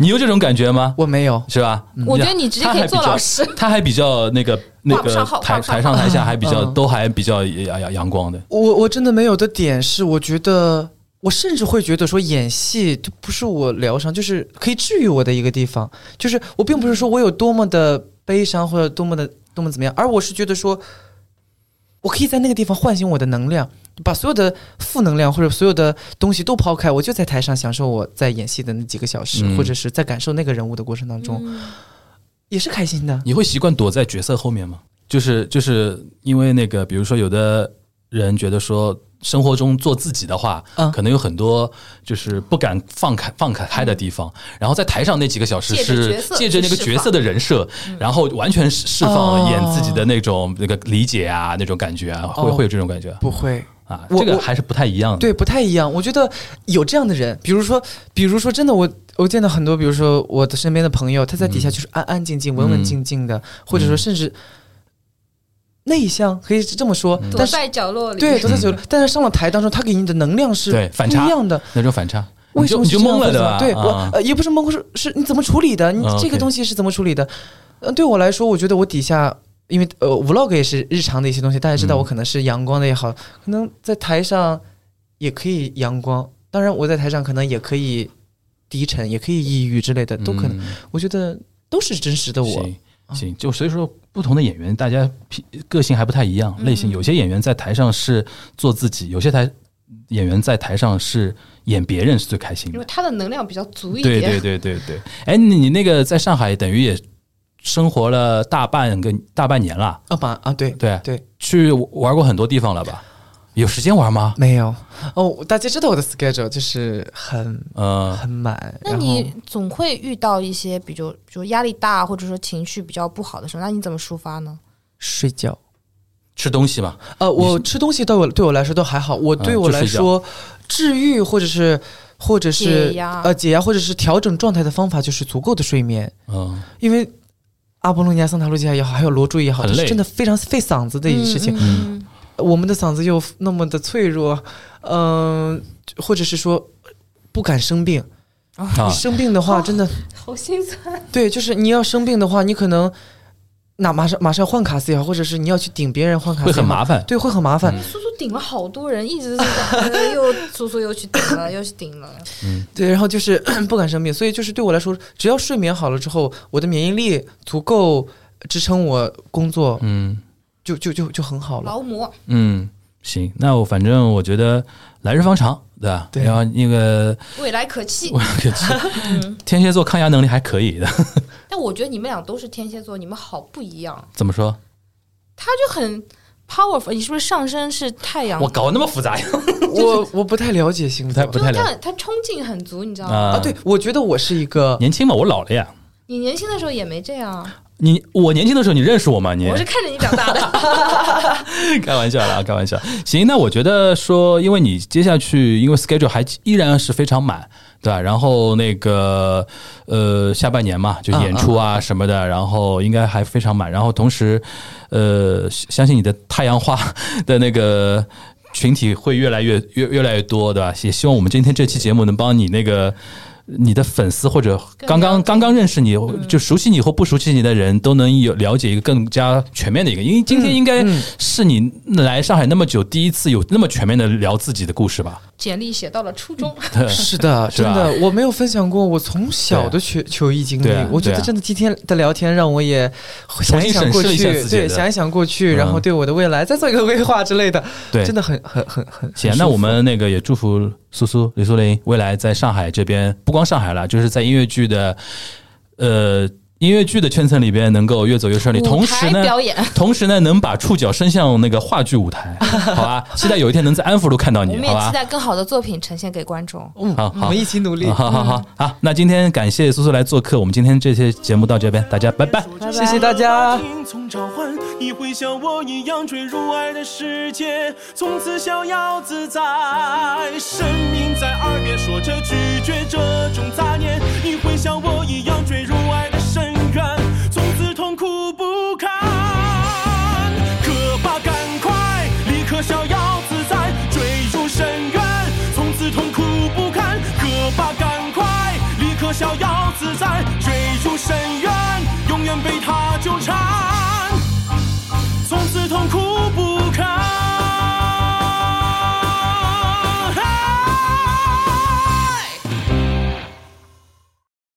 B: 你有这种感觉吗？
A: 我没有，
B: 是吧？
C: 我觉得你直接可以做老师，
B: 他还比较那个那
C: 画不
B: 个
C: 上号
B: 台
C: 画不
B: 台
C: 上号
B: 上台下还比较
A: 嗯
B: 都还比较阳阳阳光的。
A: 我我真的没有的点是，我觉得我甚至会觉得说演戏就不是我疗伤，就是可以治愈我的一个地方。就是我并不是说我有多么的悲伤或者多么的多么怎么样，而我是觉得说，我可以在那个地方唤醒我的能量，把所有的负能量或者所有的东西都抛开，我就在台上享受我在演戏的那几个小时，
B: 嗯
A: 或者是在感受那个人物的过程当中，也是开心的。
B: 你会习惯躲在角色后面吗？就是就是因为那个，比如说有的人觉得说。生活中做自己的话，
A: 嗯
B: 可能有很多就是不敢放开放开开的地方。然后在台上那几个小时
C: 嗯借着
B: 是
C: 角色
B: 借着那个
C: 去
B: 角
C: 释放嗯
B: 色的人设，然后完全释释放
A: 哦
B: 了演自己的那种那个理解啊，那种感觉啊，会
A: 哦
B: 会有这种感觉啊
A: 不会，
B: 啊，
A: 我
B: 这个
A: 我
B: 还是不太一样的。
A: 对，不太一样。我觉得有这样的人，比如说，比如说，真的我，我见到很多，比如说我的身边的朋友，他在底下
B: 嗯
A: 就是安安静静、文文静静的，或者说甚至内向，可以这么说。
C: 嗯
B: 嗯
C: 躲
A: 但是
C: 在角落里。
A: 对，都在酒，但是上了台当中，他给你的能量是
B: 对反
A: 不
B: 差
A: 一样的。
B: 那种反差，
A: 为什么
B: 你就是
A: 这样
B: 懵了
A: 子的
B: 对吧？
A: 对，
B: 啊
A: 我呃也不是懵，是是你怎么处理的？你
B: 嗯
A: 这
B: ，OK
A: 个东西是怎么处理的？嗯，对我来说，我觉得我底下。因为呃，vlog 也是日常的一些东西，大家知道
B: 嗯
A: 我可能是阳光的也好，可能在台上也可以阳光，当然我在台上可能也可以低沉，也可以抑郁之类的， 都可能。
B: 嗯
A: 我觉得都是真实的我。啊
B: 行行，就所以说不同的演员，大家脾个性还不太一样，
A: 嗯
B: 类型有些演员在台上是做自己，有些台演员在台上是演别人是最开心
C: 因为
B: 的。
C: 他的能量比较足一
B: 对
C: 点。
B: 对对对对，哎，你你那个在上海等于也生活了大半个大半年了，
A: 啊妈啊，对
B: 对
A: 对，
B: 去玩过很多地方了吧？有时间玩吗？
A: 没有哦，大家知道我的 schedule 就是很
B: 呃，
A: 很满。
C: 那
A: 然后
C: 你总会遇到一些，比如比如压力大，或者说情绪比较不好的时候，那你怎么抒发呢？
A: 睡觉。
B: 吃东西嘛，
A: 呃，
B: 你
A: 我
B: 是
A: 吃东西对我对我来说都还好，我对
B: 嗯
A: 我
B: 就
A: 来
B: 睡觉
A: 说，治愈或者是或者是
C: 解压
A: 呃解压或者是调整状态的方法就是足够的睡眠，
B: 嗯，
A: 因为阿波罗尼亚、桑塔露西亚也好，还有罗珠也好，
B: 很
A: 这是
B: 累
A: 真的非常费嗓子的一件事情。
C: 嗯嗯
A: 我们的嗓子又那么的脆弱，嗯、或者是说不敢生病，
B: 啊
A: 你生病的话真的
C: 好心酸。
A: 对，就是你要生病的话，你可能那马上马上换卡斯也好，或者是你要去顶别人换卡斯
B: 会
A: 也好，
B: 很麻嗯烦。
A: 对，会很麻烦。
C: 苏苏顶了好多人，一直是呃又苏苏又去顶了，又去顶了。
A: 对，然后就是 不敢生病，所以就是对我来说，只要睡眠好了之后，我的免疫力足够支撑我工作，
B: 嗯
A: 就就就就很好了。
C: 劳模，
B: 嗯，行，那我反正我觉得来日方长，对吧？
A: 对
B: 然后那个
C: 未来可期
B: 我。可去，天蝎座抗压能力还可以的。
C: 但我觉得你们俩都是天蝎座，你们好不一样，
B: 怎么说？
C: 他就很 powerful。你是不是上身是太阳？
B: 我搞那么复杂呀？
A: 我我不太了解星座
B: 不
C: 就
B: 太
C: 是
B: 了
C: 他他冲劲很足，你知道吗？
B: 啊
A: 啊，对，，我觉得我是一个
B: 年轻嘛，我老了呀。
C: 你年轻的时候也没这样，啊
B: 你我年轻的时候，你认识我吗？你
C: 我是看着你长大的。
B: 开玩笑啦，开玩笑。行，那我觉得说，因为你接下去，因为 schedule 还依然是非常满，对吧？然后那个呃，下半年嘛，就演出啊什么的，然后应该还非常满。然后同时，呃，相信你的太阳花的那个。群体会越来越越越来越多，对吧？也希望我们今天这期节目能帮你那个你的粉丝或者刚
C: 更了
B: 刚
C: 解
B: 刚刚认识你
C: 嗯
B: 就熟悉你或不熟悉你的人都能有了解一个更加全面的一个，因为今天应
C: 嗯
B: 该是你来上海那么久，第一次有那么全面的聊自己的故事吧？
C: 简历写到了初中，
A: 是的，
B: 是
A: 真
B: 吧
A: 的，我没有分享过我从小的求求医经历
B: 对啊。
A: 我觉
B: 对
A: 得
B: 啊
A: 真的今天的聊天让我也想一想
B: 重新审视
A: 过
B: 一
A: 去
B: 下自，己
A: 对，
B: 的
A: 想一想过去，
B: 嗯
A: 然后对我的未来再做一个 规划之类的，
B: 对，
A: 真的很很很很。很
B: 行，
A: 舒
B: 那我
A: 服
B: 们那个也祝福苏苏李苏林未来在上海这边，不光上海了，就是在音乐剧的。呃音乐剧的圈层里边能够越走越顺利，同时呢
C: 舞台，表演，
B: 同时呢能把触角伸向那个话剧舞台，好 吧？期待有一天能在安福路看到
C: 我
B: 你，
C: 们
B: 好
C: 也期
B: 吧？
C: 待更好的作品呈现给观众。
A: 嗯
B: 好
A: 我
B: 好
A: 们一起努力。
B: 好好好好，那今天感谢苏苏来做客，我们今天这期节目到这边，大家拜拜。
C: 拜拜
A: 谢谢大家。
E: 从召唤，你会像我一样坠入爱的世界，从此逍遥自在。生命在耳边说着拒绝这种杂念，你会像我一样坠入爱的深渊，从此痛苦不堪。可怕，赶快，立刻逍遥自在，坠入深渊，从此痛苦不堪。可怕，赶快，立刻逍遥自在，坠入深渊，永远被他纠缠。